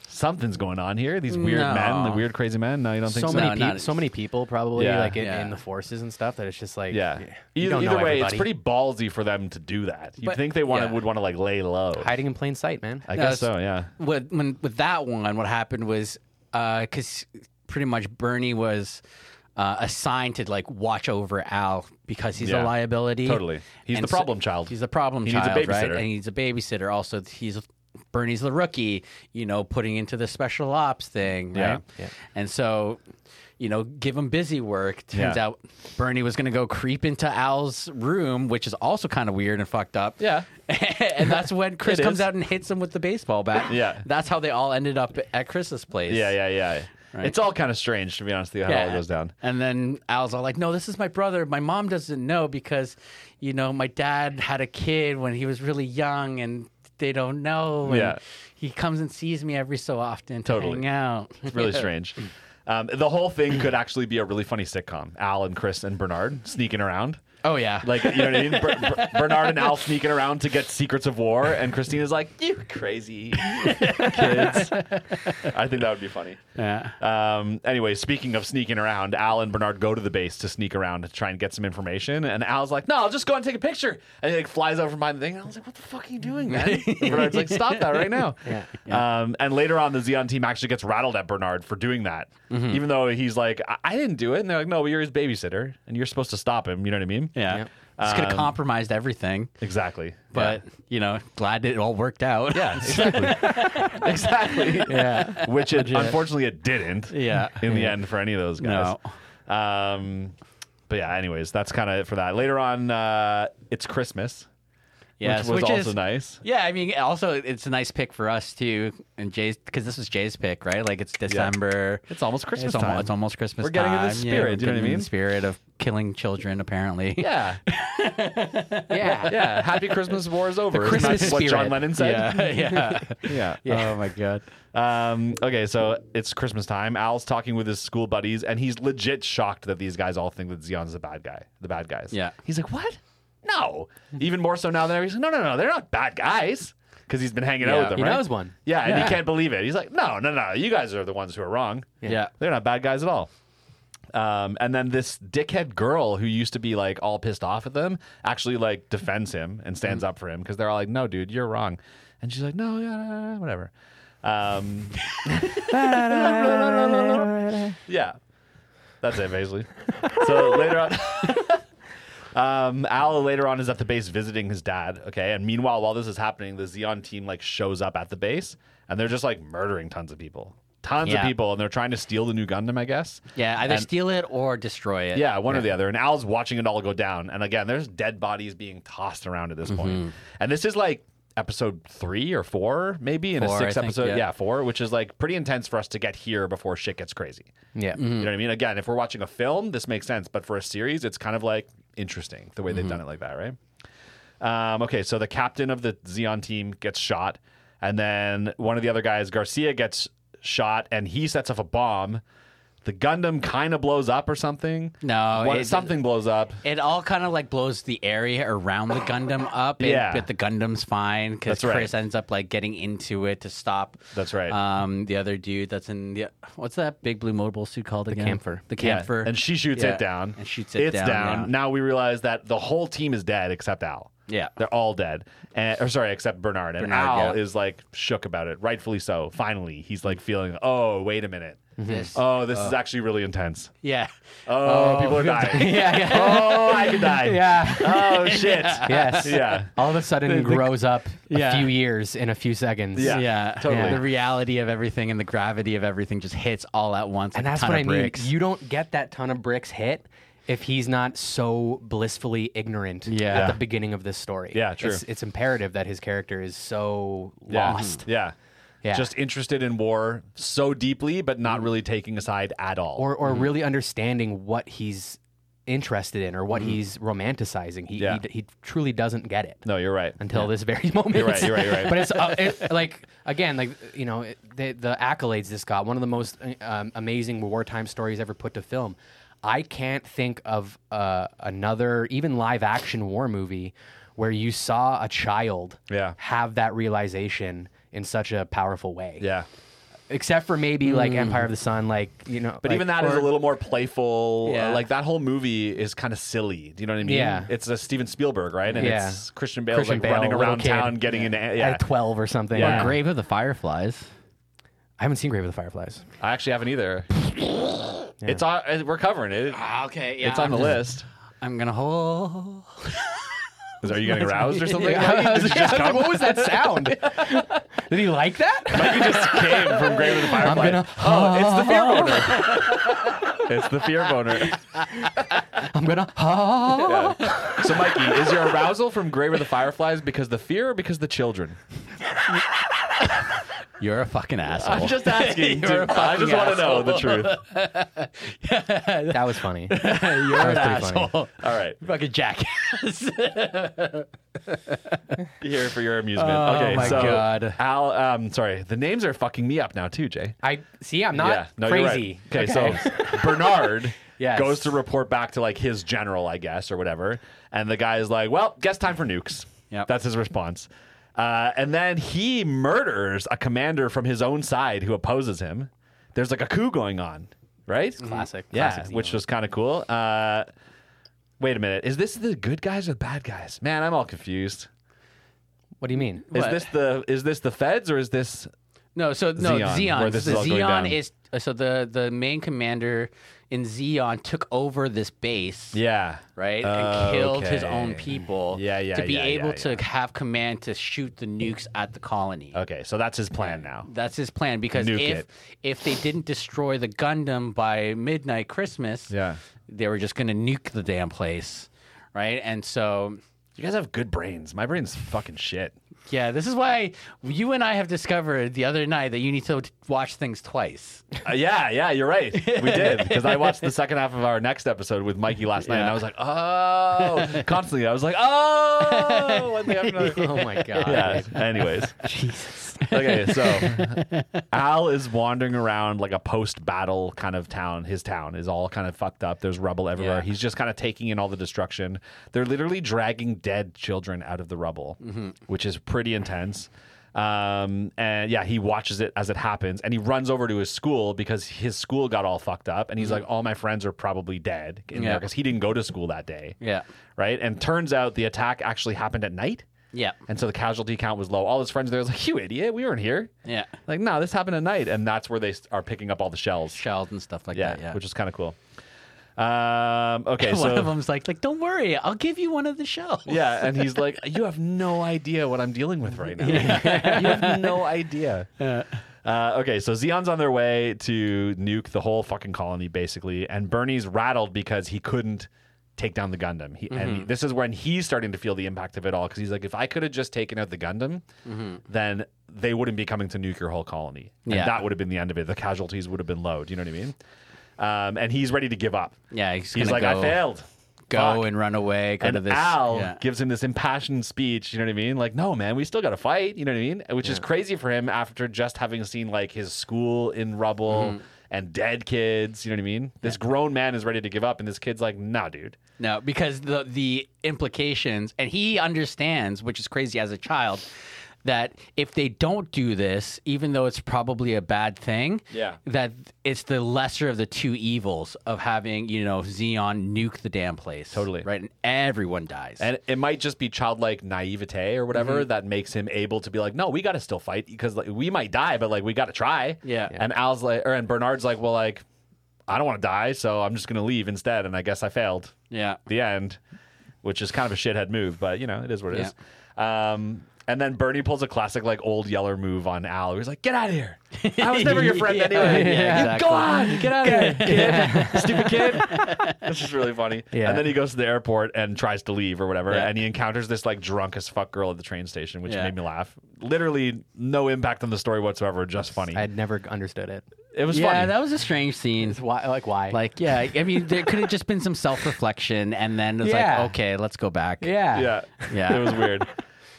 [SPEAKER 1] something's going on here. These weird
[SPEAKER 3] No.
[SPEAKER 1] men, the weird crazy men. No, you don't think
[SPEAKER 2] so
[SPEAKER 1] so?
[SPEAKER 2] many
[SPEAKER 3] No,
[SPEAKER 2] people,
[SPEAKER 3] not-
[SPEAKER 2] so many people probably
[SPEAKER 1] Yeah.
[SPEAKER 2] like in,
[SPEAKER 3] Yeah.
[SPEAKER 2] in the forces and stuff that it's just like
[SPEAKER 1] Yeah.
[SPEAKER 2] you
[SPEAKER 1] Either,
[SPEAKER 2] don't know
[SPEAKER 1] either way, it's
[SPEAKER 2] everybody.
[SPEAKER 1] pretty ballsy for them to do that. You would
[SPEAKER 3] But-
[SPEAKER 1] think they want to
[SPEAKER 3] yeah.
[SPEAKER 1] would want to like lay low?
[SPEAKER 2] hiding in plain sight, man.
[SPEAKER 1] I guess
[SPEAKER 3] it's-
[SPEAKER 1] so. Yeah.
[SPEAKER 3] with when with that one, what happened was because pretty much Bernie was uh, assigned to like watch over Al because he's
[SPEAKER 1] Yeah.
[SPEAKER 3] a liability.
[SPEAKER 1] Totally. He's the problem child.
[SPEAKER 3] He's the problem
[SPEAKER 1] He needs a
[SPEAKER 3] child, right?
[SPEAKER 1] babysitter.
[SPEAKER 3] And he's a babysitter. Also, he's Bernie's the rookie, you know, putting into the special ops thing,
[SPEAKER 1] Yeah.
[SPEAKER 3] right? And so, you know, give him busy work. Turns
[SPEAKER 1] Yeah.
[SPEAKER 3] out Bernie was going to go creep into Al's room, which is also kind of weird and fucked up.
[SPEAKER 1] Yeah.
[SPEAKER 3] and that's when Chris
[SPEAKER 1] It
[SPEAKER 3] comes
[SPEAKER 1] is.
[SPEAKER 3] out and hits him with the baseball bat.
[SPEAKER 1] Yeah.
[SPEAKER 3] That's how they all ended up at Chris's place.
[SPEAKER 1] Yeah, yeah, yeah.
[SPEAKER 3] Right.
[SPEAKER 1] It's all kind of strange, to be honest with you, how it all goes down.
[SPEAKER 3] And then Al's all like, no, this is my brother. My mom doesn't know because, you know, my dad had a kid when he was really young and they don't know. And
[SPEAKER 1] Yeah.
[SPEAKER 3] He comes and sees me every so often to
[SPEAKER 1] Totally.
[SPEAKER 3] hang out.
[SPEAKER 1] It's really strange. Um, the whole thing could actually be a really funny sitcom. Al and Chris and Bernard sneaking around.
[SPEAKER 3] Oh, yeah.
[SPEAKER 1] Like, you know what I mean? Ber- Ber- Bernard and Al sneaking around to get secrets of war, and Christina's like, you crazy kids. I think that would be funny.
[SPEAKER 3] yeah.
[SPEAKER 1] Um, anyway, speaking of sneaking around, Al and Bernard go to the base to sneak around to try and get some information. And Al's like, "No, I'll just go and take a picture." And he like, flies out from behind the thing. And I was like, "What the fuck are you doing, man?" And Bernard's like, "Stop that right now." Yeah. Um, and later on, the Xeon team actually gets rattled at Bernard for doing that, even though he's like, I-, "I didn't do it." And they're like, "No, but you're his babysitter, and you're supposed to stop him." You know what I mean?
[SPEAKER 3] Yeah. It's
[SPEAKER 1] Um,
[SPEAKER 3] could have compromised everything,
[SPEAKER 1] Exactly.
[SPEAKER 3] but, you know, glad it all worked out. Yeah.
[SPEAKER 1] Yeah. exactly.
[SPEAKER 2] Yeah.
[SPEAKER 1] Which it, unfortunately it didn't.
[SPEAKER 3] Yeah.
[SPEAKER 1] In the end, for any of those guys. Um, but yeah. Anyways, that's kind of it for that. Later on, uh, it's Christmas,
[SPEAKER 3] yes,
[SPEAKER 1] which was also
[SPEAKER 3] is,
[SPEAKER 1] nice.
[SPEAKER 3] Yeah, I mean, also it's a nice pick for us too, and Jay's because this was Jay's pick, right? Like it's December.
[SPEAKER 1] It's almost Christmas
[SPEAKER 3] It's almost,
[SPEAKER 1] time.
[SPEAKER 3] it's almost Christmas.
[SPEAKER 1] We're getting in the
[SPEAKER 3] time. Yeah,
[SPEAKER 1] spirit,
[SPEAKER 3] we're
[SPEAKER 1] do you know what I
[SPEAKER 3] getting in
[SPEAKER 1] mean?
[SPEAKER 3] The spirit of killing children, apparently.
[SPEAKER 1] Yeah.
[SPEAKER 2] Yeah.
[SPEAKER 1] Yeah. Happy Christmas. War is over. Isn't
[SPEAKER 3] Christmas
[SPEAKER 1] that what John
[SPEAKER 3] spirit.
[SPEAKER 1] Lennon said?
[SPEAKER 3] yeah, yeah.
[SPEAKER 1] Yeah.
[SPEAKER 3] Oh my god.
[SPEAKER 1] Um, okay, so it's Christmas time. Al's talking with his school buddies, and he's legit shocked that these guys all think that Xeon's the bad guy. The bad guys.
[SPEAKER 3] Yeah.
[SPEAKER 1] He's like, what? No. Even more so now than ever. He's like, no, no, no, they're not bad guys. Because he's been hanging out
[SPEAKER 3] Yeah.
[SPEAKER 1] with them,
[SPEAKER 2] He
[SPEAKER 1] right?
[SPEAKER 2] knows one.
[SPEAKER 1] Yeah, and he can't believe it. He's like, no, no, no, you guys are the ones who are wrong.
[SPEAKER 3] Yeah.
[SPEAKER 1] They're not bad guys at all. Um, and then this dickhead girl who used to be like all pissed off at them actually like defends him and stands
[SPEAKER 3] Mm.
[SPEAKER 1] up for him because they're all like, "No, dude, you're wrong," and she's like, "No, yeah, yeah, yeah, whatever." Um, yeah, that's it basically. so later on. Um, Al later on is at the base visiting his dad. Okay, and meanwhile, while this is happening, the Xeon team like shows up at the base, and they're just like murdering tons of people, tons of
[SPEAKER 3] Yeah.
[SPEAKER 1] people, and they're trying to steal the new Gundam, I guess.
[SPEAKER 3] Yeah, either
[SPEAKER 1] And-
[SPEAKER 3] steal it or destroy it.
[SPEAKER 1] yeah, one or the other. And Al's watching it all go down. And again, there's dead bodies being tossed around at this
[SPEAKER 3] Mm-hmm.
[SPEAKER 1] point. And this is like episode three or four, maybe in a
[SPEAKER 3] Four, I
[SPEAKER 1] six
[SPEAKER 3] think,
[SPEAKER 1] episode.
[SPEAKER 3] yeah.
[SPEAKER 1] yeah, four, which is like pretty intense for us to get here before shit gets crazy.
[SPEAKER 2] Yeah.
[SPEAKER 3] Mm-hmm.
[SPEAKER 1] You know what I mean? Again, if we're watching a film, this makes sense. But for a series, it's kind of like interesting the way
[SPEAKER 3] Mm-hmm.
[SPEAKER 1] they've done it like that, right? Um, okay, so the captain of the Xeon team gets shot, and then one of the other guys, Garcia, gets shot, and he sets off a bomb. The Gundam kind of blows up or something.
[SPEAKER 3] No,
[SPEAKER 1] What-
[SPEAKER 3] it-
[SPEAKER 1] something blows up.
[SPEAKER 3] It all kind of like blows the area around the Gundam up, and-
[SPEAKER 1] Yeah.
[SPEAKER 3] but the Gundam's fine because
[SPEAKER 1] That's right.
[SPEAKER 3] Chris ends up like getting into it to stop.
[SPEAKER 1] That's right.
[SPEAKER 3] Um, the other dude that's in the what's that big blue mobile suit called again?
[SPEAKER 2] Camphor.
[SPEAKER 3] The
[SPEAKER 1] Yeah,
[SPEAKER 3] camphor.
[SPEAKER 1] and she shoots
[SPEAKER 3] Yeah.
[SPEAKER 1] it down.
[SPEAKER 3] And shoots it
[SPEAKER 1] it's
[SPEAKER 3] down, yeah.
[SPEAKER 1] Now we realize that the whole team is dead except Al.
[SPEAKER 3] Yeah.
[SPEAKER 1] They're all dead. And, or sorry, except Bernard. And
[SPEAKER 3] Bernard,
[SPEAKER 1] Al
[SPEAKER 3] yeah.
[SPEAKER 1] is like shook about it, rightfully so. Finally, he's like feeling, oh, wait a minute.
[SPEAKER 3] This-
[SPEAKER 1] Oh, this is actually really intense.
[SPEAKER 3] Yeah.
[SPEAKER 1] Oh, people are dying. Oh, I could die.
[SPEAKER 2] Yeah.
[SPEAKER 1] Oh, shit.
[SPEAKER 2] Yes.
[SPEAKER 1] Yeah.
[SPEAKER 2] All of a sudden grows up a
[SPEAKER 3] Yeah.
[SPEAKER 2] few years in a few seconds.
[SPEAKER 1] Yeah.
[SPEAKER 3] yeah,
[SPEAKER 1] totally.
[SPEAKER 3] The reality of everything and the gravity of everything just hits all at once.
[SPEAKER 2] And
[SPEAKER 3] like a
[SPEAKER 2] that's
[SPEAKER 3] ton
[SPEAKER 2] what
[SPEAKER 3] of
[SPEAKER 2] I mean.
[SPEAKER 3] bricks.
[SPEAKER 2] You don't get that ton of bricks hit if he's not so blissfully ignorant
[SPEAKER 3] Yeah.
[SPEAKER 2] at the beginning of this story.
[SPEAKER 1] Yeah, true.
[SPEAKER 2] It's, it's imperative that his character is so
[SPEAKER 1] Yeah.
[SPEAKER 2] lost.
[SPEAKER 1] Yeah.
[SPEAKER 2] Yeah.
[SPEAKER 1] Just interested in war so deeply, but not really taking a side at all.
[SPEAKER 2] or or really understanding what he's interested in or what he's romanticizing. He,
[SPEAKER 1] Mm-hmm. Yeah.
[SPEAKER 2] he d- he truly doesn't get it
[SPEAKER 1] no, you're right.
[SPEAKER 2] until this very moment.
[SPEAKER 1] You're right, you're right, you're right.
[SPEAKER 2] but it's uh, it, like again, like you know, it, the, the accolades this got one of the most uh, um, amazing wartime stories ever put to film. I can't think of uh, another even live action war movie where you saw a child
[SPEAKER 1] Yeah.
[SPEAKER 2] have that realization in such a powerful way.
[SPEAKER 1] Yeah. Mm.
[SPEAKER 2] Except for maybe like Empire of the Sun, like you know,
[SPEAKER 1] But
[SPEAKER 2] like-
[SPEAKER 1] even that is
[SPEAKER 2] or-
[SPEAKER 1] a little more playful.
[SPEAKER 3] Yeah.
[SPEAKER 1] Uh, like that whole movie is kind of silly. Do you know what I mean?
[SPEAKER 2] Yeah.
[SPEAKER 1] It's a Steven Spielberg, right? And
[SPEAKER 2] Yeah.
[SPEAKER 1] it's Christian Bale
[SPEAKER 2] Christian
[SPEAKER 1] like
[SPEAKER 2] Bale,
[SPEAKER 1] running
[SPEAKER 2] little
[SPEAKER 1] around
[SPEAKER 2] kid.
[SPEAKER 1] town, getting into yeah.
[SPEAKER 2] at 12 or something.
[SPEAKER 1] Yeah.
[SPEAKER 2] Grave-
[SPEAKER 3] Grave of the Fireflies.
[SPEAKER 2] I haven't seen Grave of the Fireflies.
[SPEAKER 1] I actually haven't either. It's on. uh, We're covering it.
[SPEAKER 3] okay,
[SPEAKER 1] It's on the list.
[SPEAKER 3] I'm gonna hold.
[SPEAKER 1] Was- Are you getting aroused or something?
[SPEAKER 2] Yeah, I was
[SPEAKER 1] Did you
[SPEAKER 2] like,
[SPEAKER 1] just come?
[SPEAKER 2] what was that sound? Did he like that?
[SPEAKER 1] Mikey just came from Grave of the Firefly.
[SPEAKER 2] gonna-
[SPEAKER 1] Oh, it's the fear boner. it's the fear boner.
[SPEAKER 2] I'm gonna. Ah.
[SPEAKER 1] Yeah. So, Mikey, is your arousal from Grave of the Fireflies because the fear or because the children?
[SPEAKER 3] You're a fucking asshole.
[SPEAKER 1] I'm just asking.
[SPEAKER 3] You're a
[SPEAKER 1] dude. I
[SPEAKER 3] fucking
[SPEAKER 1] just want to know the truth.
[SPEAKER 2] That was funny.
[SPEAKER 3] You're
[SPEAKER 2] That
[SPEAKER 3] an
[SPEAKER 2] was pretty funny.
[SPEAKER 3] asshole.
[SPEAKER 1] All right,
[SPEAKER 3] Fucking jackass.
[SPEAKER 1] here for your amusement.
[SPEAKER 3] Oh,
[SPEAKER 1] okay,
[SPEAKER 3] my
[SPEAKER 1] so
[SPEAKER 3] God.
[SPEAKER 1] Al, um, sorry, the names are fucking me up now too, Jay.
[SPEAKER 2] I see. I'm not
[SPEAKER 1] no, you're
[SPEAKER 2] crazy.
[SPEAKER 1] right. Okay, so Bernard
[SPEAKER 2] Yes.
[SPEAKER 1] goes to report back to like his general, I guess, or whatever, and the guy is like, "Well, guess time for nukes."
[SPEAKER 3] Yep.
[SPEAKER 1] that's his response. Uh, and then he murders a commander from his own side who opposes him. There's like a coup going on, right?
[SPEAKER 2] classic.
[SPEAKER 1] Yeah,
[SPEAKER 2] Classic
[SPEAKER 1] which was kind of cool. Uh, wait a minute, is this the good guys or the bad guys? Man, I'm all confused.
[SPEAKER 2] What do you mean?
[SPEAKER 1] Is
[SPEAKER 3] What?
[SPEAKER 1] this the is this the feds or is this
[SPEAKER 3] No, so no
[SPEAKER 1] Xeon,
[SPEAKER 3] Xeon.
[SPEAKER 1] where this
[SPEAKER 3] the
[SPEAKER 1] is all going down.
[SPEAKER 3] Xeon is uh, so the the main commander in Xeon took over this base,
[SPEAKER 1] yeah
[SPEAKER 3] right,
[SPEAKER 1] Oh,
[SPEAKER 3] and killed his own
[SPEAKER 1] okay.
[SPEAKER 3] people.
[SPEAKER 1] Yeah, yeah,
[SPEAKER 3] to be
[SPEAKER 1] yeah, yeah,
[SPEAKER 3] able to have command to shoot the nukes at the colony.
[SPEAKER 1] Okay, so that's his plan now.
[SPEAKER 3] That's his plan because
[SPEAKER 1] Nuke
[SPEAKER 3] if
[SPEAKER 1] it.
[SPEAKER 3] if they didn't destroy the Gundam by midnight Christmas,
[SPEAKER 1] Yeah.
[SPEAKER 3] they were just going to nuke the damn place, right? And so
[SPEAKER 1] You guys have good brains. My brain's fucking shit.
[SPEAKER 3] yeah, this is why you and I have discovered the other night that you need to watch things twice.
[SPEAKER 1] Uh, yeah, yeah, you're right. We did because I watched the second half of our next episode with Mikey last night, and I was like, oh, constantly. I was like, oh, one thing after another.
[SPEAKER 2] Oh my god.
[SPEAKER 1] Yeah. Anyways,
[SPEAKER 2] Jesus.
[SPEAKER 1] okay. So Al is wandering around like a post-battle kind of town. His town is all kind of fucked up. There's rubble everywhere.
[SPEAKER 3] Yeah.
[SPEAKER 1] He's just kind of taking in all the destruction. They're literally dragging dead children out of the rubble,
[SPEAKER 3] Mm-hmm.
[SPEAKER 1] which is pretty intense. Um, and yeah, he watches it as it happens, and he runs over to his school because his school got all fucked up, and he's like, "All my friends are probably dead in there
[SPEAKER 3] Mm-hmm. Yeah.
[SPEAKER 1] because he didn't go to school that day."
[SPEAKER 3] Yeah.
[SPEAKER 1] right. And turns out the attack actually happened at night.
[SPEAKER 3] Yeah.
[SPEAKER 1] And so the casualty count was low. All his friends there was like, "You idiot, we weren't here."
[SPEAKER 3] Yeah.
[SPEAKER 1] Like, no, this happened at night, and that's where they s- are picking up all the shells.
[SPEAKER 3] Shells and stuff like
[SPEAKER 1] yeah,
[SPEAKER 3] that. Yeah.
[SPEAKER 1] which is kind of cool. Um, okay,
[SPEAKER 3] one
[SPEAKER 1] so
[SPEAKER 3] of them's like, like, don't worry, I'll give you one of the shells.
[SPEAKER 1] yeah, and he's like, "You have no idea what I'm dealing with right now. you have no idea." Uh, okay, so Xeon's on their way to nuke the whole fucking colony, basically, and Bernie's rattled because he couldn't take down the Gundam. He,
[SPEAKER 3] Mm-hmm.
[SPEAKER 1] And this is when he's starting to feel the impact of it all because he's like, if I could have just taken out the Gundam, then they wouldn't be coming to nuke your whole colony. And
[SPEAKER 3] Mm-hmm. Yeah.
[SPEAKER 1] that would have been the end of it. The casualties would have been low. Do you know what I mean? Um, and he's ready to give up.
[SPEAKER 3] Yeah, he's,
[SPEAKER 1] He's
[SPEAKER 3] gonna
[SPEAKER 1] like,
[SPEAKER 3] go,
[SPEAKER 1] I failed.
[SPEAKER 3] Go
[SPEAKER 1] Fuck."
[SPEAKER 3] and run away. Go
[SPEAKER 1] and
[SPEAKER 3] to this.
[SPEAKER 1] Al
[SPEAKER 3] yeah.
[SPEAKER 1] gives him this impassioned speech. You know what I mean? Like, no, man, we still got to fight. You know what I mean? Which is crazy for him after just having seen like his school in rubble
[SPEAKER 3] Mm-hmm.
[SPEAKER 1] and dead kids. You know what I mean? This grown man is ready to give up, and this kid's like, nah, dude.
[SPEAKER 3] No, because the the implications, and he understands, which is crazy as a child, that if they don't do this, even though it's probably a bad thing,
[SPEAKER 1] Yeah.
[SPEAKER 3] that it's the lesser of the two evils of having you know Xeon nuke the damn place
[SPEAKER 1] Totally.
[SPEAKER 3] right, and everyone dies.
[SPEAKER 1] And it might just be childlike naivete or whatever
[SPEAKER 3] Mm-hmm.
[SPEAKER 1] that makes him able to be like, no, we got to still fight because like, we might die, but like we got to try.
[SPEAKER 3] Yeah. Yeah.
[SPEAKER 1] And Al's like, or and Bernard's like, well, like, I don't want to die, so I'm just gonna leave instead, and I guess I failed.
[SPEAKER 3] yeah,
[SPEAKER 1] the end, which is kind of a shithead move, but you know, it is what it is. Um, and then Bernie pulls a classic like old yeller move on Al. He's like, "Get out of here! I was never your friend
[SPEAKER 3] Yeah,
[SPEAKER 1] anyway.
[SPEAKER 3] yeah,
[SPEAKER 1] You
[SPEAKER 3] exactly.
[SPEAKER 1] Go on, get out of here, kid. stupid kid." This is really funny.
[SPEAKER 2] Yeah.
[SPEAKER 1] And then he goes to the airport and tries to leave or whatever,
[SPEAKER 3] Yeah.
[SPEAKER 1] and he encounters this like drunk as fuck girl at the train station, which
[SPEAKER 3] Yeah.
[SPEAKER 1] made me laugh. Literally, no impact on the story whatsoever. Just funny.
[SPEAKER 2] I had never understood it.
[SPEAKER 1] it was
[SPEAKER 3] yeah,
[SPEAKER 1] funny.
[SPEAKER 3] that was a strange scene.
[SPEAKER 2] Why? Like why?
[SPEAKER 3] Like, yeah, I mean, there could have just been some self reflection, and then it's
[SPEAKER 2] Yeah.
[SPEAKER 3] like, okay, let's go back.
[SPEAKER 2] yeah.
[SPEAKER 1] yeah,
[SPEAKER 3] Yeah.
[SPEAKER 1] It was weird.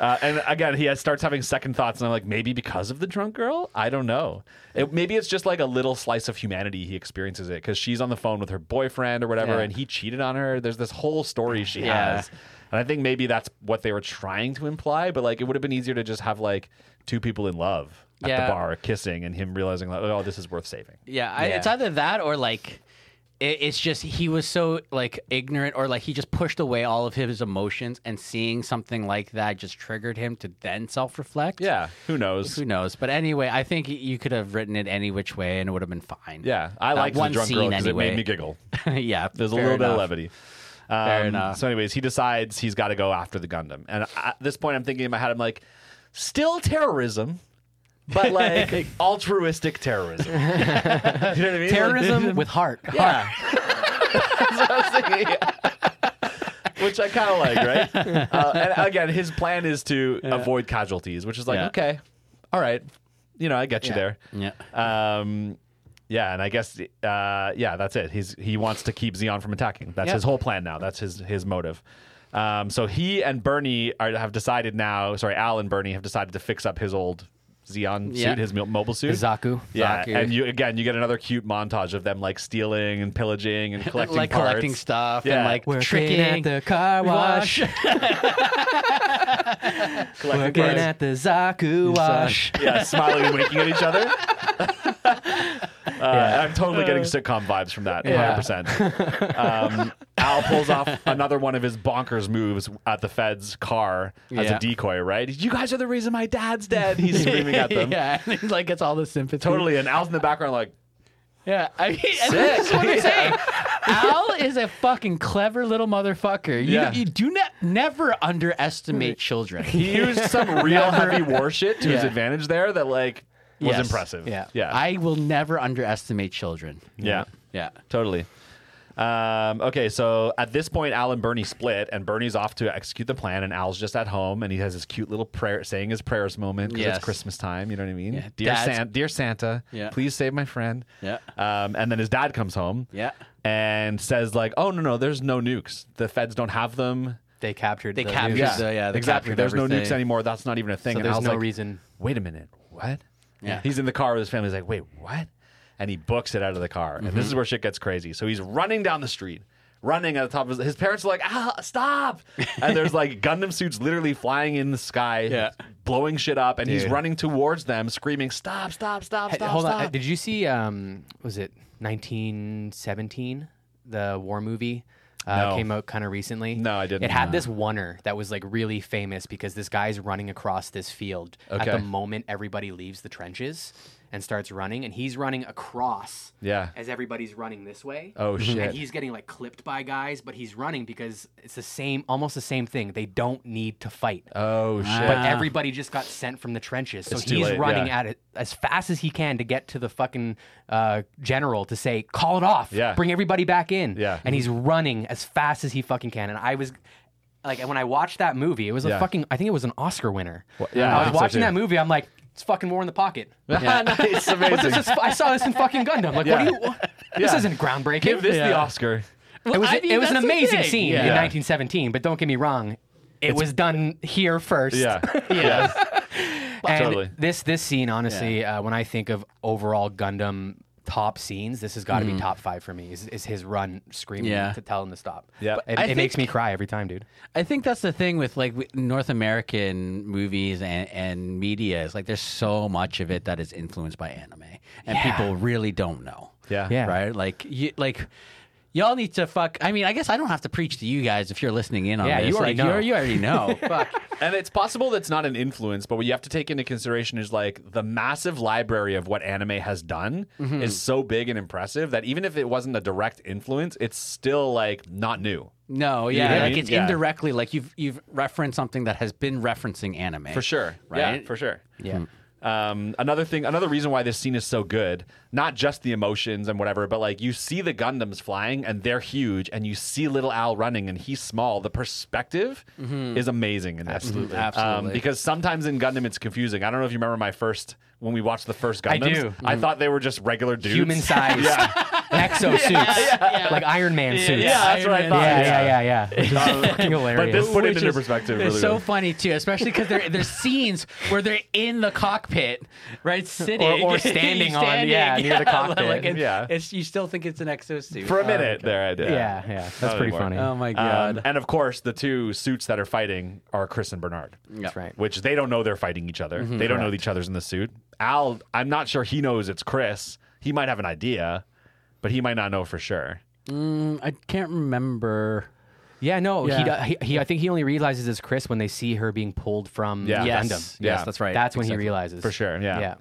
[SPEAKER 1] Uh, and again, he has, starts having second thoughts, and I'm like, maybe because of the drunk girl, I don't know. It, maybe it's just like a little slice of humanity he experiences it because she's on the phone with her boyfriend or whatever,
[SPEAKER 3] Yeah.
[SPEAKER 1] and he cheated on her. There's this whole story she
[SPEAKER 3] Yeah.
[SPEAKER 1] has, and I think maybe that's what they were trying to imply. But like, it would have been easier to just have like two people in love at
[SPEAKER 3] Yeah.
[SPEAKER 1] the bar kissing, and him realizing like, oh, this is worth saving.
[SPEAKER 3] Yeah, I, it's either that or like it, it's just he was so like ignorant or like he just pushed away all of his emotions and seeing something like that just triggered him to then self-reflect.
[SPEAKER 1] Yeah, who knows?
[SPEAKER 3] Who knows? But anyway, I think you could have written it any which way and it would have been fine.
[SPEAKER 1] yeah, I
[SPEAKER 3] That
[SPEAKER 1] liked the
[SPEAKER 3] one
[SPEAKER 1] drunk girl
[SPEAKER 3] scene
[SPEAKER 1] because it
[SPEAKER 3] anyway.
[SPEAKER 1] made me giggle.
[SPEAKER 3] yeah.
[SPEAKER 1] There's a
[SPEAKER 3] fair
[SPEAKER 1] little bit of
[SPEAKER 3] enough.
[SPEAKER 1] levity. Um,
[SPEAKER 3] Fair enough.
[SPEAKER 1] So, anyways, he decides he's got to go after the Gundam, and at this point, I'm thinking in my head, I'm like, still terrorism. But like altruistic terrorism, you know what I mean? Like-
[SPEAKER 2] Terrorism with heart.
[SPEAKER 1] yeah. That's what I was thinking. Which I kind of like, right? Uh, and again, his plan is to avoid casualties, which is like,
[SPEAKER 3] Yeah.
[SPEAKER 1] okay, all right, you know, I get you
[SPEAKER 2] Yeah.
[SPEAKER 1] there. Yeah. Um, yeah, and I guess, uh, yeah, that's it. He's he wants to keep Xeon from attacking. That's
[SPEAKER 2] Yeah.
[SPEAKER 1] his whole plan now. That's his his motive. Um, so he and Bernie are, have decided now. Sorry, Al and Bernie have decided to fix up his old Xeon
[SPEAKER 3] Yeah.
[SPEAKER 1] suit, his mo- mobile suit,
[SPEAKER 2] Zaku.
[SPEAKER 1] yeah,
[SPEAKER 3] Zaku.
[SPEAKER 1] and you again, you get another cute montage of them like stealing and pillaging and collecting
[SPEAKER 3] like
[SPEAKER 1] parts.
[SPEAKER 3] collecting stuff
[SPEAKER 1] Yeah.
[SPEAKER 3] and like
[SPEAKER 2] Working
[SPEAKER 3] tricking
[SPEAKER 2] at the car wash.
[SPEAKER 1] collecting
[SPEAKER 2] Working
[SPEAKER 1] parts.
[SPEAKER 2] at the Zaku wash.
[SPEAKER 1] yeah, smiling and winking at each other. Uh, I'm totally getting sitcom vibes from that, 100%. Um, Al pulls off another one of his bonkers moves at the Fed's car as
[SPEAKER 3] Yeah.
[SPEAKER 1] a decoy, right? You guys are the reason my dad's dead. He's screaming at them.
[SPEAKER 3] yeah, and he like gets all the sympathy.
[SPEAKER 1] Totally. And Al's in the background, like,
[SPEAKER 3] Yeah, I mean, and this is what I'm
[SPEAKER 1] Yeah.
[SPEAKER 3] saying. Al is a fucking clever little motherfucker. You,
[SPEAKER 1] Yeah.
[SPEAKER 3] you do not never underestimate children.
[SPEAKER 1] he used some real heavy war shit to his
[SPEAKER 3] Yeah.
[SPEAKER 1] advantage there that, like, was
[SPEAKER 3] Yes.
[SPEAKER 1] impressive.
[SPEAKER 2] Yeah.
[SPEAKER 1] Yeah.
[SPEAKER 3] I will never underestimate children.
[SPEAKER 1] yeah.
[SPEAKER 3] Yeah.
[SPEAKER 1] Totally. Um, okay, so at this point, Al and Bernie split, and Bernie's off to execute the plan, and Al's just at home, and he has his cute little prayer, saying his prayers moment because
[SPEAKER 3] Yes.
[SPEAKER 1] it's Christmas time. You know what I mean?
[SPEAKER 3] Yeah,
[SPEAKER 1] Dear,
[SPEAKER 3] dad's-
[SPEAKER 1] San- dear Santa,
[SPEAKER 3] Yeah.
[SPEAKER 1] please save my friend.
[SPEAKER 3] Yeah.
[SPEAKER 1] Um, and then his dad comes home.
[SPEAKER 3] Yeah.
[SPEAKER 1] And says like, "Oh no, no, there's no nukes. The feds don't have them.
[SPEAKER 2] They captured.
[SPEAKER 3] They
[SPEAKER 2] the
[SPEAKER 3] captured
[SPEAKER 2] news.
[SPEAKER 3] Yeah. the- yeah, they
[SPEAKER 1] exactly.
[SPEAKER 3] captured
[SPEAKER 1] There's no nukes
[SPEAKER 3] everything.
[SPEAKER 1] anymore. That's not even a thing."
[SPEAKER 2] So
[SPEAKER 1] and
[SPEAKER 2] there's
[SPEAKER 1] Al's
[SPEAKER 2] no
[SPEAKER 1] like,
[SPEAKER 2] reason.
[SPEAKER 1] wait a minute, what?
[SPEAKER 3] Yeah.
[SPEAKER 1] He's in the car with his family. He's like, wait, what? And he books it out of the car. And this is where shit gets crazy. So he's running down the street, running at the top of his, his parents are like, ah, stop. And there's like Gundam suits literally flying in the sky,
[SPEAKER 3] Yeah.
[SPEAKER 1] blowing shit up. And he's
[SPEAKER 2] Dude.
[SPEAKER 1] running towards them, screaming, stop, stop, stop,
[SPEAKER 2] Hey,
[SPEAKER 1] stop,
[SPEAKER 2] hold
[SPEAKER 1] stop.
[SPEAKER 2] on. Uh, Did you see? Um, was it 1917? The war movie. Uh,
[SPEAKER 1] No.
[SPEAKER 2] came out kind of recently.
[SPEAKER 1] No, I didn't.
[SPEAKER 2] It had
[SPEAKER 1] No.
[SPEAKER 2] this oneer that was like really famous because this guy's running across this field at
[SPEAKER 1] Okay.
[SPEAKER 2] the moment everybody leaves the trenches and starts running, and he's running across
[SPEAKER 1] Yeah.
[SPEAKER 2] as everybody's running this way.
[SPEAKER 1] Oh, shit.
[SPEAKER 2] And he's getting like clipped by guys, but he's running because it's the same, almost the same thing. They don't need to fight
[SPEAKER 1] Oh, shit.
[SPEAKER 2] but everybody just got sent from the trenches. So
[SPEAKER 1] It's too
[SPEAKER 2] he's
[SPEAKER 1] late,
[SPEAKER 2] running
[SPEAKER 1] yeah.
[SPEAKER 2] at it as fast as he can to get to the fucking uh, general to say, call it off.
[SPEAKER 1] Yeah.
[SPEAKER 2] Bring everybody back in.
[SPEAKER 1] Yeah.
[SPEAKER 2] And he's running as fast as he fucking can. And I was. Like when I watched that movie, it was a
[SPEAKER 1] Yeah.
[SPEAKER 2] fucking. I think it was an Oscar winner.
[SPEAKER 1] yeah, I
[SPEAKER 2] I was
[SPEAKER 1] think so
[SPEAKER 2] watching
[SPEAKER 1] too.
[SPEAKER 2] that movie. I'm like, it's fucking war in the pocket.
[SPEAKER 1] nice.
[SPEAKER 2] What's
[SPEAKER 1] Amazing.
[SPEAKER 2] this? I saw this in fucking Gundam. Like,
[SPEAKER 1] Yeah.
[SPEAKER 2] what do you? What? This
[SPEAKER 1] Yeah.
[SPEAKER 2] isn't groundbreaking.
[SPEAKER 1] Give this the
[SPEAKER 3] Yeah.
[SPEAKER 1] Oscar.
[SPEAKER 2] It was,
[SPEAKER 3] I mean,
[SPEAKER 2] it was an
[SPEAKER 3] that's the
[SPEAKER 2] amazing
[SPEAKER 3] thing.
[SPEAKER 2] scene
[SPEAKER 3] Yeah.
[SPEAKER 2] in
[SPEAKER 1] Yeah.
[SPEAKER 2] 1917, but don't get me wrong, it was done here first.
[SPEAKER 1] Yeah.
[SPEAKER 3] Yes.
[SPEAKER 2] And
[SPEAKER 1] Totally.
[SPEAKER 2] this this scene, honestly, uh, when I think of overall Gundam top scenes, this has got to be top five for me. Is, is his run screaming
[SPEAKER 3] Hmm. Yeah.
[SPEAKER 2] to tell him to stop?
[SPEAKER 1] Yep.
[SPEAKER 2] it,
[SPEAKER 3] I
[SPEAKER 2] it makes me
[SPEAKER 3] think-
[SPEAKER 2] cry every time, dude.
[SPEAKER 3] I think that's the thing with like w- North American movies and, and media is like there's so much of it that is influenced by anime, and
[SPEAKER 2] Yeah.
[SPEAKER 3] people really don't know.
[SPEAKER 1] Yeah.
[SPEAKER 2] Yeah.
[SPEAKER 3] Right. Like you like. Y'all need to fuck. I mean, I guess I don't have to preach to you guys if you're listening in on
[SPEAKER 2] Yeah,
[SPEAKER 3] this.
[SPEAKER 2] you already
[SPEAKER 3] Like,
[SPEAKER 2] know.
[SPEAKER 3] You already know. fuck.
[SPEAKER 1] And it's possible that's not an influence, but what you have to take into consideration is like the massive library of what anime has done is so big and impressive that even if it wasn't a direct influence, it's still like not new.
[SPEAKER 3] No,
[SPEAKER 1] know
[SPEAKER 3] yeah,
[SPEAKER 1] what I
[SPEAKER 3] like
[SPEAKER 1] mean?
[SPEAKER 3] it's
[SPEAKER 1] Yeah.
[SPEAKER 3] indirectly like you've you've referenced something that has been referencing anime
[SPEAKER 1] For sure.
[SPEAKER 3] right? Hmm.
[SPEAKER 1] Yeah, for sure.
[SPEAKER 2] Yeah.
[SPEAKER 1] Um, another thing, another reason why this scene is so good, not just the emotions and whatever, but like you see the Gundams flying and they're huge, and you see little Al running and he's small. The perspective is amazing in this. Absolutely.
[SPEAKER 3] Mm-hmm. Absolutely.
[SPEAKER 1] because sometimes in Gundam it's confusing. I don't know if you remember my first, when we watched the first Gundams,
[SPEAKER 2] do.
[SPEAKER 1] I
[SPEAKER 3] Mm-hmm.
[SPEAKER 1] thought they were just regular dudes.
[SPEAKER 2] Human sized exo suits, like Iron Man suits.
[SPEAKER 1] Yeah, that's what I
[SPEAKER 3] Iron Man.
[SPEAKER 1] thought.
[SPEAKER 2] yeah, yeah, yeah. yeah. Which is fucking
[SPEAKER 1] But
[SPEAKER 2] hilarious.
[SPEAKER 1] this put it
[SPEAKER 3] Which
[SPEAKER 1] into
[SPEAKER 3] is-
[SPEAKER 1] perspective.
[SPEAKER 3] They're
[SPEAKER 1] Really
[SPEAKER 3] so
[SPEAKER 1] well.
[SPEAKER 3] funny too, especially because there there's scenes where they're in the cockpit, right, sitting
[SPEAKER 2] Or- or standing on- yeah, near the cockpit.
[SPEAKER 3] and
[SPEAKER 1] Yeah.
[SPEAKER 3] it's, you still think it's an exosuit
[SPEAKER 1] For a minute there, I did.
[SPEAKER 2] yeah, yeah, that's
[SPEAKER 1] Not
[SPEAKER 2] pretty
[SPEAKER 1] anymore.
[SPEAKER 2] funny.
[SPEAKER 3] Oh my
[SPEAKER 1] Um,
[SPEAKER 3] god,
[SPEAKER 1] and of course, the two suits that are fighting are Chris and Bernard.
[SPEAKER 2] That's right.
[SPEAKER 1] Which they don't know they're fighting each other. they don't know each other's in the suit. Al, I'm not sure he knows it's Chris. He might have an idea, but he might not know for sure.
[SPEAKER 3] Mm, I can't remember.
[SPEAKER 2] Yeah, no, he
[SPEAKER 3] Yeah.
[SPEAKER 2] He, he, I think he only realizes it's Chris when they see her being pulled from
[SPEAKER 1] Yeah.
[SPEAKER 2] the
[SPEAKER 1] Yes.
[SPEAKER 2] Gundam.
[SPEAKER 1] Yeah. Yes, that's
[SPEAKER 3] right.
[SPEAKER 2] That's when
[SPEAKER 3] Exactly.
[SPEAKER 2] he realizes
[SPEAKER 1] For sure. Yeah.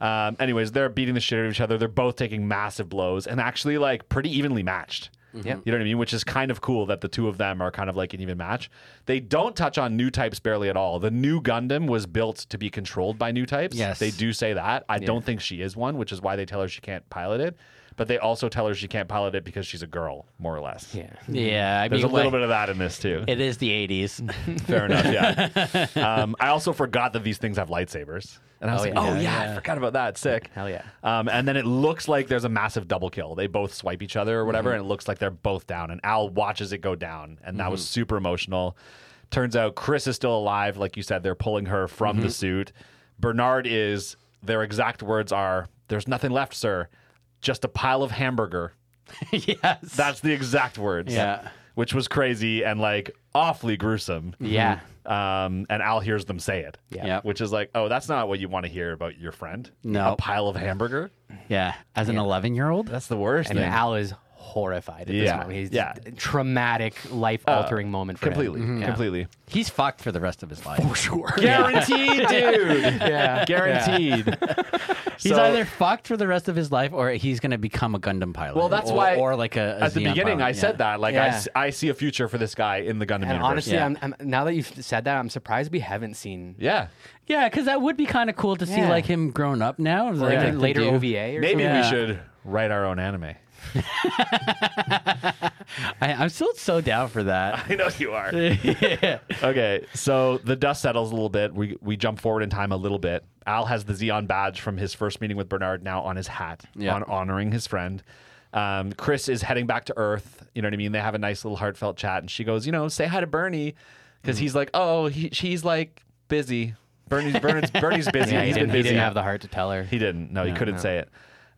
[SPEAKER 2] Yeah.
[SPEAKER 1] Um, anyways, they're beating the shit out of each other. They're both taking massive blows and actually like pretty evenly matched.
[SPEAKER 2] Yeah.
[SPEAKER 1] You know what I mean? Which is kind of cool that the two of them are kind of like an even match. They don't touch on new types barely at all. The new Gundam was built to be controlled by new types.
[SPEAKER 3] Yes.
[SPEAKER 1] They do say that. I don't think she is one, which is why they tell her she can't pilot it. But they also tell her she can't pilot it because she's a girl, more or less. Yeah.
[SPEAKER 3] Yeah, I
[SPEAKER 1] Hmm. There's
[SPEAKER 3] mean,
[SPEAKER 1] a little bit of that in this too.
[SPEAKER 3] It is the '80s.
[SPEAKER 1] Fair enough. Yeah. Um, I also forgot that these things have lightsabers, and I was
[SPEAKER 2] Oh,
[SPEAKER 1] like,
[SPEAKER 2] yeah.
[SPEAKER 1] "Oh yeah, I
[SPEAKER 3] Yeah.
[SPEAKER 1] forgot about that." Sick.
[SPEAKER 2] Hell yeah.
[SPEAKER 1] Um, and then it looks like there's a massive double kill. They both swipe each other or whatever, and it looks like they're both down. And Al watches it go down, and that was super emotional. Turns out Chris is still alive. Like you said, they're pulling her from the suit. Bernard is. Their exact words are, "There's nothing left, sir. Just a pile of hamburger."
[SPEAKER 3] yes.
[SPEAKER 1] That's the exact words.
[SPEAKER 3] Yeah.
[SPEAKER 1] Which was crazy and like awfully gruesome
[SPEAKER 3] yeah.
[SPEAKER 1] um, and Al hears them say it.
[SPEAKER 2] Yeah.
[SPEAKER 3] Yeah.
[SPEAKER 1] Which is like, oh, that's not what you want to hear about your friend.
[SPEAKER 3] No.
[SPEAKER 1] A pile of hamburger.
[SPEAKER 3] Yeah. As an 11 year old?
[SPEAKER 1] That's the worst.
[SPEAKER 2] And
[SPEAKER 1] thing.
[SPEAKER 2] Al is horrified at this
[SPEAKER 1] Yeah.
[SPEAKER 2] moment. He's
[SPEAKER 1] Yeah. Uh,
[SPEAKER 2] traumatic, life altering moment for
[SPEAKER 1] completely,
[SPEAKER 2] him.
[SPEAKER 1] Mm-hmm. completely,
[SPEAKER 3] He's fucked for the rest of his life. For sure.
[SPEAKER 1] guaranteed, dude.
[SPEAKER 2] Yeah.
[SPEAKER 1] Guaranteed.
[SPEAKER 3] He's
[SPEAKER 1] So-
[SPEAKER 3] either fucked for the rest of his life or he's going to become a Gundam pilot.
[SPEAKER 1] Well, that's
[SPEAKER 3] or,
[SPEAKER 1] why-
[SPEAKER 3] Or like a. a
[SPEAKER 1] At the
[SPEAKER 3] Xeon
[SPEAKER 1] beginning,
[SPEAKER 3] pilot,
[SPEAKER 1] I
[SPEAKER 3] yeah.
[SPEAKER 1] said that. Like, I
[SPEAKER 2] Yeah.
[SPEAKER 1] s I I, see a future for this guy in the Gundam
[SPEAKER 2] And
[SPEAKER 1] universe.
[SPEAKER 2] honestly,
[SPEAKER 3] Yeah.
[SPEAKER 2] I'm, I'm, now that you've said that, I'm surprised we haven't seen
[SPEAKER 1] yeah.
[SPEAKER 3] Yeah, because that would be kind of cool to see
[SPEAKER 2] Yeah.
[SPEAKER 3] like him grown up now. like,
[SPEAKER 2] like,
[SPEAKER 3] they
[SPEAKER 2] later
[SPEAKER 3] do.
[SPEAKER 2] OVA or
[SPEAKER 1] Maybe we
[SPEAKER 3] Yeah.
[SPEAKER 1] should write our own anime.
[SPEAKER 3] I, I'm still so down for that.
[SPEAKER 1] I know you are.
[SPEAKER 3] yeah.
[SPEAKER 1] okay, so the dust settles a little bit. We we jump forward in time a little bit. Al has the Xeon badge from his first meeting with Bernard now on his hat,
[SPEAKER 3] Yeah.
[SPEAKER 1] on honoring his friend. Um, Chris is heading back to Earth. You know what I mean? They have a nice little heartfelt chat, and she goes, "You know, say hi to Bernie,"
[SPEAKER 2] Mm.
[SPEAKER 1] because he's like, "Oh, he, she's like busy. Bernie's Bernie's, Bernie's busy.
[SPEAKER 2] Yeah,
[SPEAKER 1] He's
[SPEAKER 2] he,
[SPEAKER 1] been
[SPEAKER 2] didn't,
[SPEAKER 1] busy.
[SPEAKER 2] he didn't have the heart to tell her.
[SPEAKER 1] He didn't. No, he couldn't say it.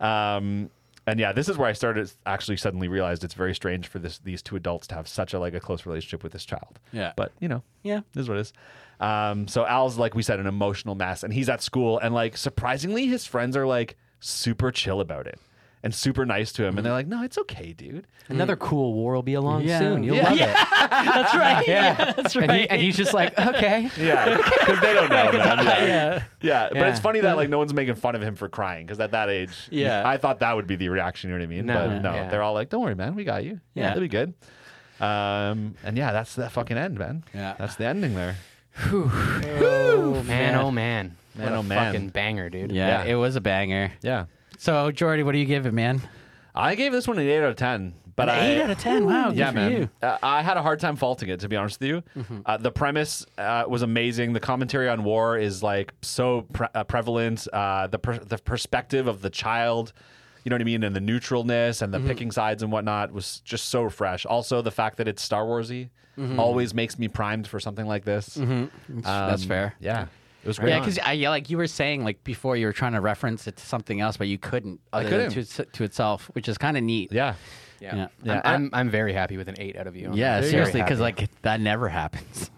[SPEAKER 1] Um, and yeah, this is where I started actually suddenly realized it's very strange for this these two adults to have such a like a close relationship with this child.
[SPEAKER 3] Yeah.
[SPEAKER 1] But you know,
[SPEAKER 3] Yeah.
[SPEAKER 1] this is what it is. Um, so Al's like we said an emotional mess, and he's at school, and like surprisingly, his friends are like super chill about it and super nice to him, and they're like, "No, it's okay, dude."
[SPEAKER 2] Another cool war will be along
[SPEAKER 3] Yeah.
[SPEAKER 2] soon. You'll
[SPEAKER 1] Hmm. Yeah.
[SPEAKER 2] love it.
[SPEAKER 3] That's right. Yeah. That's right.
[SPEAKER 2] And, he, and he's just like, okay.
[SPEAKER 1] Yeah, because they don't know. man. Yeah.
[SPEAKER 3] yeah.
[SPEAKER 1] Yeah, but it's
[SPEAKER 2] Yeah.
[SPEAKER 1] funny that like no one's making fun of him for crying because at that age,
[SPEAKER 3] Yeah.
[SPEAKER 1] I thought that would be the reaction. You know what I mean?
[SPEAKER 2] No,
[SPEAKER 1] but no,
[SPEAKER 2] yeah.
[SPEAKER 1] they're all like, "Don't worry, man, we got you.
[SPEAKER 3] Yeah.
[SPEAKER 1] Yeah, it'll be good." Um, and yeah, that's the fucking end, man.
[SPEAKER 3] Yeah.
[SPEAKER 1] that's the ending there.
[SPEAKER 2] Oh, man, oh, man.
[SPEAKER 1] Man,
[SPEAKER 2] what
[SPEAKER 1] oh,
[SPEAKER 2] a
[SPEAKER 1] man.
[SPEAKER 2] fucking banger, dude.
[SPEAKER 3] Yeah,
[SPEAKER 1] Yeah.
[SPEAKER 3] it was a banger.
[SPEAKER 1] Yeah,
[SPEAKER 3] So, Jordy, what do you give it, man?
[SPEAKER 1] I gave this one an eight out of ten, but I,
[SPEAKER 3] Eight out of ten. Wow, Oh, good
[SPEAKER 1] yeah,
[SPEAKER 3] for
[SPEAKER 1] man.
[SPEAKER 3] you. Mm-hmm.
[SPEAKER 1] Uh, I had a hard time faulting it, to be honest with you. Uh, the premise uh, was amazing. The commentary on war is like so pre- uh, prevalent. Uh, the per- the perspective of the child, you know what I mean, and the neutralness and the
[SPEAKER 3] Mm-hmm.
[SPEAKER 1] picking sides and whatnot was just so fresh. Also, the fact that it's Star Warsy always makes me primed for something like this.
[SPEAKER 3] Mm-hmm. That's
[SPEAKER 1] Um,
[SPEAKER 3] fair.
[SPEAKER 1] Yeah, it was great.
[SPEAKER 3] Yeah, because yeah, like you were saying, like before, you were trying to reference it to something else, but you couldn't. other than
[SPEAKER 1] couldn't.
[SPEAKER 3] to, to itself, which is kind of neat.
[SPEAKER 1] yeah.
[SPEAKER 3] Yeah. Yeah.
[SPEAKER 1] Yeah,
[SPEAKER 2] I'm, I'm, I'm very happy with an eight out of you.
[SPEAKER 3] Yeah,
[SPEAKER 2] Very
[SPEAKER 3] seriously,
[SPEAKER 2] happy.
[SPEAKER 3] because like that never happens.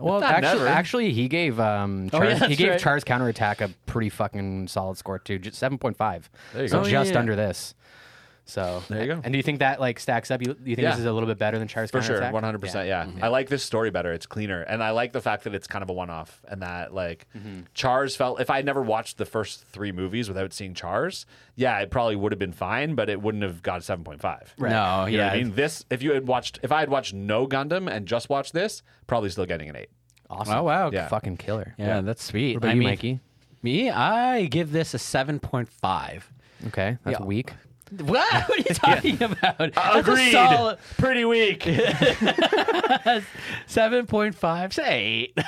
[SPEAKER 2] well,
[SPEAKER 1] Not
[SPEAKER 2] actually,
[SPEAKER 1] never. Oh,
[SPEAKER 2] actually, he gave um,
[SPEAKER 3] yeah,
[SPEAKER 2] Char's, he
[SPEAKER 3] that's
[SPEAKER 2] gave
[SPEAKER 3] right.
[SPEAKER 2] Char's counterattack a pretty fucking solid score too, just seven point five.
[SPEAKER 1] There you
[SPEAKER 2] so
[SPEAKER 1] go.
[SPEAKER 3] Oh,
[SPEAKER 2] just
[SPEAKER 3] yeah.
[SPEAKER 2] under this. So
[SPEAKER 1] There you go.
[SPEAKER 2] And do you think that like stacks up? You, you think
[SPEAKER 1] Yeah.
[SPEAKER 2] this is a little bit better than Char's
[SPEAKER 1] For sure,
[SPEAKER 2] counterattack?
[SPEAKER 1] one hundred percent. Yeah, I like this story better. It's cleaner, and I like the fact that it's kind of a one-off, and that like Char's felt. If I had never watched the first three movies without seeing Char's, yeah, it probably would have been fine, but it wouldn't have got seven point five.
[SPEAKER 3] No,
[SPEAKER 1] You know
[SPEAKER 3] yeah,
[SPEAKER 1] what I mean, this if you had watched, if I had watched no Gundam and just watched this, probably still getting an eight.
[SPEAKER 2] Awesome.
[SPEAKER 3] Oh, wow.
[SPEAKER 1] Yeah.
[SPEAKER 2] Fucking killer.
[SPEAKER 3] yeah, that's sweet.
[SPEAKER 2] What about
[SPEAKER 3] I
[SPEAKER 2] you,
[SPEAKER 3] mean,
[SPEAKER 2] Mikey?
[SPEAKER 3] Me, I give this a seven point five.
[SPEAKER 2] Okay, that's
[SPEAKER 3] Yeah.
[SPEAKER 2] weak.
[SPEAKER 3] What? What are you talking about? That's a
[SPEAKER 1] Agreed.
[SPEAKER 3] solid
[SPEAKER 1] Pretty weak.
[SPEAKER 3] seven point five. Say eight.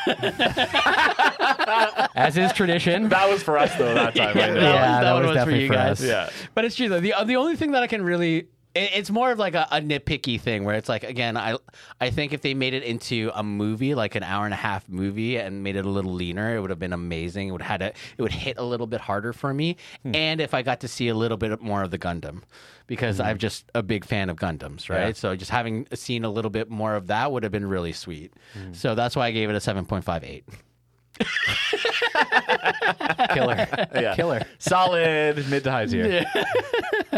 [SPEAKER 2] As is tradition. Uh,
[SPEAKER 1] that was for us though that time. I know.
[SPEAKER 3] that
[SPEAKER 2] Yeah,
[SPEAKER 3] was-
[SPEAKER 2] that
[SPEAKER 3] that one
[SPEAKER 2] was
[SPEAKER 3] was for
[SPEAKER 2] definitely
[SPEAKER 3] you
[SPEAKER 2] for
[SPEAKER 3] guys.
[SPEAKER 2] us.
[SPEAKER 1] Yeah.
[SPEAKER 3] But it's true though. The uh, the only thing that I can really it- it's more of like a, a nitpicky thing where it's like again I I think if they made it into a movie like an hour and a half movie and made it a little leaner it would have been amazing it would had a, it would hit a little bit harder for me
[SPEAKER 2] Hmm.
[SPEAKER 3] and if I got to see a little bit more of the Gundam because
[SPEAKER 2] Hmm.
[SPEAKER 3] I'm just a big fan of Gundams right
[SPEAKER 1] Yeah.
[SPEAKER 3] so just having seen a little bit more of that would have been really sweet
[SPEAKER 2] Hmm.
[SPEAKER 3] so that's why I gave it a seven point five eight
[SPEAKER 2] Killer.
[SPEAKER 1] Yeah.
[SPEAKER 2] Killer.
[SPEAKER 1] Solid mid to high tier.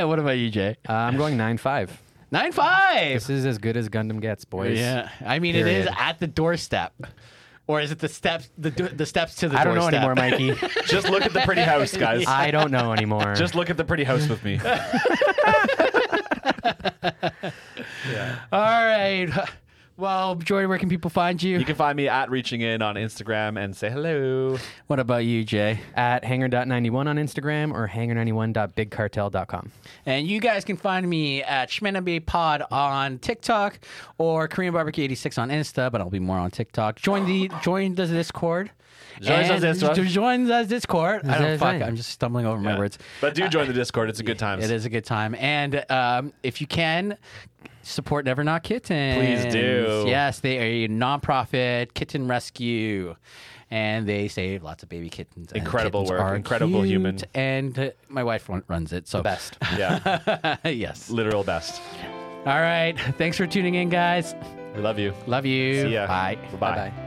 [SPEAKER 3] what about you Jay
[SPEAKER 2] Uh, I'm going nine five.
[SPEAKER 3] nine five
[SPEAKER 2] This is as good as Gundam gets, boys.
[SPEAKER 3] Yeah, I mean it is
[SPEAKER 2] Period.
[SPEAKER 3] at the doorstep, or is it the steps the do- the steps to the?
[SPEAKER 2] I don't know
[SPEAKER 3] doorstep?
[SPEAKER 2] anymore, Mikey.
[SPEAKER 1] Just look at the pretty house, guys.
[SPEAKER 2] I don't know anymore.
[SPEAKER 1] Just look at the pretty house with me.
[SPEAKER 3] All right. Well, Jordan, where can people find you?
[SPEAKER 1] You can find me at reaching in on Instagram and say hello.
[SPEAKER 3] What about you, Jay?
[SPEAKER 2] at hanger.91 on Instagram or hanger91.bigcartel.com.
[SPEAKER 3] And you guys can find me at Schmenabe Pod on TikTok or Korean Barbecue 86 on Insta, but I'll be more on TikTok. Join the join the Discord.
[SPEAKER 1] Join us on
[SPEAKER 3] And
[SPEAKER 1] Discord.
[SPEAKER 3] to Join the Discord. I
[SPEAKER 2] that
[SPEAKER 3] don't fuck.
[SPEAKER 2] fine?
[SPEAKER 3] I'm just stumbling over my words.
[SPEAKER 1] But do join the Discord. It's a good time.
[SPEAKER 3] It is a good time. And um, if you can, support Never Not Kittens.
[SPEAKER 1] Please do.
[SPEAKER 3] Yes, they are a nonprofit kitten rescue. And they save lots of baby kittens. and
[SPEAKER 1] Incredible
[SPEAKER 3] kittens
[SPEAKER 1] work.
[SPEAKER 3] are
[SPEAKER 1] Incredible
[SPEAKER 3] cute.
[SPEAKER 1] human.
[SPEAKER 3] And uh, my wife run- runs it. So best.
[SPEAKER 1] Yeah.
[SPEAKER 3] yes.
[SPEAKER 1] Literal best.
[SPEAKER 3] All right. Thanks for tuning in, guys.
[SPEAKER 1] We love you.
[SPEAKER 3] Love you.
[SPEAKER 1] See ya.
[SPEAKER 3] Bye.
[SPEAKER 1] Bye-bye.
[SPEAKER 2] Bye.